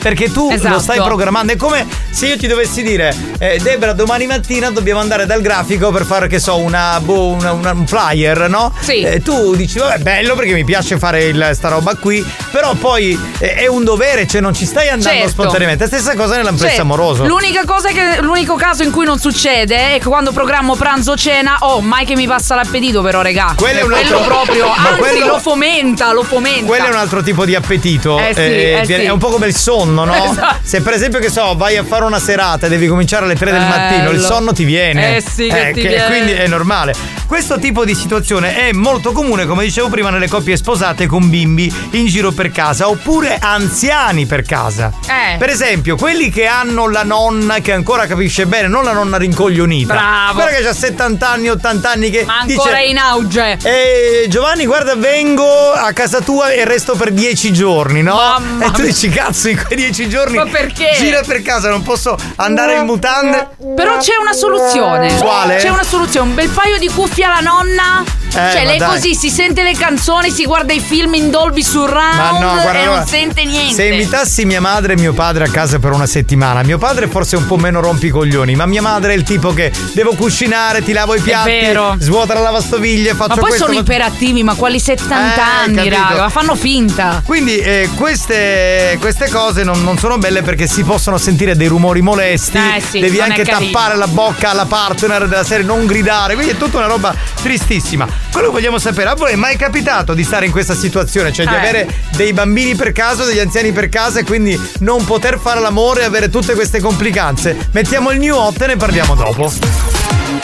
Perché tu lo Esatto. stai programmando. È come se io ti dovessi dire, eh, Debra, domani mattina dobbiamo andare dal grafico per fare, che so, una, boh, una- una- un flyer, no? Sì. Eh, tu dici, vabbè, bello perché mi piace fare il- sta roba qui, però poi eh, è un dovere, cioè non ci stai andando Certo. spontaneamente. Stessa cosa nell'ampresa Cioè, amorosa. L'unica cosa che, l'unico caso in cui non succede è che quando programmo pranzo o cena, oh, mai che mi passa l'appetito, però, regà. Quello è un altro- proprio. Ma Anzi, quello- lo fomenta, lo Esatto. fomenta. Quello è un altro tipo di appetito. Eh sì, eh viene- sì. È un po' come il sonno, no? Esatto. Se per esempio, che so, vai a fare una serata e devi cominciare alle 3 del Bello. mattino, il sonno ti viene. Eh sì, che ti viene. Quindi è normale. Questo tipo di situazione è molto comune, come dicevo prima, nelle coppie sposate con bimbi in giro per casa oppure anziani per casa. Eh. Per esempio, quelli che hanno la nonna che ancora capisce bene, non la nonna rincoglionita. Bravo. Quella che ha 70 anni, 80 anni che ancora dice, in auge. Eh, Giovanni, guarda, vengo a casa tua e resto per 10 giorni, no? e tu dici, cazzo, in quei 10 giorni. Ma perché? Gira per casa, non posso andare in mutande. Però c'è una soluzione. Quale? Eh, C'è una soluzione, un bel paio di cuffie alla nonna. cioè, ma lei dai. così si sente le canzoni, si guarda i film in Dolby Surround e non guarda. sente niente. Se invitassi mia madre e mio padre a casa per una settimana, mio padre forse è un po' meno rompicoglioni, ma mia madre è il tipo che devo cucinare, ti lavo i piatti, vero. svuota la lavastoviglie, faccio ma poi questo, sono faccio- iperattivi, ma quali 70 Eh, anni, capito. raga? Ma fanno finta. Quindi eh, queste, queste cose non, non sono belle perché si possono sentire dei rumori molesti. Eh sì, devi non è anche carino. tappare la bocca alla partner della serie, non gridare. Quindi è tutta una roba tristissima. Quello che vogliamo sapere, a voi è mai capitato di stare in questa situazione? Cioè di Eh. avere dei bambini per caso, degli anziani per casa e quindi non poter fare l'amore e avere tutte queste complicanze? Mettiamo il new hot e ne parliamo dopo.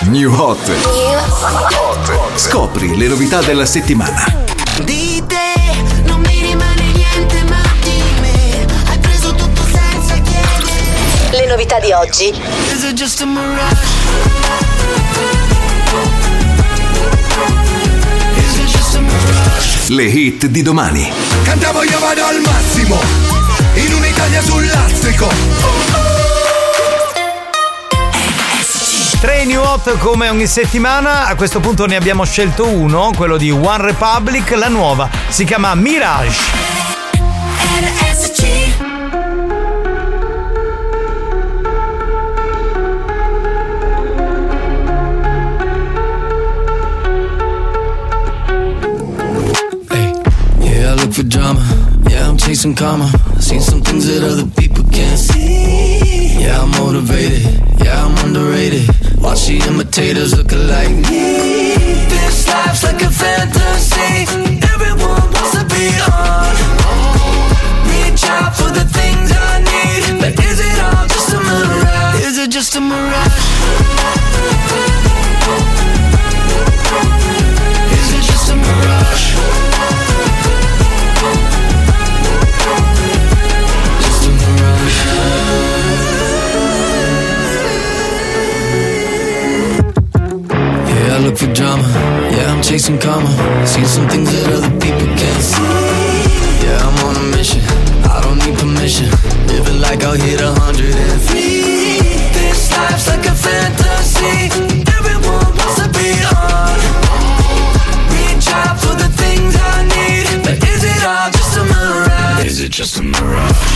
New Hot. Scopri le novità della settimana. Di te non mi rimane niente ma di me Hai preso tutto senza chiedere Le novità di oggi Is it just a mirage? Is it just a mirage? Le hit di domani. Cantavo io vado al massimo In un'Italia sul lastrico Tre new hot come ogni settimana, a questo punto ne abbiamo scelto uno, quello di One Republic, la nuova, si chiama Mirage. Yeah, I look for drama. Yeah, I'm chasing karma. Seen some things that other people can't see. Yeah, I'm motivated. Yeah, I'm underrated. Watch the imitators look alike. Me. This life's like a fantasy. Everyone wants to be on. Reach out for the things I need. But is it all just a mirage? Is it just a mirage? Is it just a mirage? Just a mirage. Yeah, I look for drama. Yeah, I'm chasing karma. Seen some things that other people can't see. Yeah, I'm on a mission. I don't need permission. Live it like I'll hit a hundred and three. This life's like a fantasy. Everyone wants to be on. Reach out for the things I need. But is it all just a mirage? Is it just a mirage?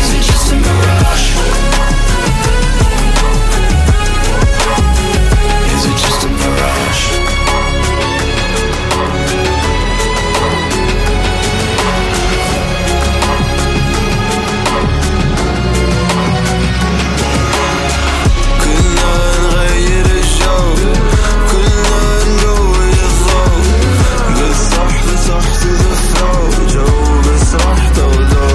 Is it just a mirage? Is it just a mirage? Kulağın gayrı şov Kulağın goyu flow Bısrah bısrah to the flow Joe bısrah do do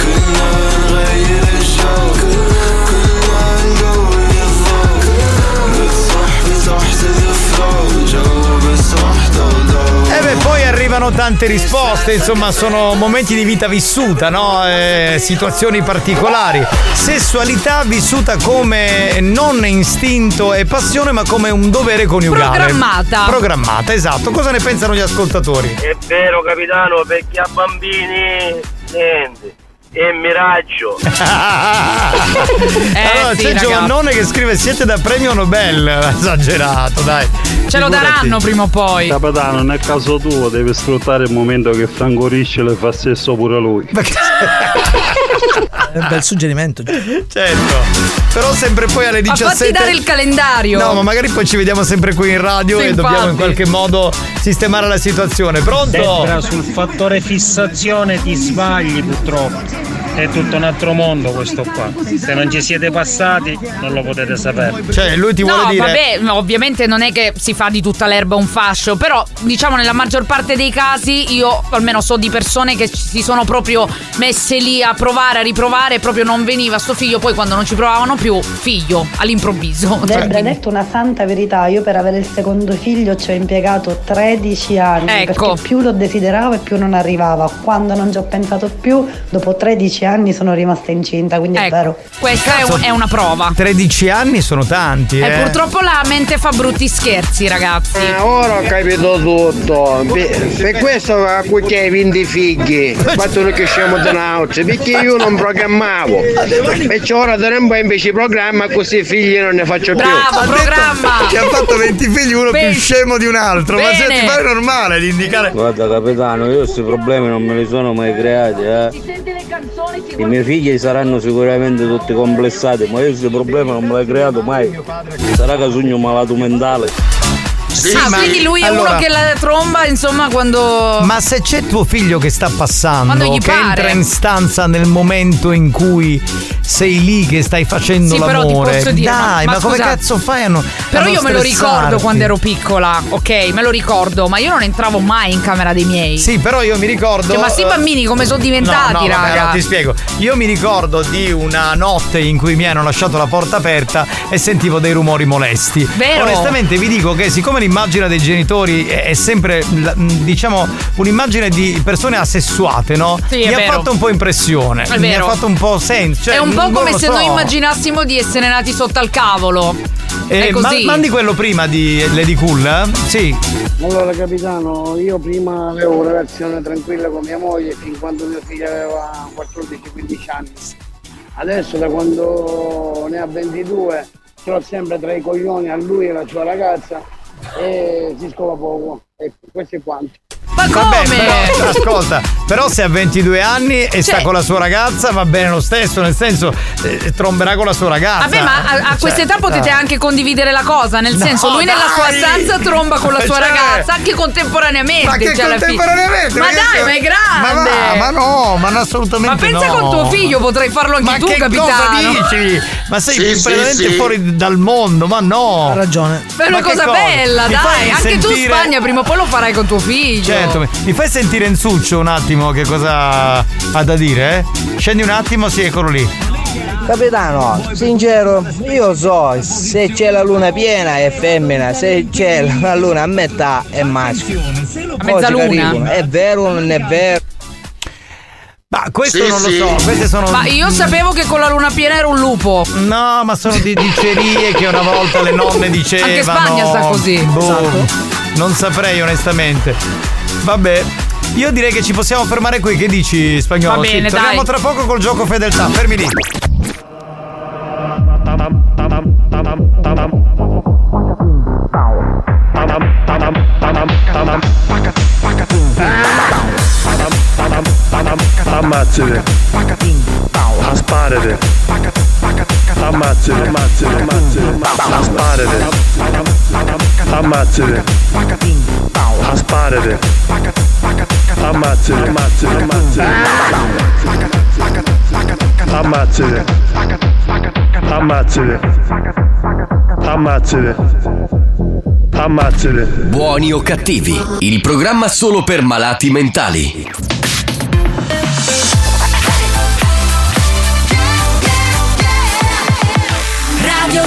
Kulağın gayrı şov Kulağın goyu flow Bısrah bısrah to the flow Joe bısrah do do E Eh beh, poi arrivano tante risposte, insomma, sono momenti di vita vissuta, no? Eh, situazioni particolari. Sessualità vissuta come non istinto e passione, ma come un dovere coniugale. Programmata. Programmata, esatto. Cosa ne pensano gli ascoltatori? È vero capitano, perché a bambini niente. e miraggio. Eh allora Eh c'è sì, ragazzi. Giovannone che scrive siete da premio Nobel. Esagerato, dai. Ce lo daranno prima o poi. Capitano, nel caso tuo devi sfruttare il momento che Franco Riscelo fa stesso pure lui. È un bel suggerimento. Certo. Però sempre poi alle Ma 17. fatti dare il calendario. No, ma magari poi ci vediamo sempre qui in radio Sì, e dobbiamo in infatti. qualche modo sistemare la situazione. Pronto? Debra, sul fattore fissazione ti sbagli purtroppo. È tutto un altro mondo questo qua. Se non ci siete passati non lo potete sapere. Cioè, lui no, vabbè, no, ovviamente non è che si fa di tutta l'erba un fascio, però diciamo nella maggior parte dei casi io almeno so di persone che si sono proprio messe lì a provare, a riprovare, proprio non veniva sto figlio, poi quando non ci provavano più, figlio, all'improvviso. Debra Cioè, hai detto una santa verità, io per avere il secondo figlio ci ho impiegato 13 anni, Ecco. perché più lo desideravo e più non arrivava. Quando non ci ho pensato più, dopo 13 anni sono rimasta incinta, quindi Ecco. è vero. Questa è, un- è una prova. 13 anni sono tanti. E eh. purtroppo la mente fa brutti scherzi, ragazzi. Ah, Ora ho capito tutto. Per, per questo a cui che hai 20 figli, fatto noi che siamo da nauti, perché io non programmavo. Perciò ora da un po' invece programma così figli non ne faccio più. Ha detto Che ha fatto 20 figli, uno più scemo di un altro. Ma se ti pare normale di indicare. Guarda capitano, io questi problemi non me li sono mai creati, eh. I miei figli saranno sicuramente tutti complessati, ma io questi problemi non me li ho creato mai. Sarà che sogno un malato mentale. ah, quindi lui è uno che la tromba, insomma, quando. Ma se c'è tuo figlio che sta passando, Quando gli che pare. entra in stanza nel momento in cui sei lì che stai facendo Sì, però l'amore, ti posso dire, ma- dai, ma, ma come scusa, cazzo fai a non Però a non io me lo stressarti? ricordo quando ero piccola, ok? Me lo ricordo, ma io non entravo mai in camera dei miei. Sì, però io mi ricordo. Cioè, ma sti eh, bambini come sono diventati, no, no, vabbè, raga? allora ti spiego. Io mi ricordo di una notte in cui mi hanno lasciato la porta aperta e sentivo dei rumori molesti. Vero? Onestamente vi dico che siccome l'immagine dei genitori è è sempre la- mh, diciamo un'immagine di persone assessuate, no? Sì, è mi vero. ha fatto un po' impressione. È Mi ha vero. fatto un po' senso. cioè, è un non po' come lo se so. noi immaginassimo di essere nati sotto al cavolo. Eh, è ma- così. mandi quello prima di Lady Cool, eh? Sì. Allora capitano, io prima avevo una relazione tranquilla con mia moglie fin quando mio figlio aveva 14-15 anni. Adesso da quando ne ha 22 ce l'ho sempre tra i coglioni a lui e alla sua ragazza e si scova poco. E questo è quanto. Vabbè, però, ascolta, però se ha 22 anni e Cioè- sta con la sua ragazza va bene lo stesso, nel senso eh, tromberà con la sua ragazza. Vabbè, ma a, a Cioè, quest'età potete dai. anche condividere la cosa. Nel No, senso, lui nella sua dai! stanza tromba con la sua Cioè- ragazza, anche contemporaneamente. Ma che cioè, alla fine. contemporaneamente? Ma Perché dai, se- ma è grande! Ma, va, ma no, ma no, assolutamente Ma pensa no. con tuo figlio, potrai farlo anche ma tu, che capitano. Cosa dici? Ma sei Sì, sì, completamente sì. fuori dal mondo, ma no. Ha ragione. Ma è una cosa bella, dai. Anche tu in Spagna prima o poi lo farai con tuo figlio. Certo, mi- mi fai sentire Enzuccio un attimo che cosa ha da dire? eh? Scendi un attimo, sì, eccolo lì. Capitano, sincero, io so se c'è la luna piena è femmina, se c'è la luna a metà è maschio. A mezzaluna? Oggi arrivano, È vero o non è vero? Ma questo non lo so, queste sono. Ma io sapevo che con la luna piena era un lupo. No, ma sono di dicerie che una volta le nonne dicevano. Anche Spagna sta così. Esatto. Boh, Non saprei onestamente. Vabbè. Io direi che ci possiamo fermare qui, che dici spagnolo? Va bene, sì, torniamo dai. tra poco col gioco fedeltà, fermi lì. Ammazzate. Asparate. Ammazzate, ammazzate, ammazzate. Asparate. Ammazzate. Asparate. Ammazzate, ammazzate, ammazzate. Ammazzate. Ammazzate. Ammazzate. Ammazzate. Buoni o cattivi, il programma solo per malati mentali. Radio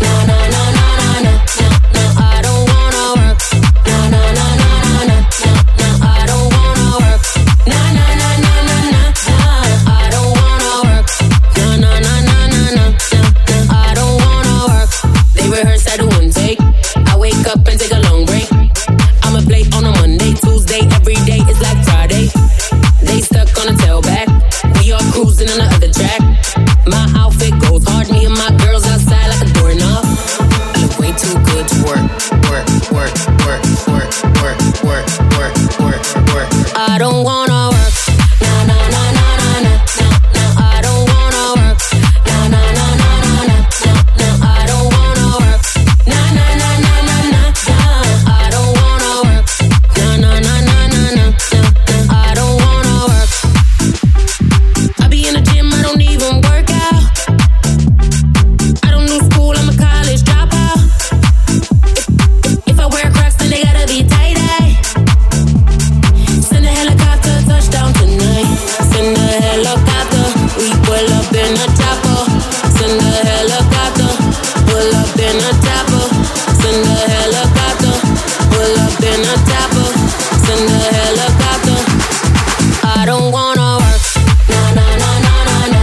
No, no, no, no, no, no, no, no, I don't wanna work. No, no, no, no, no, no, no, no, I don't wanna work. No, no, no, no, no, no, no, I don't wanna work. No, no, no, no, no, no, no, no, I don't wanna work. They rehearse at one take. I wake up and take a long break. I'm a play on a Monday, Tuesday, every day is like Friday. They stuck on a tailback. We are cruising on the other track. My outfit goes hard. Me and my girls outside like a doorknob. I look way too good to work, work, work, work, work, work, work, work, work, work. I don't wanna work. No, no, no, no, no, no, no, no. I don't wanna work. No, no, no, no, no, no, no, no. I don't wanna work. No, no, no, no, no, no, no. I don't wanna work. No, no, no, no, no, no, no, no. I don't wanna work. I be in the gym, I don't even work out. I don't do school, I'm a college dropout. If, if I wear Crocs, then they gotta be tight eye. Send a helicopter, touchdown tonight. Send a helicopter, we pull up in a chopper. Send a helicopter, pull up in a chopper. Send a helicopter, pull up in a chopper. Send a helicopter. I don't wanna work. No, no, no, no, no, no, no, no,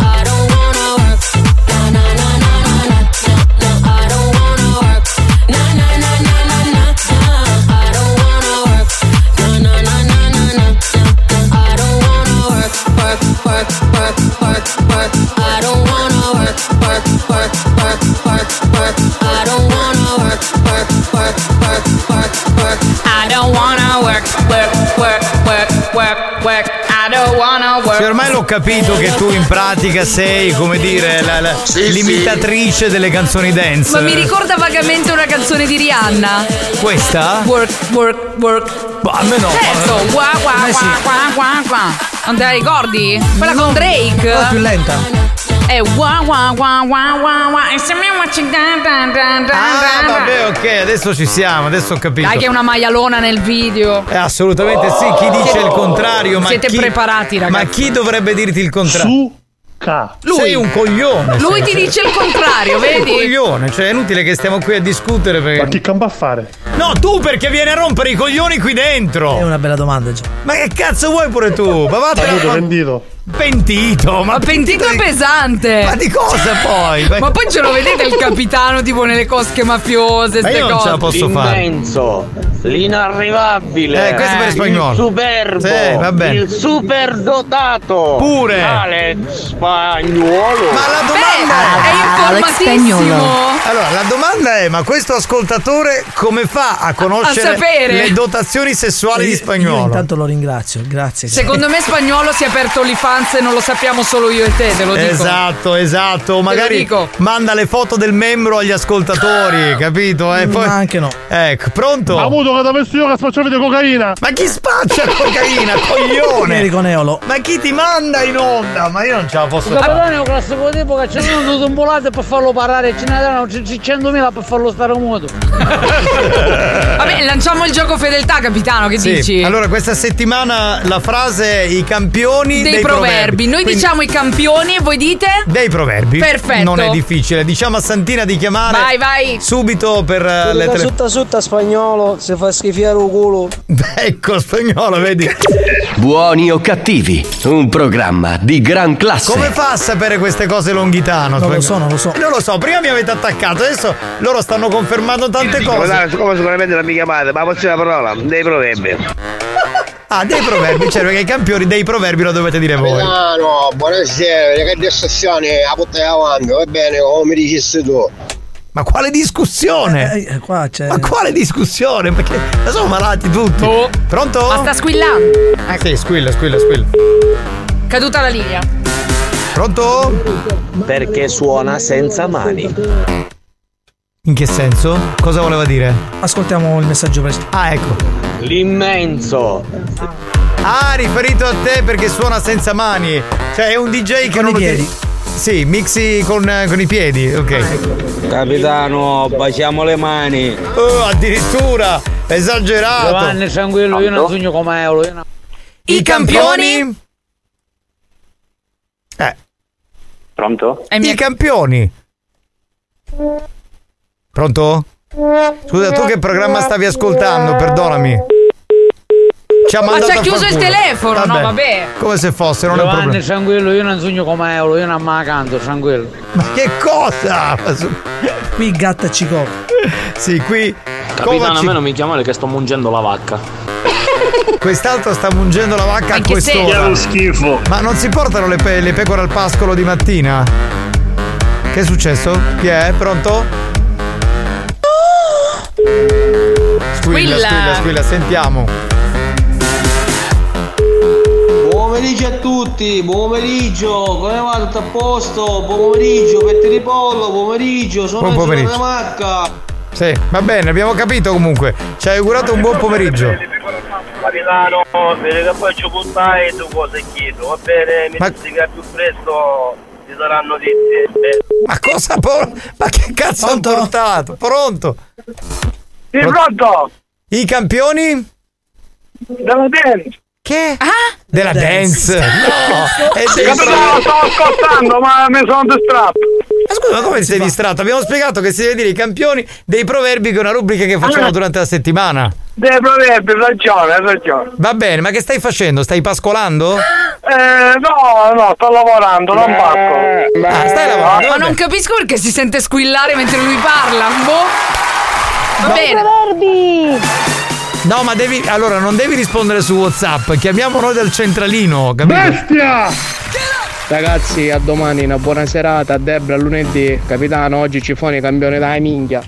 I don't wanna work. No, no, no, no, no, no, no, no, I don't wanna work. No, no, no, no, no, no, no, I don't wanna work. No, no, no, no, no, no, no, no, I don't wanna work, work, work, work, work, work. I don't wanna work, work, work, work, work, work. I don't wanna work, work, work, work, work, work. I don't wanna work, work, work, work, work, work. I don't wanna work. Cioè, ormai l'ho capito che tu in pratica sei, come dire, la- la- l'imitatrice delle canzoni dance. Ma mi ricorda vagamente una canzone di Rihanna. Questa? Work, work, work. a me no. Certo, qua, qua, qua, qua, qua, qua. Non te la ricordi? Quella con Certo, Drake. Quella più lenta. È wa wa wa wa wa wa. E se mi watching da da da Ah, da da. vabbè, ok, adesso ci siamo, adesso ho capito. Dai che è una maialona nel video. Eh, assolutamente sì, chi dice il contrario, ma Siete chi- preparati, ragazzi. Ma chi dovrebbe dirti il contrario? Lui. Sei un coglione. Lui sei- ti dice il contrario, Sei vedi? un coglione, cioè è inutile che stiamo qui a discutere perché... Ma che campa a fare? No, tu perché vieni a rompere i coglioni qui dentro. È una bella domanda, già. Ma che cazzo vuoi pure tu? Ma vattene a fa- pentito. Pentito, ma Ma pentito è pesante. Ma di cosa poi? Ma poi ce lo vedete il capitano tipo nelle cosche mafiose, Ma ste io non cose. ce la posso fare. l'inarrivabile. Eh, questo è per il spagnolo. superbo. Sì, va bene. Il superdotato. Pure. Alex Spagnuolo. Ma la domanda è Allora, la domanda è: ma questo ascoltatore come fa a conoscere sapere? le dotazioni sessuali Io- di Io spagnolo? intanto lo ringrazio, grazie. Secondo me spagnolo si è aperto l'IFANS e non lo sappiamo solo io e te, te lo dico. Esatto, esatto. Magari dico. manda le foto del membro agli ascoltatori, capito? Eh? Poi... Ah. Mm, Ma anche no. Ecco, pronto? Ha avuto che da io che spacciavi di cocaina. Ma chi spaccia cocaina, Cioè, coglione? Vieni con Eolo. Ma chi ti manda in onda? Ma io non ce la posso fare. Capitano è un classico tipo che ce l'hanno tutto imbolato per farlo parare, ce ne danno 100.000 per farlo stare muto. Vabbè, lanciamo il gioco fedeltà, capitano, che Sì. dici? Allora, questa settimana la frase è i campioni dei, dei, proverbi. Noi Quindi- diciamo i campioni e voi dite? Dei proverbi. Perfetto. Non è difficile. Diciamo a Santina di chiamare. Vai, vai. Subito per eh, le Sutta tele. sutta sutta spagnolo, se fa schifiare un culo. ecco, spagnolo, vedi. Buoni o cattivi, un programma di gran classe. Come fa a sapere queste cose Longhitano? Non Spagnolo? lo so, non lo so. Non lo so, prima mi avete attaccato, adesso loro stanno confermando tante Come, cose. dai, come sicuramente non mi chiamate, ma posso la parola? Dei proverbi. Ah, dei proverbi, cioè perché i campioni dei proverbi lo dovete dire voi. Milano, buonasera, che discussione a portare avanti, va bene, come mi dicessi tu. Ma quale discussione? Eh, Ma quale discussione? Perché ma sono malati tutti. Oh. Pronto? Ecco. Ma sta squillando. Sì, Eh, squilla, squilla, squilla. Caduta la linea. Pronto? Perché suona senza mani. In che senso? Cosa voleva dire? Ascoltiamo il messaggio presto. Ah, ecco. L'immenso. Ah, riferito a te perché suona senza mani. Cioè, è un DJ che non lo tiene. Sì, mixi con, eh, con i piedi, ok. Capitano, baciamo le mani. Oh, addirittura! Esagerato! Giovanni, tranquillo, io non sogno come Eolo. Io non... I campioni Pronto? I campioni. Pronto? Scusa, tu che programma stavi ascoltando? Perdonami. Ci ha Ma mandato ci a ha far chiuso il culo. telefono, no, Vabbè. vabbè. Come se fosse, non è un Giovanni, problema. tranquillo, io non sogno come Eolo, io non me la canto, tranquillo. Ma che cosa? Qui gatta ci copre. Sì, qui. Capitano, a Kovacic- me non mi chiamare che sto mungendo la vacca. Quest'altro sta mungendo la vacca a Anche se- quest'ora. Che schifo. Ma non si portano le, pe- le pecore al pascolo di mattina? Che è successo? Chi è? Pronto? Squilla, Squilla. squilla, squilla, sentiamo. Buon pomeriggio a tutti, buon pomeriggio, come va tutto a posto? Buon pomeriggio, petti di pollo, buon pomeriggio, sono Buon Angelo pomeriggio. da Macca. Sì, va bene, abbiamo capito comunque. Ci hai augurato un buon pomeriggio. Capitano, vedi che faccio puntare due cose chiedo, va bene, mi Ma- dici che più presto ci saranno notizie. Ma cosa por- Ma che cazzo ha portato? Pronto? Sì, pronto! I campioni? Della dance! Che? Ah, Ah? Della dance? No! è dance. Capitano, stavo ascoltando, ma mi sono distratto! Ma scusa, ma come ti sei distratto? Abbiamo spiegato che si deve dire i campioni dei proverbi che è una rubrica che facciamo Ah. durante la settimana. Dei proverbi, ragione, ragione. Va bene, ma che stai facendo? Stai pascolando? Eh, no, no, sto lavorando, non pacco. Ah, stai lavorando? Ma vabbè. non capisco perché si sente squillare mentre lui parla. Boh. Va No. bene. No, ma devi. Allora, non devi rispondere su WhatsApp. Chiamiamo noi dal centralino, capito? Bestia! Ragazzi, a domani, una buona serata, a Debra lunedì, capitano, oggi ci Cifone campione dai minchia.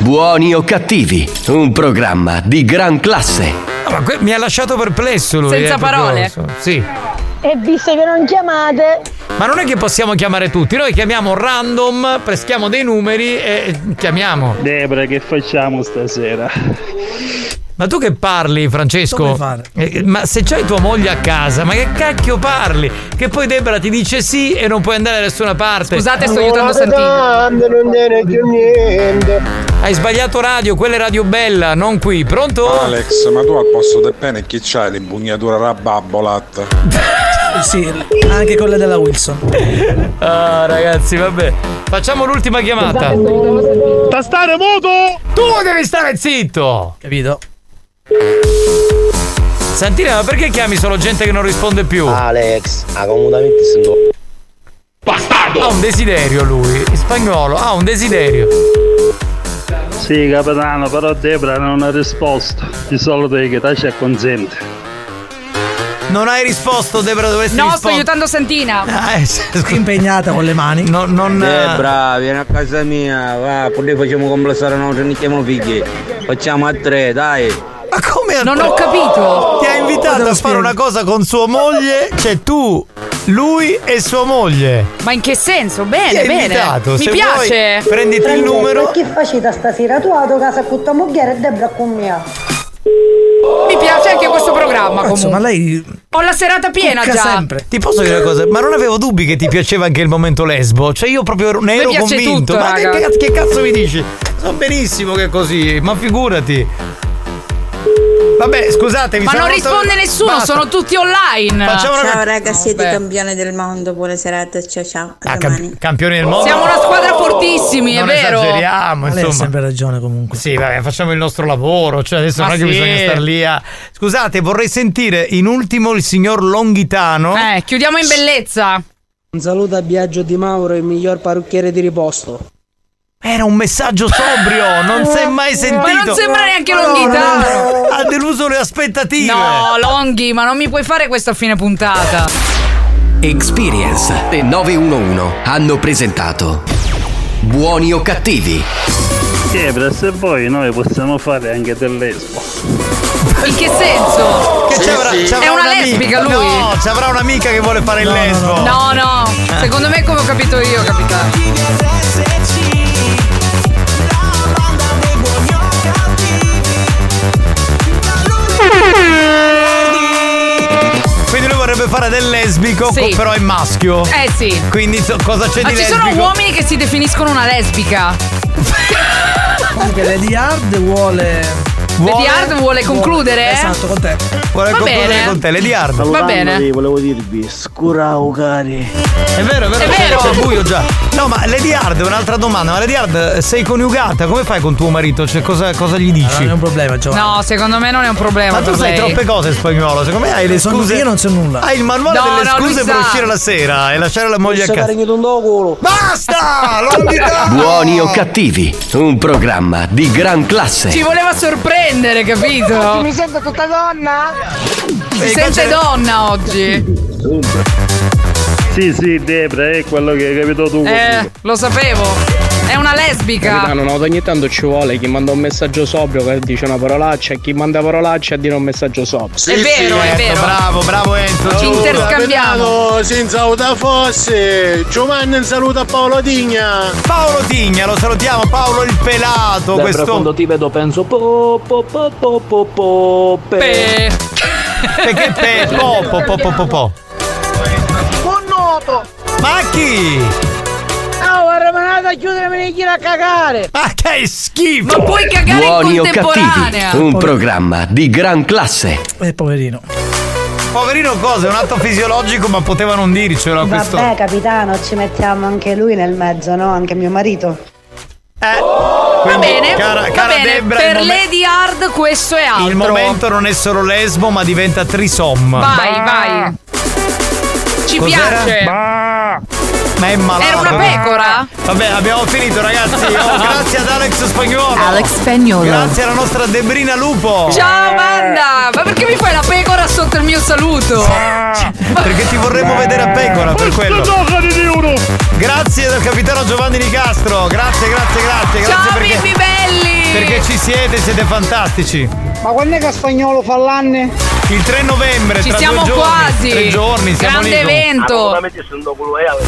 Buoni o cattivi, un programma di gran classe. No, Ah, ma que- mi ha lasciato perplesso lui. Senza eh, proprio, parole. so- Sì. E visto che non chiamate, Ma non è che possiamo chiamare tutti, noi chiamiamo random, preschiamo dei numeri e chiamiamo. Debra, che facciamo stasera? Ma tu che parli, Francesco? Come fare? Eh, ma se c'hai tua moglie a casa, ma che cacchio parli? Che poi Debra ti dice sì e non puoi andare da nessuna parte. Non viene più niente. Hai sbagliato radio, quella è Radio Bella, non qui. Pronto? Alex, ma tu al posto del pene chi c'hai? L'impugnatura rababbolat. Sì, anche quella della Wilson. Ah, ragazzi, vabbè. Facciamo l'ultima chiamata. Tastare muto! Tu devi stare zitto! Capito? Santina, ma perché chiami solo gente che non risponde più? Alex, ha comodamente sento. Bastardo! Ha un desiderio lui, in spagnolo, ha un desiderio. Sì, capitano, però Debra non ha risposto. Di solito che te ci acconsente. Non hai risposto, Debra, dovresti No, sto rispondere. aiutando Santina. Ah, eh, Impegnata con le mani. non. Eh, eh, Debra, Eh, vieni a casa mia, va, pure facciamo complessare noi, non chiamo figli. Facciamo a tre, dai. Non ho capito. Ti ha invitato a fare una cosa con sua moglie, cioè tu, lui e sua moglie. Ma in che senso? Bene, Ti ha bene. invitato, Mi se piace. vuoi, prenditi il numero. Che facita stasera? Tu a tua casa con tua moglie e Debra con mia. Mi piace anche questo programma comunque. Ma lei. Ho la serata piena Cucca già. sempre. Ti posso dire una cosa? Ma non avevo dubbi che ti piaceva anche il momento lesbo. Cioè, io proprio ne Mi ero piace convinto. tutto, ma che, raga. cazzo- che cazzo mi dici? So benissimo che è così, ma figurati. Vabbè, scusatevi. Ma sono non molto- risponde nessuno, Basta. sono tutti online. Facciamo una- Ciao raga, siete Vabbè. campione del mondo, buona serata, ciao ciao. Ah, cam- campioni del mondo. Siamo una squadra fortissimi, è non vero. Esageriamo, Ma lei ha insomma. sempre ragione comunque. Sì, vabbè, facciamo il nostro lavoro, cioè adesso Ma non è che sì. bisogna star lì a Scusate, vorrei sentire in ultimo il signor Longhitano. Eh, chiudiamo in bellezza. Un saluto a Biagio Di Mauro, il miglior parrucchiere di riposto. Era un messaggio sobrio, non si è mai sentito. Ma non sembra neanche Longhitano. Ha deluso eh. le aspettative. No, Longhi, ma non mi puoi fare questo a fine puntata. Experience e 911 hanno presentato Buoni o cattivi. Debra, se vuoi noi possiamo fare anche dell'espo. In che senso? Che c'avrà- c'avrà è una un'amica? lesbica lui. No, ci avrà un'amica che vuole fare il lesbo. No, no, secondo me è come ho capito io, capitano. Quindi lui vorrebbe fare del lesbico, Sì. co- però è maschio. Eh sì. Quindi so- cosa c'è Ma di ci lesbico? sono uomini che si definiscono una lesbica. Anche Lady Hard vuole. Lady Hard vuole concludere? Esatto, con te. Vorrei Va concludere bene. con te, Lady Hard. Va bene. volevo dirvi, scurao cari. È vero, è vero, È vero. c'è il buio già. No, ma Lady Hard, un'altra domanda. Ma Lady Hard, eh, sei coniugata, come fai con tuo marito? Cioè, cosa, cosa gli dici? non è un problema, No, secondo me non è un problema. Ma tu per sai lei. troppe cose in spagnolo, secondo me hai le Sono- scuse. io non so nulla. Hai il manuale No, delle no, lui scuse per sa. uscire la sera e lasciare la moglie a Posso casa. dare Basta! L'ho invitato! Buoni o cattivi, un programma di gran Ci classe. voleva sorprendere, capito? Mi sento tutta donna? Si sente donna oggi. Sì, sì, Debra, è quello che hai capito tu. Eh, lo sapevo. È una lesbica. Capitano, no, ogni tanto ci vuole chi manda un messaggio sobrio che dice una parolaccia e chi manda parolaccia dire un messaggio sobrio. è vero, ecco, è vero. Ci interscambiamo. senza auta fosse. Giovanni un saluto a Paolo Digna. Paolo Digna, lo salutiamo, Paolo il pelato, Debra, questo- quando ti vedo penso po po po po po po pe. Perché pe po po po po po po. Buon noto! Ma chi? Ah, guarda, me la vado a chiudere e me ne giro a cagare! Ah, che schifo! Ma puoi Buoni o cattivi, un programma di gran classe. Eh, poverino. Poverino cosa, è un atto fisiologico, ma poteva non dircelo a questo. Vabbè, capitano, ci mettiamo anche lui nel mezzo, no? Anche mio marito. Va Quindi, bene, cara- va cara bene. Debra, il per momen- Lady Hard questo è altro. Il momento non è solo lesbo, ma diventa trisom. Vai, vai. Ci Cos'era? piace. Ma è malato. Era una pecora? Vabbè, abbiamo finito, ragazzi. Oh, grazie ad Alex Spagnolo. Alex Spagnolo. Grazie alla nostra Debrina Lupo. Ciao Amanda, ma perché mi fai la pecora sotto il mio saluto? Perché ti vorremmo vedere a pecora per quello. Grazie dal capitano Giovanni Nicastro. Grazie, grazie, grazie. grazie Ciao perché, bimbi belli! perché ci siete, siete fantastici. Ma quando è che a spagnolo fa l'anne? Il 3 novembre, Ci tra siamo due giorni, quasi. tre giorni, siamo Grande lì. evento. Assolutamente sono quello che avevo.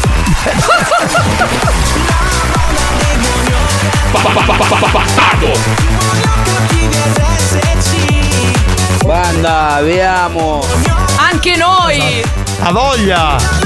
Banda, vi amo. Anche noi! Esatto. A voglia!